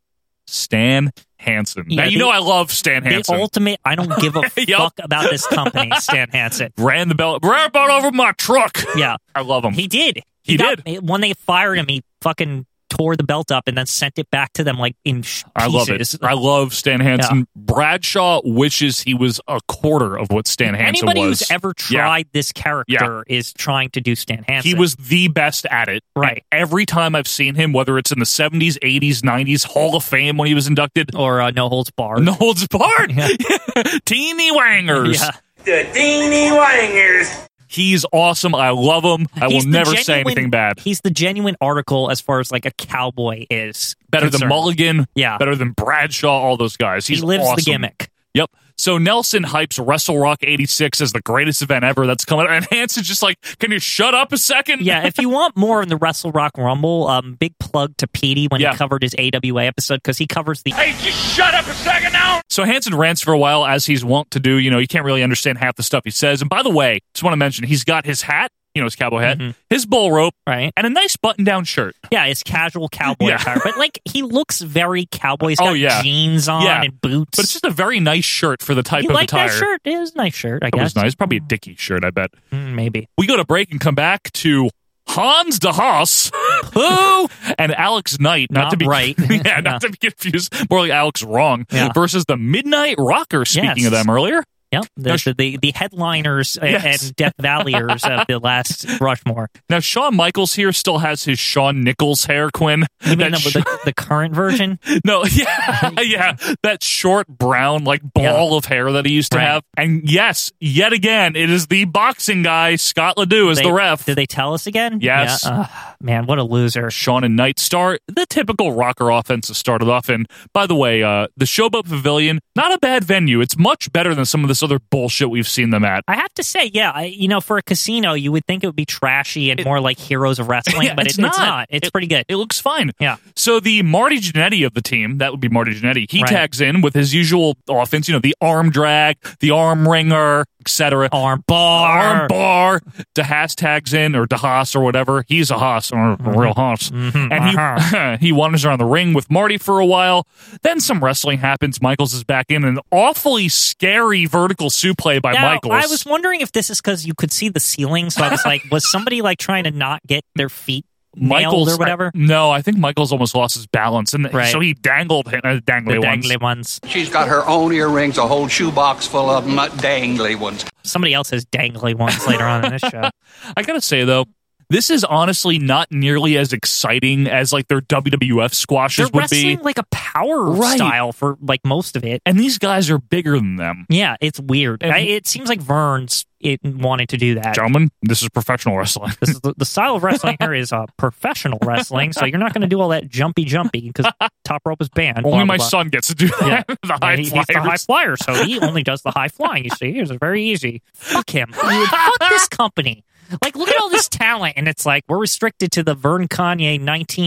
B: Stan Hansen. now
C: Yeah,
B: you
C: the-
B: know I love Stan Hansen.
C: The ultimate. I don't give a
B: Yup.
C: fuck about this company, Stan Hansen.
B: ran the bell, ran about over my truck.
C: Yeah,
B: I love him.
C: he did.
B: He
C: got- When they fired him, he fucking tore the belt up and then sent it back to them like in sh-
B: I love it.
C: pieces.
B: I love Stan Hansen.
C: Yeah.
B: Bradshaw wishes he was a quarter of what Stan Hansen
C: Anybody
B: was.
C: who's ever
B: Yeah.
C: tried this character is trying to do Stan Hansen.
B: He was the best at it.
C: Right.
B: And every time I've seen him, whether it's in the 70s, 80s, 90s, Hall of Fame when he was inducted,
C: or uh, No Holds Barred.
B: No Holds Barred. Teeny Wangers.
C: Yeah.
D: The Deeny Wangers.
B: He's awesome. I love him. I
C: He's
B: will
C: the
B: never say
C: genuine-
B: anything bad.
C: He's the genuine article as far as like a cowboy is
B: Better than
C: concerned.
B: Mulligan.
C: Yeah.
B: Better than Bradshaw, all those guys.
C: He
B: He's
C: lives the
B: awesome.
C: gimmick.
B: Yep. So Nelson hypes Wrestle Rock 86 as the greatest event ever that's coming. And Hansen's just like, can you shut up a second?
C: yeah, if you want more in the Wrestle Rock Rumble, um, big plug to Petey when
B: Yeah.
C: he covered his AWA episode because he covers the
P: Hey, just shut up a second now.
B: So Hansen rants for a while, as he's wont to do. You know, you can't really understand half the stuff he says. And by the way, just want to mention, he's got his hat, you know, his cowboy hat,
C: Mm-hmm.
B: his bull rope,
C: right
B: and a nice button-down shirt.
C: yeah his casual cowboy
B: Yeah.
C: attire, but like he looks very cowboy. He's
B: Oh,
C: got
B: yeah.
C: jeans on
B: Yeah.
C: and boots.
B: But it's just a very nice shirt for the type
C: you
B: of
C: like
B: attire.
C: that shirt? It was a nice shirt, I
B: It was
C: guess.
B: nice. Probably a Dickie shirt, I bet.
C: Mm, maybe.
B: We go to break and come back to Hans de Haas, who and Alex Knight, not,
C: Not
B: to be
C: right.
B: yeah, not to be confused, more like Alex Wrong
C: Yeah.
B: versus the Midnight Rocker. Speaking
C: Yes.
B: of them earlier,
C: Yep. The, the, the, the headliners a-
B: Yes.
C: and Death Valleyers of the last Rushmore.
B: now Shawn Michaels here still has his Shawn Nichols hair, Quinn.
C: You mean
B: That
C: the,
B: sh-
C: the, the current version?
B: no, yeah, yeah, that short brown like ball of hair that he used to
C: Right.
B: have. And yes, yet again, it is the boxing guy Scott Ledoux as
C: They-
B: the ref.
C: Did they tell us again?
B: Yes.
C: Yeah. Ugh, man, what a loser.
B: Sean and Knight start the typical rocker offense that started off. And by the way, uh, the Showboat Pavilion, not a bad venue. It's much better than some of this other bullshit we've seen them at.
C: I have to say, yeah, I, you know, for a casino, you would think it would be trashy and more like Heroes of Wrestling,
B: Yeah,
C: but
B: it's
C: it- it's
B: not.
C: not. It's pretty good.
B: It looks fine.
C: Yeah.
B: So the Marty Jannetty of the team, that would be Marty Jannetty, he
C: Right.
B: tags in with his usual offense, you know, the arm drag, the arm wringer, etc.
C: Arm bar.
B: Arm bar. DeHaas tags in, or DeHaas, or whatever. He's a Haas, or
C: Mm-hmm.
B: a real Haas.
C: Uh-huh.
B: And he, he wanders around the ring with Marty for a while. Then some wrestling happens. Michaels is back in an awfully scary vertical suplex by
C: Now,
B: Michaels.
C: I was wondering if this is because you could see the ceiling, so I was like, was somebody like trying to not get their feet nailed or whatever?
B: no, I think Michaels almost lost his balance, and
C: Right.
B: so he dangled him. Uh,
C: the
B: dangly ones.
C: dangly ones.
U: She's got her own earrings, a whole shoebox full of them, uh, dangly ones.
C: Somebody else has dangly ones later on in this show.
B: I gotta say though, This is honestly not nearly as exciting as like their WWF
C: They're
B: squashes would
C: wrestling
B: be.
C: like a power
B: Right.
C: style for like most of it.
B: And these guys are bigger than them.
C: Yeah, it's weird. I, it seems like Vern's it wanted to do that.
B: Gentlemen, this is professional wrestling.
C: This is the, the style of wrestling here is uh, professional wrestling, so you're not going to do all that jumpy jumpy because top rope is banned.
B: Only
C: blah,
B: my
C: blah, blah.
B: son gets to do that. the high
C: he- he's the high
B: flyers.
C: flyer, so he only does the high flying. You see, it's very easy. Fuck him. Fuck this company. Like, look at all this talent, and it's like we're restricted to the Vern Kanye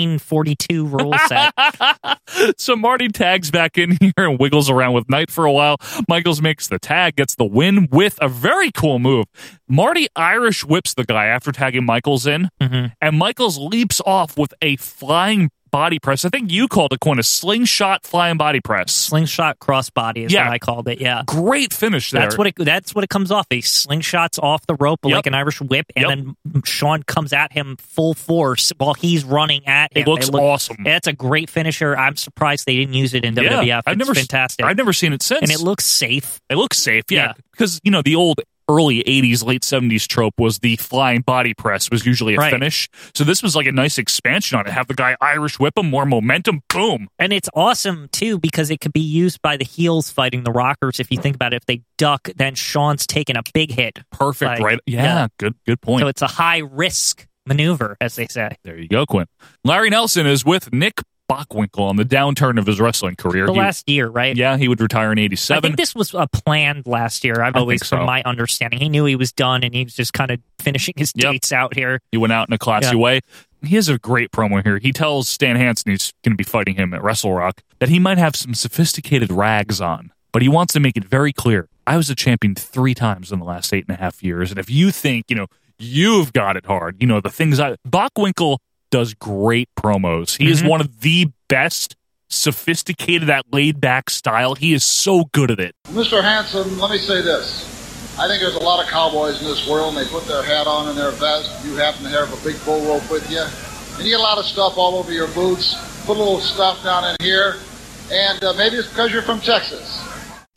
C: 1942 rule set.
B: so Marty tags back in here and wiggles around with Knight for a while. Michaels makes the tag, gets the win with a very cool move. Marty Irish whips the guy after tagging Michaels in,
C: Mm-hmm.
B: and Michaels leaps off with a flying body press. I think you called it, Quinn, a slingshot flying body press.
C: Slingshot crossbody is
B: Yeah.
C: what I called it. Yeah,
B: Great finish there.
C: that's what it, that's what it comes off. He slingshots off the rope
B: Yep.
C: like an Irish whip, and then Sean comes at him full force while he's running at him.
B: It looks
C: They look-
B: awesome.
C: That's a great finisher. I'm surprised they didn't use it in WWF.
B: Yeah, I've
C: It's
B: never s-
C: fantastic.
B: I've never seen it since.
C: and it looks safe.
B: It looks safe, yeah.
C: Yeah.
B: Because, you know, the old early 80s, late 70s trope was the flying body press was usually a
C: Right.
B: finish. So this was like a nice expansion on it. Have the guy Irish whip him, more momentum, boom.
C: And it's awesome too because it could be used by the heels fighting the rockers. If you think about it, if they duck, then Sean's taking a big hit.
B: Perfect,
C: Like,
B: right? Yeah, good good point.
C: So it's a high risk maneuver, as they say.
B: there you go, Quinn. Larry Nelson is with Nick Bockwinkel on the downturn of his wrestling career.
C: The
B: He-
C: last year, right?
B: yeah, he would retire in 87.
C: I think this was a planned last year. I've
B: I
C: always,
B: think so.
C: from my understanding, he knew he was done and he was just kind of finishing his dates out here.
B: He went out in a classy
C: Yeah.
B: way. He has a great promo here. He tells Stan Hansen he's going to be fighting him at Wrestle Rock that he might have some sophisticated rags on, but he wants to make it very clear. I was a champion three times in the last eight and a half years, and if you think you know you've got it hard, you know the things I Bockwinkel does great promos. He is one of the best sophisticated that laid back style. He is so good at it.
G: Mr. Hanson, let me say this. I think there's a lot of cowboys in this world, and they put their hat on and their vest. You happen to have a big bull rope with you, and you get a lot of stuff all over your boots. Put a little stuff down in here, and uh, maybe it's because you're from Texas.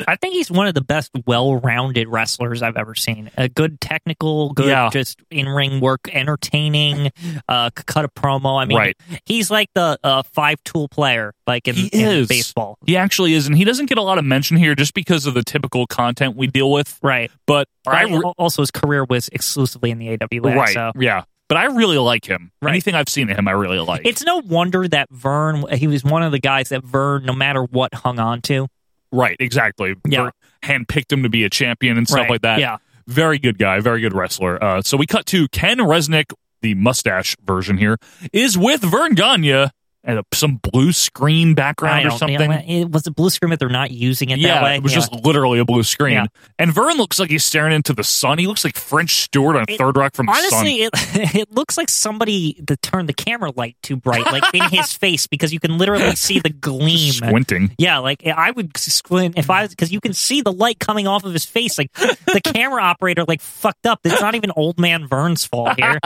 C: I think he's one of the best well-rounded wrestlers I've ever seen. A good technical, good
B: Yeah.
C: just in-ring work, entertaining, uh, could cut a promo. I mean,
B: Right.
C: he's like the uh, five-tool player, like in,
B: He
C: in
B: is
C: baseball.
B: He actually is, and he doesn't get a lot of mention here just because of the typical content we deal with.
C: Right.
B: But I
C: But also, his career was exclusively in the AWA.
B: Right.
C: So.
B: Yeah. But I really like him. Anything I've seen of him, I really like.
C: It's no wonder that Vern, he was one of the guys that Vern, no matter what, hung on to.
B: right. Exactly. Yeah. Handpicked him to be a champion and stuff
C: Right,
B: like that.
C: yeah.
B: Very good guy. Very good wrestler. Uh, so we cut to Ken Resnick, the mustache version here, is with Vern Gagne and a, some blue screen
C: I
B: background or
C: don't-
B: something.
C: It was a blue screen that they're not using it
B: yeah,
C: that way.
B: it was just literally a blue screen.
C: Yeah.
B: And Vern looks like he's staring into the sun. He looks like French Stewart on Third Rock from the Sun.
C: Honestly, it, it looks like somebody that turned the camera light too bright, like in his face, because you can literally see the gleam.
B: squinting.
C: Yeah, like I would squint if I because you can see the light coming off of his face. Like the camera operator, like fucked up. It's not even old man Vern's fault here.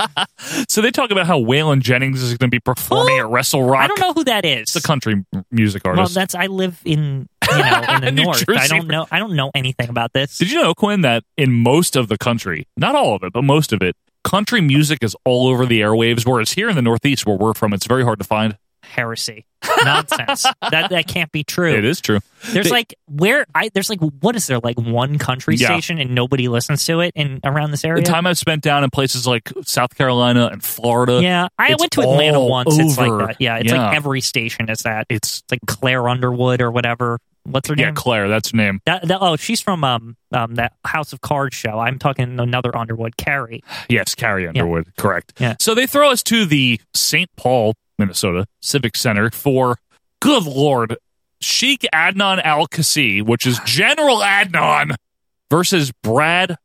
B: So they talk about how Waylon Jennings is going to be performing at Wrestle Rock.
C: I don't know who that is.
B: It's a country m- music
C: Well,
B: artist.
C: that's I live in you know in the
B: New
C: north. I
B: Jersey.
C: don't know. I don't know anything about this.
B: Did you know, Quinn, that in most of the country, not all of it, but most of it, country music is all over the airwaves, whereas here in the Northeast, where we're from, it's very hard to find.
C: Heresy, nonsense. that that can't be true.
B: It is true.
C: There's
B: They-
C: like where I there's like what is there like one country
B: Yeah.
C: station and nobody listens to it in around this
B: the
C: area.
B: time I've spent down in places like South Carolina and Florida.
C: yeah, I
B: it's
C: went to Atlanta
B: all
C: once. It's like
B: over.
C: that. Yeah, it's like every station is that.
B: It's,
C: like Claire Underwood or whatever. What's her
B: yeah,
C: name?
B: Claire, that's her name.
C: That, that, oh, she's from um um that House of Cards show. I'm talking another Underwood, Carrie.
B: Yes, Carrie Underwood. Correct.
C: Yeah.
B: So they throw us to the St. Paul, Minnesota Civic Center for, good lord, Sheikh Adnan Al Kasi, which is General Adnan, versus Brad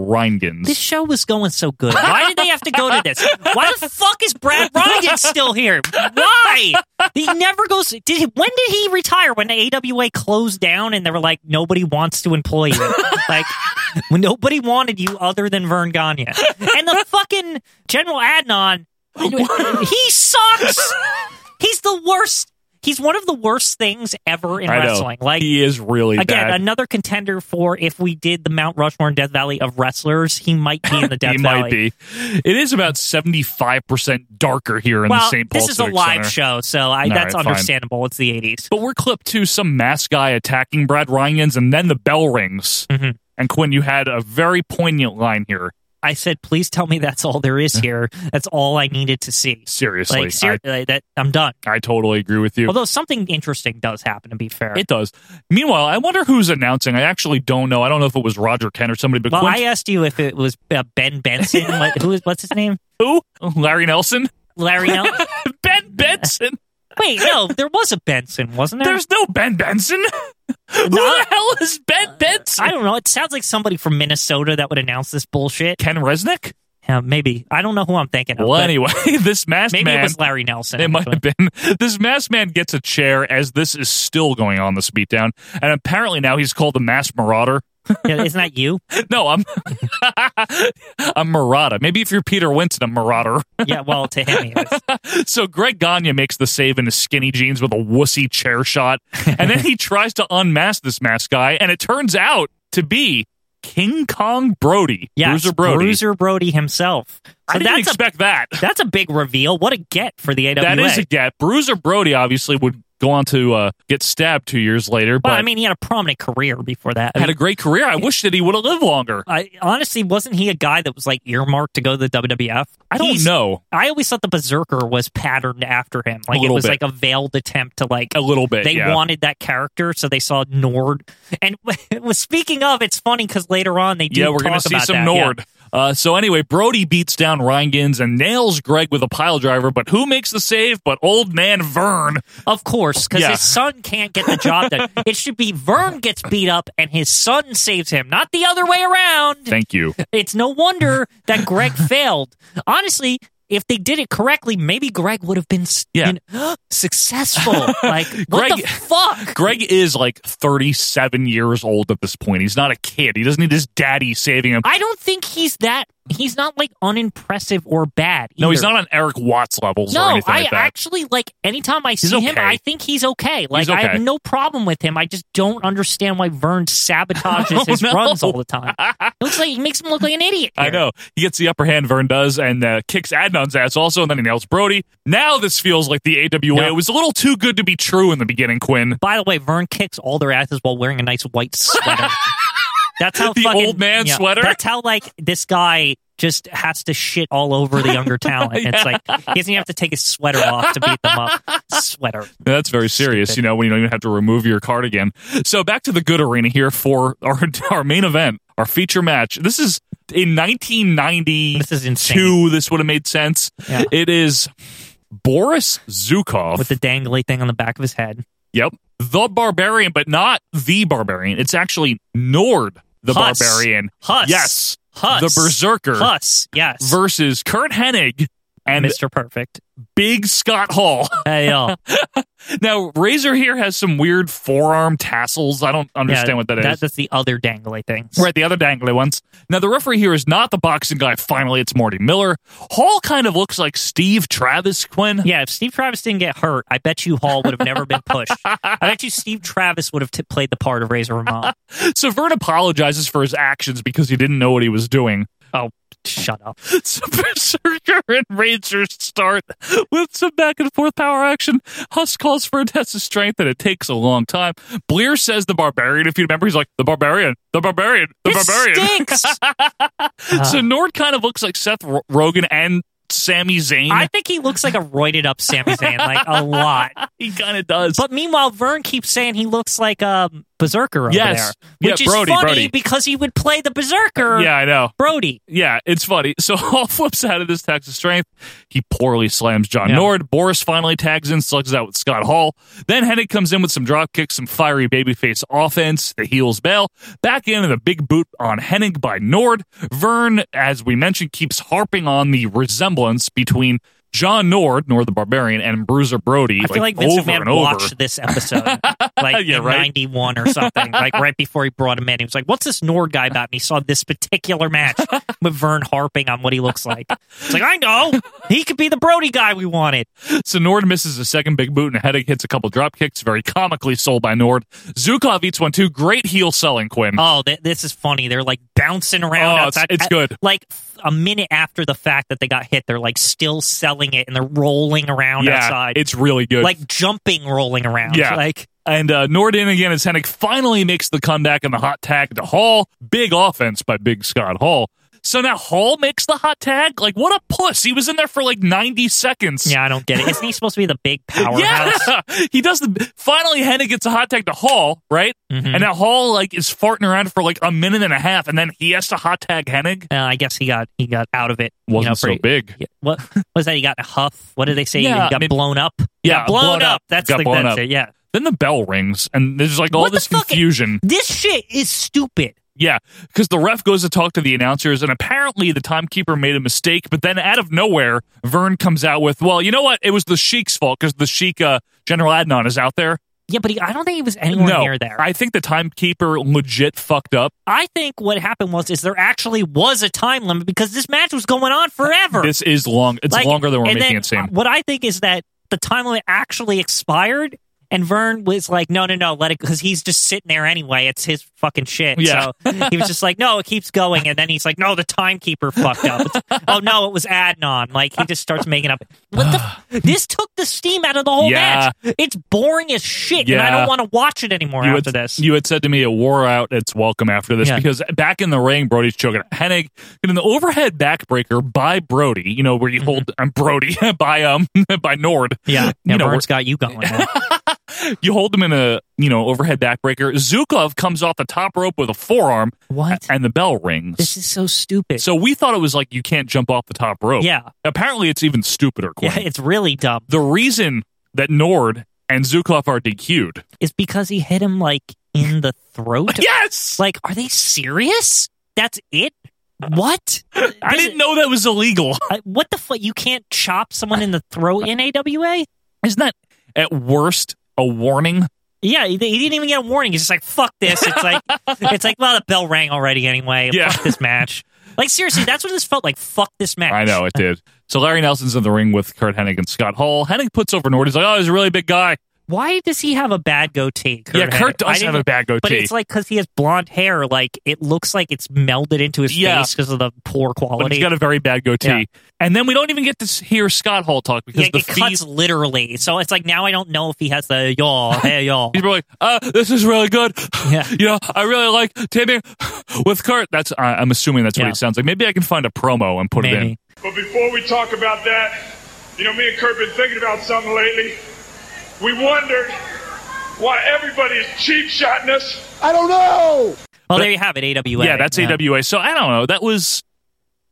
B: Reingans.
C: This show was going so good. Why did they have to go to this? Why the fuck is Brad Ryan still here? Why? He never goes. Did he, when did he retire? When the AWA closed down and they were like, nobody wants to employ you. like, when nobody wanted you other than Vern Gagne and the fucking General Adnan. he sucks. He's the worst. he's one of the worst things ever in
B: I know.
C: wrestling. Like
B: he is really
C: again,
B: bad.
C: another contender for if we did the Mount Rushmore and Death Valley of wrestlers, he might be in the Death
B: he
C: Valley.
B: might be. It is about seventy five percent darker here in
C: well,
B: the St. Paul.
C: this is a live show, so I, that's understandable. It's the '80s,
B: but we're clipped to some masked guy attacking Brad Ryan's, and then the bell rings.
C: Mm-hmm.
B: And Quinn, you had a very poignant line here.
C: I said, please tell me that's all there is here. that's all I needed to see.
B: Seriously,
C: like seriously, that I'm done.
B: I totally agree with you.
C: Although something interesting does happen, to be fair.
B: It does. Meanwhile, I wonder who's announcing. I actually don't know. I don't know if it was Roger Kent or somebody, but
C: well,
B: Quinn,
C: I asked you if it was uh, Ben Benson. What- who is what's his name?
B: Who? Larry Nelson.
C: Larry Nelson.
B: ben Benson.
C: Wait, no, there was a Benson, wasn't there?
B: There's no Ben Benson.
C: Who
B: the hell is
C: Uh,
B: Ben Benson?
C: I don't know. It sounds like somebody from Minnesota that would announce this bullshit.
B: Ken Resnick?
C: Yeah, maybe. I don't know who I'm thinking of.
B: Well,
C: but
B: anyway, this masked
C: maybe
B: man.
C: it was Larry Nelson.
B: It might have been. This masked man gets a chair as this is still going on, this beatdown. And apparently now he's called the Masked Marauder.
C: Yeah, isn't that you?
B: no, I'm I'm Murata. Maybe if you're Peter Winston, I'm Marauder.
C: yeah, well, to him, he was.
B: so Greg Gagne makes the save in his skinny jeans with a wussy chair shot. And then he tries to unmask this masked guy, and it turns out to be King Kong Brody.
C: Yes,
B: Bruiser Brody.
C: Bruiser Brody himself. So
B: I didn't
C: that's
B: expect that.
C: a, that's a big reveal. What a get for the AWA.
B: That is a gap. Bruiser Brody obviously would go on to uh, get stabbed two years later, but
C: well, I mean, he had a prominent career before that. I
B: had
C: mean,
B: a great career. I wish that he would have lived longer.
C: I honestly wasn't he a guy that was like earmarked to go to the WWF?
B: I don't know.
C: I always thought the Berserker was patterned after him. Like it
B: little
C: was
B: bit.
C: like a veiled attempt to like
B: A little bit.
C: they
B: yeah.
C: wanted that character, so they saw Nord. And was speaking of, it's funny because later on they do
B: yeah, we're gonna
C: talk
B: see
C: about
B: some
C: that, yeah.
B: Nord. Uh, so anyway, Brody beats down Reingens and nails Greg with a pile driver. But who makes the save? But old man Vern.
C: Of course, because
B: Yeah.
C: his son can't get the job done. it should be Vern gets beat up and his son saves him, not the other way around.
B: Thank you.
C: It's no wonder that Greg failed. Honestly, if they did it correctly, maybe Greg would have been s-
B: Yeah.
C: you know, successful. Like, what
B: Greg-
C: the fuck?
B: Greg is like 37 years old at this point. He's not a kid. He doesn't need his daddy saving him.
C: I don't think he's that. He's not like unimpressive or bad.
B: no, he's
C: either.
B: not on Eric Watts levels
C: No,
B: or anything
C: I
B: like that.
C: actually like anytime I see him,
B: okay.
C: I think he's okay. Like
B: He's
C: I
B: okay.
C: have no problem with him. I just don't understand why Vern sabotages
B: Oh,
C: his
B: no.
C: runs all the time. It looks like he makes him look like an idiot.
B: I
C: here.
B: know. He gets the upper hand, Vern does, and uh, kicks Adnan's ass also, and then he nails Brody. Now this feels like the AWA.
C: Yeah.
B: It was a little too good to be true in the beginning, Quinn.
C: By the way, Vern kicks all their asses while wearing a nice white sweater. that's how
B: The
C: fucking-
B: old man
C: yeah,
B: sweater?
C: That's how like this guy just has to shit all over the younger talent. It's like he doesn't even have to take his sweater off to beat them up. Sweater.
B: Yeah, That's very serious, you know, when you don't even have to remove your cardigan. So back to the good arena here for our, our main event, our feature match. This is in 1992.
C: This is insane.
B: This would have made sense.
C: Yeah.
B: It is Boris Zukov.
C: With the dangly thing on the back of his head.
B: yep. The Barbarian, but not the Barbarian. It's actually Nord the
C: Huss.
B: Barbarian.
C: Huss.
B: Yes.
C: Huss.
B: The Berserker
C: Huss, yes.
B: versus Kurt Hennig and
C: Mr. Perfect.
B: Big Scott Hall.
C: Hey, yo.
B: now, Razor here has some weird forearm tassels. I don't understand
C: Yeah,
B: what that is.
C: That's the other dangly thing.
B: Right, the other dangly ones. Now, the referee here is not the boxing guy. Finally, it's Morty Miller. Hall kind of looks like Steve Travis Quinn.
C: Yeah, if Steve Travis didn't get hurt, I bet you Hall would have never been pushed. I bet you Steve Travis would have t- played the part of Razor Ramon.
B: So Vern apologizes for his actions because he didn't know what he was doing.
C: Oh, shut up.
B: So Berserker and Ranger start with some back and forth power action. Huss calls for a test of strength, and it takes a long time. Bleer says the barbarian. If you remember, he's like, the barbarian, the barbarian, the
C: This
B: barbarian.
C: stinks.
B: So Nord kind of looks like Seth Ro- Rogen and Sami Zayn.
C: I think he looks like a roided up Sami Zayn, like a lot.
B: he kind of does.
C: But meanwhile, Vern keeps saying he looks like a berserker over
B: Yes.
C: there, which
B: Yeah,
C: is
B: Brody,
C: funny
B: Brody.
C: because he would play the berserker.
B: yeah, I know.
C: Brody.
B: Yeah, it's funny. So Hall flips out of this tax of strength. He poorly slams John Nord. Boris finally tags in, slugs out with Scott Hall. Then Hennig comes in with some drop kicks, some fiery babyface offense. The heels bail. Back in and a big boot on Hennig by Nord. Vern, as we mentioned, keeps harping on the resemblance between John Nord, Nord the Barbarian, and Bruiser Brody.
C: I feel like, Vince
B: over
C: McMahon
B: and over.
C: watched this episode like
B: Yeah,
C: in
B: right.
C: 91 or something, like right before he brought him in. He was like, what's this Nord guy about? And he saw this particular match with Vern harping on what he looks like. It's like, I know. He could be the Brody guy we wanted.
B: So Nord misses a second big boot and a headache, hits a couple drop kicks, very comically sold by Nord. Zukov eats one too. Great heel selling, Quinn.
C: Oh, th- this is funny. They're like bouncing around
B: Oh, it's-
C: outside.
B: it's
C: I-
B: good.
C: like f- a minute after the fact that they got hit, they're like still selling it and they're rolling around
B: yeah,
C: outside.
B: it's really good.
C: like jumping, rolling around.
B: yeah.
C: Like,
B: and uh, Nord in again as Hennick finally makes the comeback and the hot tag to Hall. Big offense by Big Scott Hall. So now Hall makes the hot tag? Like, what a puss. He was in there for like 90 seconds.
C: yeah, I don't get it. Isn't he supposed to be the big powerhouse?
B: Yeah, he does the. Finally, Hennig gets a hot tag to Hall, right?
C: Mm-hmm.
B: And now Hall like is farting around for like a minute and a half, and then he has to hot tag Hennig.
C: Uh, I guess he got he got out of it. you
B: Wasn't
C: know,
B: so
C: pretty-
B: big.
C: Yeah, What was that? He got in a huff. What did they say?
B: Yeah,
C: he got
B: maybe-
C: blown up.
B: Yeah,
C: Got blown, up. That's
B: got
C: the
B: blown
C: that's
B: up.
C: it, Yeah.
B: Then the bell rings, and there's like all
C: What the
B: this
C: fuck-
B: confusion.
C: This shit is stupid.
B: Yeah, because the ref goes to talk to the announcers, and apparently the timekeeper made a mistake. But then out of nowhere, Vern comes out with, "Well, you know what? It was the Sheik's fault because the Sheik, uh, General Adnan, is out there."
C: Yeah, but he, I don't think he was anywhere
B: no,
C: near there.
B: I think the timekeeper legit fucked up.
C: I think what happened was is there actually was a time limit because this match was going on forever.
B: This is long. It's
C: Like,
B: longer than we're
C: and
B: making
C: then,
B: it seem.
C: uh, What I think is that the time limit actually expired, and Vern was like, "No, no, no, let it," because he's just sitting there anyway. It's his fucking shit.
B: Yeah.
C: So he was just like, "No, it keeps going," and then he's like, "No, the timekeeper fucked up." It's- oh no, it was Adnan. Like he just starts making up. What the? f- this took the steam out of the whole
B: Yeah.
C: match. It's boring as shit, and I
B: Yeah.
C: don't want to watch it anymore
B: you
C: after
B: had,
C: this.
B: You had said to me it wore out its welcome after this
C: Yeah.
B: because back in the ring, Brody's choking. Hennig getting the overhead backbreaker by Brody, you know, where you hold
C: Mm-hmm.
B: um, Brody by um by Nord.
C: yeah, yeah
B: you know,
C: Vern's got you going. man.
B: you hold him in a you know overhead backbreaker. Zukov comes off the top rope with a forearm.
C: What?
B: And the bell rings.
C: This is so stupid.
B: so we thought it was like you can't jump off the top rope.
C: Yeah.
B: Apparently, it's even stupider. Quinn.
C: yeah, it's really dumb.
B: the reason that Nord and Zukov are DQ'd.
C: is because he hit him like in the throat.
B: Yes.
C: Like, are they serious? That's it? What?
B: I didn't know that was illegal.
C: I, what the fuck? You can't chop someone in the throat in AWA?
B: Isn't that at worst a warning?
C: Yeah, he, he didn't even get a warning. He's just like, fuck this. It's like, it's like, well, the bell rang already anyway.
B: Yeah.
C: Fuck this match. Like seriously, that's what this felt like. Fuck this match.
B: I know it did. So Larry Nelson's in the ring with Kurt Hennig and Scott Hall. Hennig puts over Nord. He's like, "Oh, he's a really big guy."
C: Why does he have a bad goatee?
B: Yeah, Kurt does
C: I
B: have
C: didn't-
B: a bad
C: But
B: goatee.
C: it's like because he has blonde hair, like it looks like it's melded into his
B: Yeah.
C: face because of the poor quality.
B: But he's got a very bad goatee.
C: Yeah.
B: And then we don't even get to s- hear Scott Hall talk because
C: Yeah,
B: the
C: it cuts
B: fees.
C: literally. So it's like now I don't know if he has the y'all, hey y'all.
B: People are like, uh, this is really good.
C: Yeah.
B: You know, I really like taping with Kurt. That's I I'm assuming that's what
C: Yeah.
B: it sounds like. Maybe I can find a promo and put it in.
C: Maybe.
F: But before we talk about that, you know, me and Kurt been thinking about something lately. We wondered why everybody is cheap shotting us.
E: I don't know.
C: Well, there you have it, AWA.
B: Yeah, that's AWA. So I don't know. That was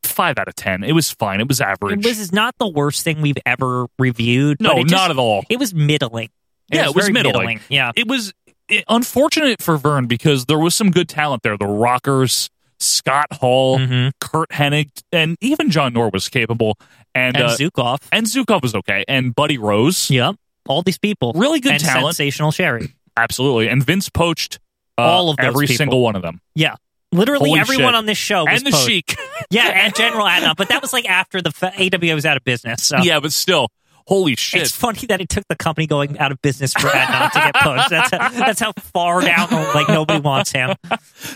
B: five out of ten. It was fine. It was average.
C: This is not the worst thing we've ever reviewed.
B: No,
C: but it just-
B: not at all.
C: It was middling.
B: yeah, it was
C: very
B: middling.
C: Yeah,
B: it was it, unfortunate for Vern because there was some good talent there. The Rockers, Scott Hall,
C: Mm-hmm.
B: Kurt Hennig, and even John Nor was capable. And,
C: And
B: uh,
C: Zukov.
B: and Zukov was okay, and Buddy Rose.
C: Yeah, all these people,
B: really good
C: and
B: talent,
C: sensational Sherry.
B: absolutely. And Vince poached uh,
C: All of those
B: every
C: people.
B: single one of them.
C: Yeah, literally
B: Holy
C: everyone
B: shit.
C: on this show was
B: and the
C: posed.
B: Sheik.
C: Yeah, and General Adnan, but that was like after the fa- AWA was out of business. So
B: yeah, but still, holy shit!
C: It's funny that it took the company going out of business for Adnan to get poached. That's how, that's how far down, like nobody wants him.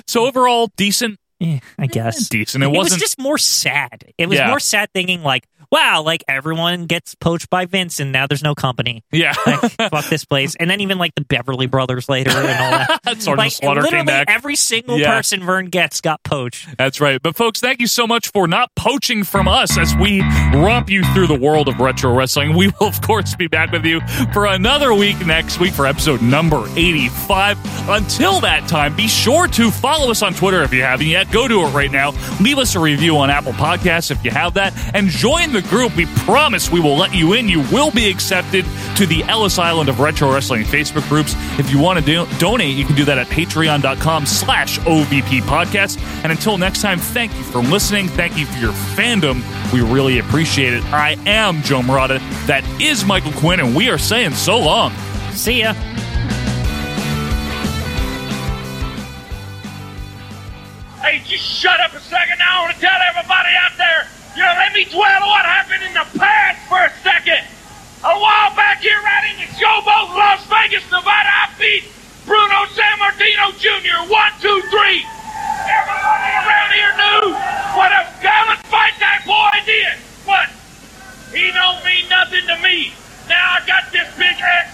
B: so overall, decent.
C: I guess
B: decent. It
C: was
B: wasn't-
C: just more sad. It was
B: Yeah.
C: more sad thinking like, wow, like everyone gets poached by Vince, and now there's no company.
B: Yeah,
C: Fuck this place. And then even like the Beverly Brothers later and all that.
B: Sergeant
C: like
B: Slaughter came
C: literally
B: back.
C: every single
B: Yeah.
C: person Vern gets got poached.
B: That's right. But folks, thank you so much for not poaching from us as we romp you through the world of retro wrestling. We will, of course, be back with you for another week next week for episode number 85. Until that time, be sure to follow us on Twitter if you haven't yet. Go to it right now. Leave us a review on Apple Podcasts if you have that. And join the group. We promise we will let you in. You will be accepted to the Ellis Island of Retro Wrestling Facebook groups. If you want to do- donate, you can do that at patreon.com slash OVP podcast. And until next time, thank you for listening. Thank you for your fandom. We really appreciate it. I am Joe Morata. That is Michael Quinn, and we are saying so long.
C: See ya.
F: Hey, just shut up a second. I want to tell everybody out there, you know, let me dwell on what happened in the past for a second. A while back here, right in the showboat, Las Vegas, Nevada, I beat Bruno San Martino Jr. One, two, three. Everybody around here knew what a gallant fight that boy did. But he don't mean nothing to me. Now I got this big ex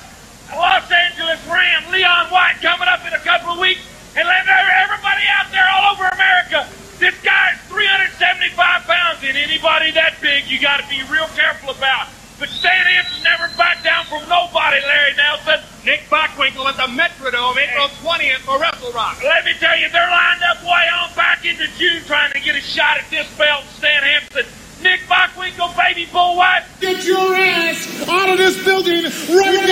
F: Los Angeles Ram, Leon White, coming up in a couple of weeks. And let everybody out there all over America, this guy's 375 pounds, and anybody that big, you got to be real careful about. But Stan Hansen never backed down from nobody, Larry Nelson. Nick Bockwinkel at the Metrodome, April 20th for Wrestle Rock. Let me tell you, they're lined up way on back into June trying to get a shot at this belt, Stan Hansen. Nick Bockwinkel, baby bull wife.
E: Get your ass out of this building right